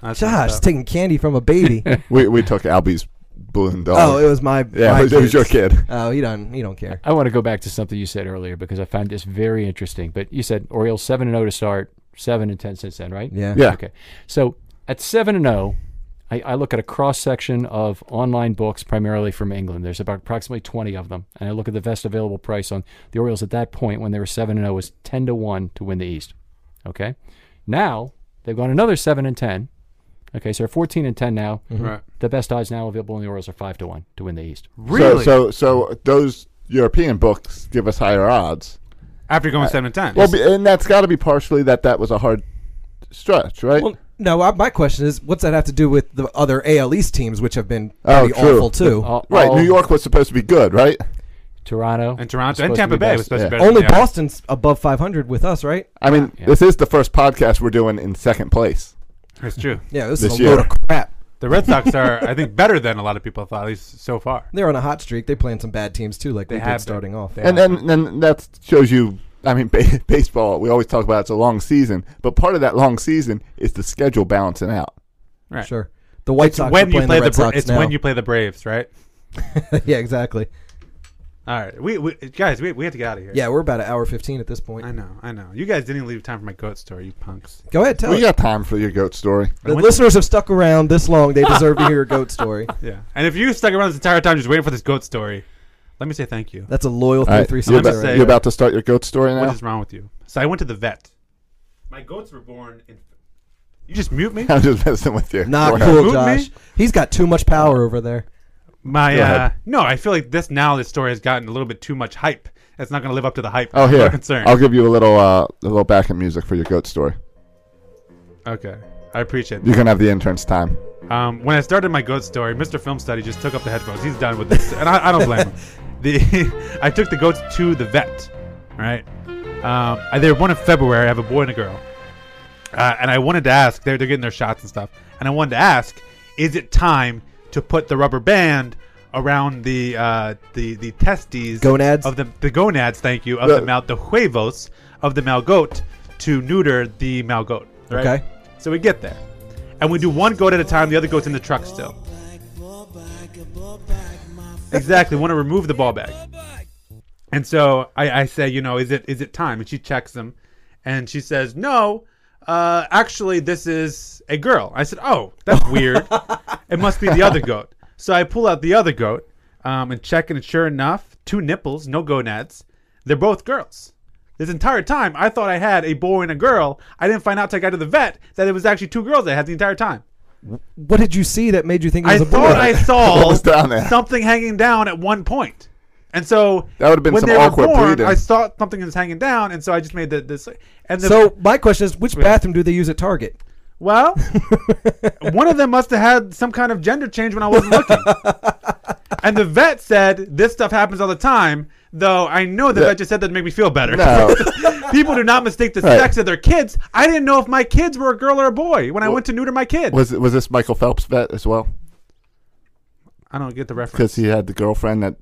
Speaker 2: That's
Speaker 3: Josh
Speaker 2: what's up.
Speaker 3: taking candy from
Speaker 1: <laughs>
Speaker 3: a baby.
Speaker 1: we we took Albie's balloon dog.
Speaker 3: oh, it was my
Speaker 1: Oh. yeah,
Speaker 3: my
Speaker 1: it was, it was your
Speaker 3: kids.
Speaker 1: kid.
Speaker 3: Oh, he don't he don't care.
Speaker 6: I want to go back to something you said earlier because I found this very interesting. But you said Orioles seven and zero to start, seven and ten since then, right?
Speaker 3: Yeah.
Speaker 1: Yeah.
Speaker 6: Okay. So at seven and zero, I, I look at a cross section of online books primarily from England. There's about approximately twenty of them, and I look at the best available price on the Orioles at that point when they were seven and zero was ten to one to win the East. Okay. Now they've gone another seven and ten. Okay, so they're fourteen and ten now.
Speaker 2: Mm-hmm. Right.
Speaker 6: The best odds now available in the Orioles are five to one to win the East.
Speaker 2: Really?
Speaker 1: So, so so those European books give us higher odds.
Speaker 2: After going seven and ten.
Speaker 1: Well, be- and that's got to be partially that that was a hard stretch, right?
Speaker 3: Well, no, I, my question is, what's that have to do with the other AL East teams, which have been
Speaker 1: Oh,
Speaker 3: pretty
Speaker 1: true.
Speaker 3: awful too?
Speaker 6: All-
Speaker 1: right.
Speaker 6: all-
Speaker 1: New York was supposed to be good, right?
Speaker 6: Toronto,
Speaker 2: and Toronto and
Speaker 6: supposed to
Speaker 2: Tampa
Speaker 6: be
Speaker 2: Bay
Speaker 6: best.
Speaker 2: was supposed to be better. than
Speaker 3: Only
Speaker 2: the others.
Speaker 3: Boston's above 500 with us, right?
Speaker 1: I mean, this is the first podcast we're doing in second place.
Speaker 2: That's true.
Speaker 3: Yeah, this,
Speaker 1: This
Speaker 3: is a load
Speaker 1: year.
Speaker 3: of crap.
Speaker 2: The Red Sox are, I think, better than a lot of people thought, at least so far.
Speaker 3: They're on a hot streak. They're playing some bad teams too, like they,
Speaker 2: They
Speaker 3: did
Speaker 2: have been.
Speaker 3: starting off.
Speaker 1: And then then that shows you. I mean, <laughs> ba- baseball. We always talk about it's a long season, but part of that long season is the schedule balancing out.
Speaker 2: Right.
Speaker 3: sure, the White Sox are
Speaker 2: When you
Speaker 3: playing
Speaker 2: play
Speaker 3: the
Speaker 2: the,
Speaker 3: Red
Speaker 2: Bra-
Speaker 3: Sox
Speaker 2: it's
Speaker 3: now.
Speaker 2: when you play the Braves, right?
Speaker 3: <laughs> yeah, exactly.
Speaker 2: All right, we, we guys, we, we have to get out of here.
Speaker 3: Yeah, we're about an hour 15 at this point.
Speaker 2: I know, I know. You guys didn't leave time for my goat story, you punks.
Speaker 3: Go ahead, tell
Speaker 1: We
Speaker 3: it.
Speaker 1: got time for your goat story.
Speaker 3: The
Speaker 2: went-
Speaker 3: listeners have stuck around this long. They deserve to hear a goat
Speaker 2: <laughs>
Speaker 3: story.
Speaker 2: Yeah, and if you stuck around this entire time just waiting for this goat story, let me say thank you.
Speaker 3: That's a loyal
Speaker 1: All right,
Speaker 3: 3
Speaker 1: you're,
Speaker 2: I'm gonna
Speaker 1: about,
Speaker 3: right?
Speaker 2: say-
Speaker 1: you're about to start your goat story
Speaker 2: What
Speaker 1: now.
Speaker 2: is wrong with you? So I went to the vet. My goats were born in. You just
Speaker 1: <laughs>
Speaker 2: mute me.
Speaker 1: <laughs> I'm just messing with you. Go
Speaker 3: Not
Speaker 1: ahead.
Speaker 3: cool,
Speaker 2: Mood me?
Speaker 3: Josh. He's got too much power over there.
Speaker 2: My
Speaker 1: Go
Speaker 2: uh,
Speaker 1: ahead.
Speaker 2: no, I feel like this now. This story has gotten a little bit too much hype. It's not going to live up to the hype.
Speaker 1: Oh,
Speaker 2: I'm
Speaker 1: here.
Speaker 2: concerned.
Speaker 1: I'll give you a little uh, a little backing music for your goat story.
Speaker 2: Okay, I appreciate
Speaker 1: You
Speaker 2: that.
Speaker 1: can have the intern's time.
Speaker 2: Um, when I started my goat story, Mr. Film Study just took up the headphones. He's done with this, and I, I don't blame him. The <laughs> I took the goats to the vet. All right, um, I- they were born in February. I have a boy and a girl, uh, and I wanted to ask. They're, they're getting their shots and stuff, and I wanted to ask, is it time to put the rubber band around the uh, the the testes
Speaker 3: Gonads?
Speaker 2: of the the gonads? Thank you of
Speaker 1: The-
Speaker 2: the mal the huevos of the malgoat to neuter the malgoat. Right?
Speaker 3: Okay.
Speaker 2: So we get there. And we do one goat at a time, the other goat's in the truck still. Exactly, want to remove the ball bag. And so I, I say, you know, is it is it time? And she checks them and she says, No, uh, actually this is a girl. I said, Oh, that's weird. it must be the other goat. So I pull out the other goat, um, and check and sure enough, two nipples, no gonads. They're both girls. This entire time, I thought I had a boy and a girl. I didn't find out till I got to the vet that it was actually two girls I had the entire time.
Speaker 3: What did you see that made you think it
Speaker 2: I
Speaker 3: was a boy?
Speaker 1: <laughs>
Speaker 2: thought I
Speaker 1: What
Speaker 2: saw
Speaker 1: was down there?
Speaker 2: something hanging down at one point. And so
Speaker 1: That would've been
Speaker 2: when
Speaker 1: some
Speaker 2: they were
Speaker 1: awkward
Speaker 2: born,
Speaker 1: breeding.
Speaker 2: I thought something was hanging down, and so I just made the this. And the, <laughs>
Speaker 3: so my question is, which bathroom do they use at Target?
Speaker 1: <laughs>
Speaker 2: well, one of them must have had some kind of gender change when I
Speaker 1: <laughs>
Speaker 2: wasn't looking. and the vet said this stuff happens all the time. Though I know the vet just said that to make me feel better.
Speaker 1: No.
Speaker 2: <laughs> People do not mistake the
Speaker 1: Right.
Speaker 2: sex of their kids. I didn't know if my kids were a girl or a boy when I went to neuter my kid.
Speaker 1: Was was this Michael Phelps vet as well?
Speaker 2: I don't get the reference.
Speaker 1: because he had the girlfriend that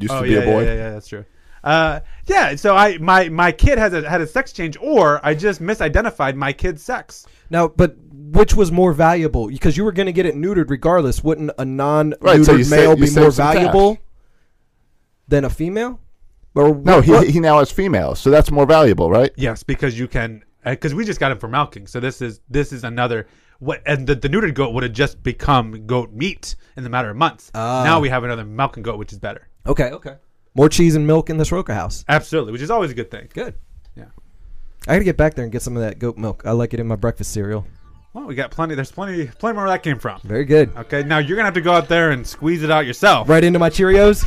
Speaker 1: used
Speaker 2: Oh
Speaker 1: to be
Speaker 2: yeah,
Speaker 1: a boy.
Speaker 2: yeah, yeah, yeah, that's true. Uh, yeah, so I my my kid has a, had a sex change, or I just misidentified my kid's sex.
Speaker 3: Now, but which was more valuable? Because you were going to get it neutered regardless. Wouldn't a non-neutered
Speaker 1: Right, so you sa-
Speaker 3: male
Speaker 1: you
Speaker 3: be
Speaker 1: save
Speaker 3: more
Speaker 1: some cash.
Speaker 3: valuable than a female? Or
Speaker 1: No,
Speaker 3: what-
Speaker 1: he,
Speaker 3: what-
Speaker 1: he now has females, so that's more valuable, right?
Speaker 2: Yes, because you can because we just got him for milking, so this is this is another what and the, the neutered goat would have just become goat meat in the matter of months. now we have another milking goat, which is better.
Speaker 3: okay, okay. More cheese and milk in this Roca house.
Speaker 2: Absolutely, which is always a good thing.
Speaker 3: Good.
Speaker 2: Yeah.
Speaker 3: I got to get back there and get some of that goat milk. I like it in my breakfast cereal.
Speaker 2: Well, we got plenty. There's plenty plenty more where that came from.
Speaker 3: Very good.
Speaker 2: Okay, now you're gonna have to go out there and squeeze it out yourself.
Speaker 3: Right into my Cheerios.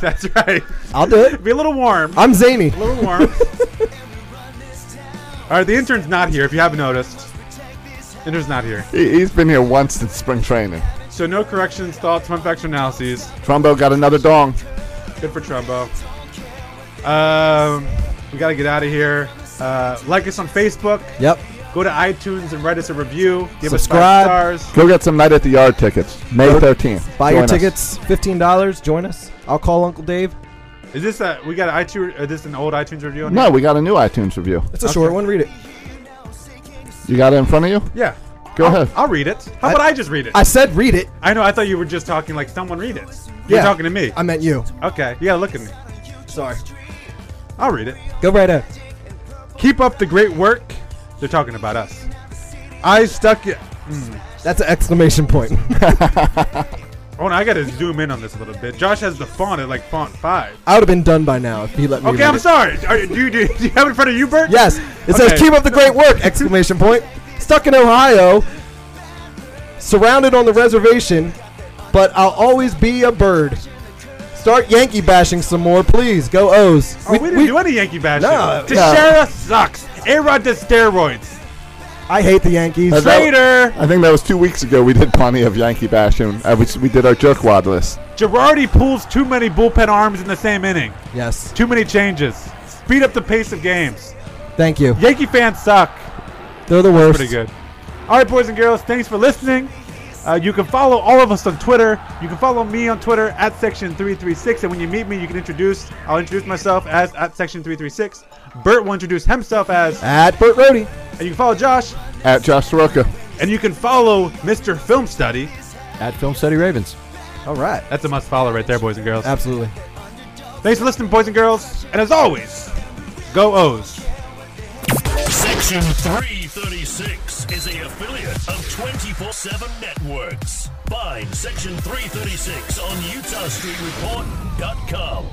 Speaker 2: <laughs> That's right.
Speaker 3: I'll do it.
Speaker 2: Be a little warm.
Speaker 3: I'm zany.
Speaker 2: A little warm. All right, the intern's not here. If you haven't noticed, intern's not here.
Speaker 1: He, he's been here once since spring training.
Speaker 2: So no corrections, thoughts, fun facts, or analyses.
Speaker 1: Trumbo got another dong.
Speaker 2: Good for Trumbo. Um, we gotta get out of here. Uh, like us on Facebook.
Speaker 3: Yep.
Speaker 2: Go to iTunes and write us a review. Give
Speaker 3: Subscribe.
Speaker 2: us five stars.
Speaker 1: Go get some night at the yard tickets, May 13th.
Speaker 3: Buy your
Speaker 1: Join us.
Speaker 3: tickets. $15. Join us. I'll call Uncle Dave.
Speaker 2: Is this a we got an iTunes? Is this an old iTunes review? on here?
Speaker 1: No, we got a new iTunes review.
Speaker 3: It's a short one. Read it.
Speaker 1: You got it in front of you?
Speaker 2: Yeah.
Speaker 1: Go
Speaker 2: I'll,
Speaker 1: ahead.
Speaker 2: I'll read it. How about I just read it?
Speaker 3: I said read it.
Speaker 2: I know. I thought you were just talking like someone read it. You're
Speaker 3: Yeah.
Speaker 2: talking to me.
Speaker 3: I meant you.
Speaker 2: okay. Yeah. Look at me.
Speaker 3: Sorry.
Speaker 2: I'll read it.
Speaker 3: Go right ahead.
Speaker 2: Keep up the great work. They're talking about us. I stuck it.
Speaker 3: That's an exclamation point. <laughs>
Speaker 2: Oh, no, I gotta zoom in on this a little bit. Josh has the font at like font five.
Speaker 3: I would have been done by now if he let me.
Speaker 2: Okay,
Speaker 3: read
Speaker 2: I'm
Speaker 3: it.
Speaker 2: sorry. Are, you- do, you, do you- do you have it in front of you, Bert?
Speaker 3: Yes, it says
Speaker 2: Okay.
Speaker 3: "Keep up the great work!" <laughs> Exclamation point. Stuck in Ohio, surrounded on the reservation, but I'll always be a bird. Start Yankee bashing some more, please. Go O's.
Speaker 2: Oh, we, didn't do any Yankee bashing.
Speaker 3: No,
Speaker 2: Teixeira sucks. A-Rod does steroids.
Speaker 3: I hate the Yankees.
Speaker 1: That's right.
Speaker 2: Trader.
Speaker 1: I think that was two weeks ago. We did plenty of Yankee bashing. Uh, we, we did our jerkwad list.
Speaker 2: Girardi pulls too many bullpen arms in the same inning.
Speaker 3: Yes,
Speaker 2: Too many changes. Speed up the pace of games.
Speaker 3: thank you.
Speaker 2: Yankee fans suck.
Speaker 3: They're the worst.
Speaker 2: Pretty good. All right, boys and girls, thanks for listening. Uh, you can follow all of us on Twitter. You can follow me on Twitter at section336. And when you meet me, you can introduce, I'll introduce myself as at section336. Bert will introduce himself as,
Speaker 3: At Burt Rohde.
Speaker 2: and you can follow Josh,
Speaker 1: At Josh Soroka.
Speaker 2: and you can follow Mr. Film Study.
Speaker 6: At Film Study Ravens.
Speaker 3: All right.
Speaker 2: That's a must follow right there, boys and girls.
Speaker 3: Absolutely.
Speaker 2: Thanks for listening, boys and girls. And as always, go O's.
Speaker 7: Section 336 is a affiliate of 24 7 Networks. Find Section 336 on UtahStreetReport.com.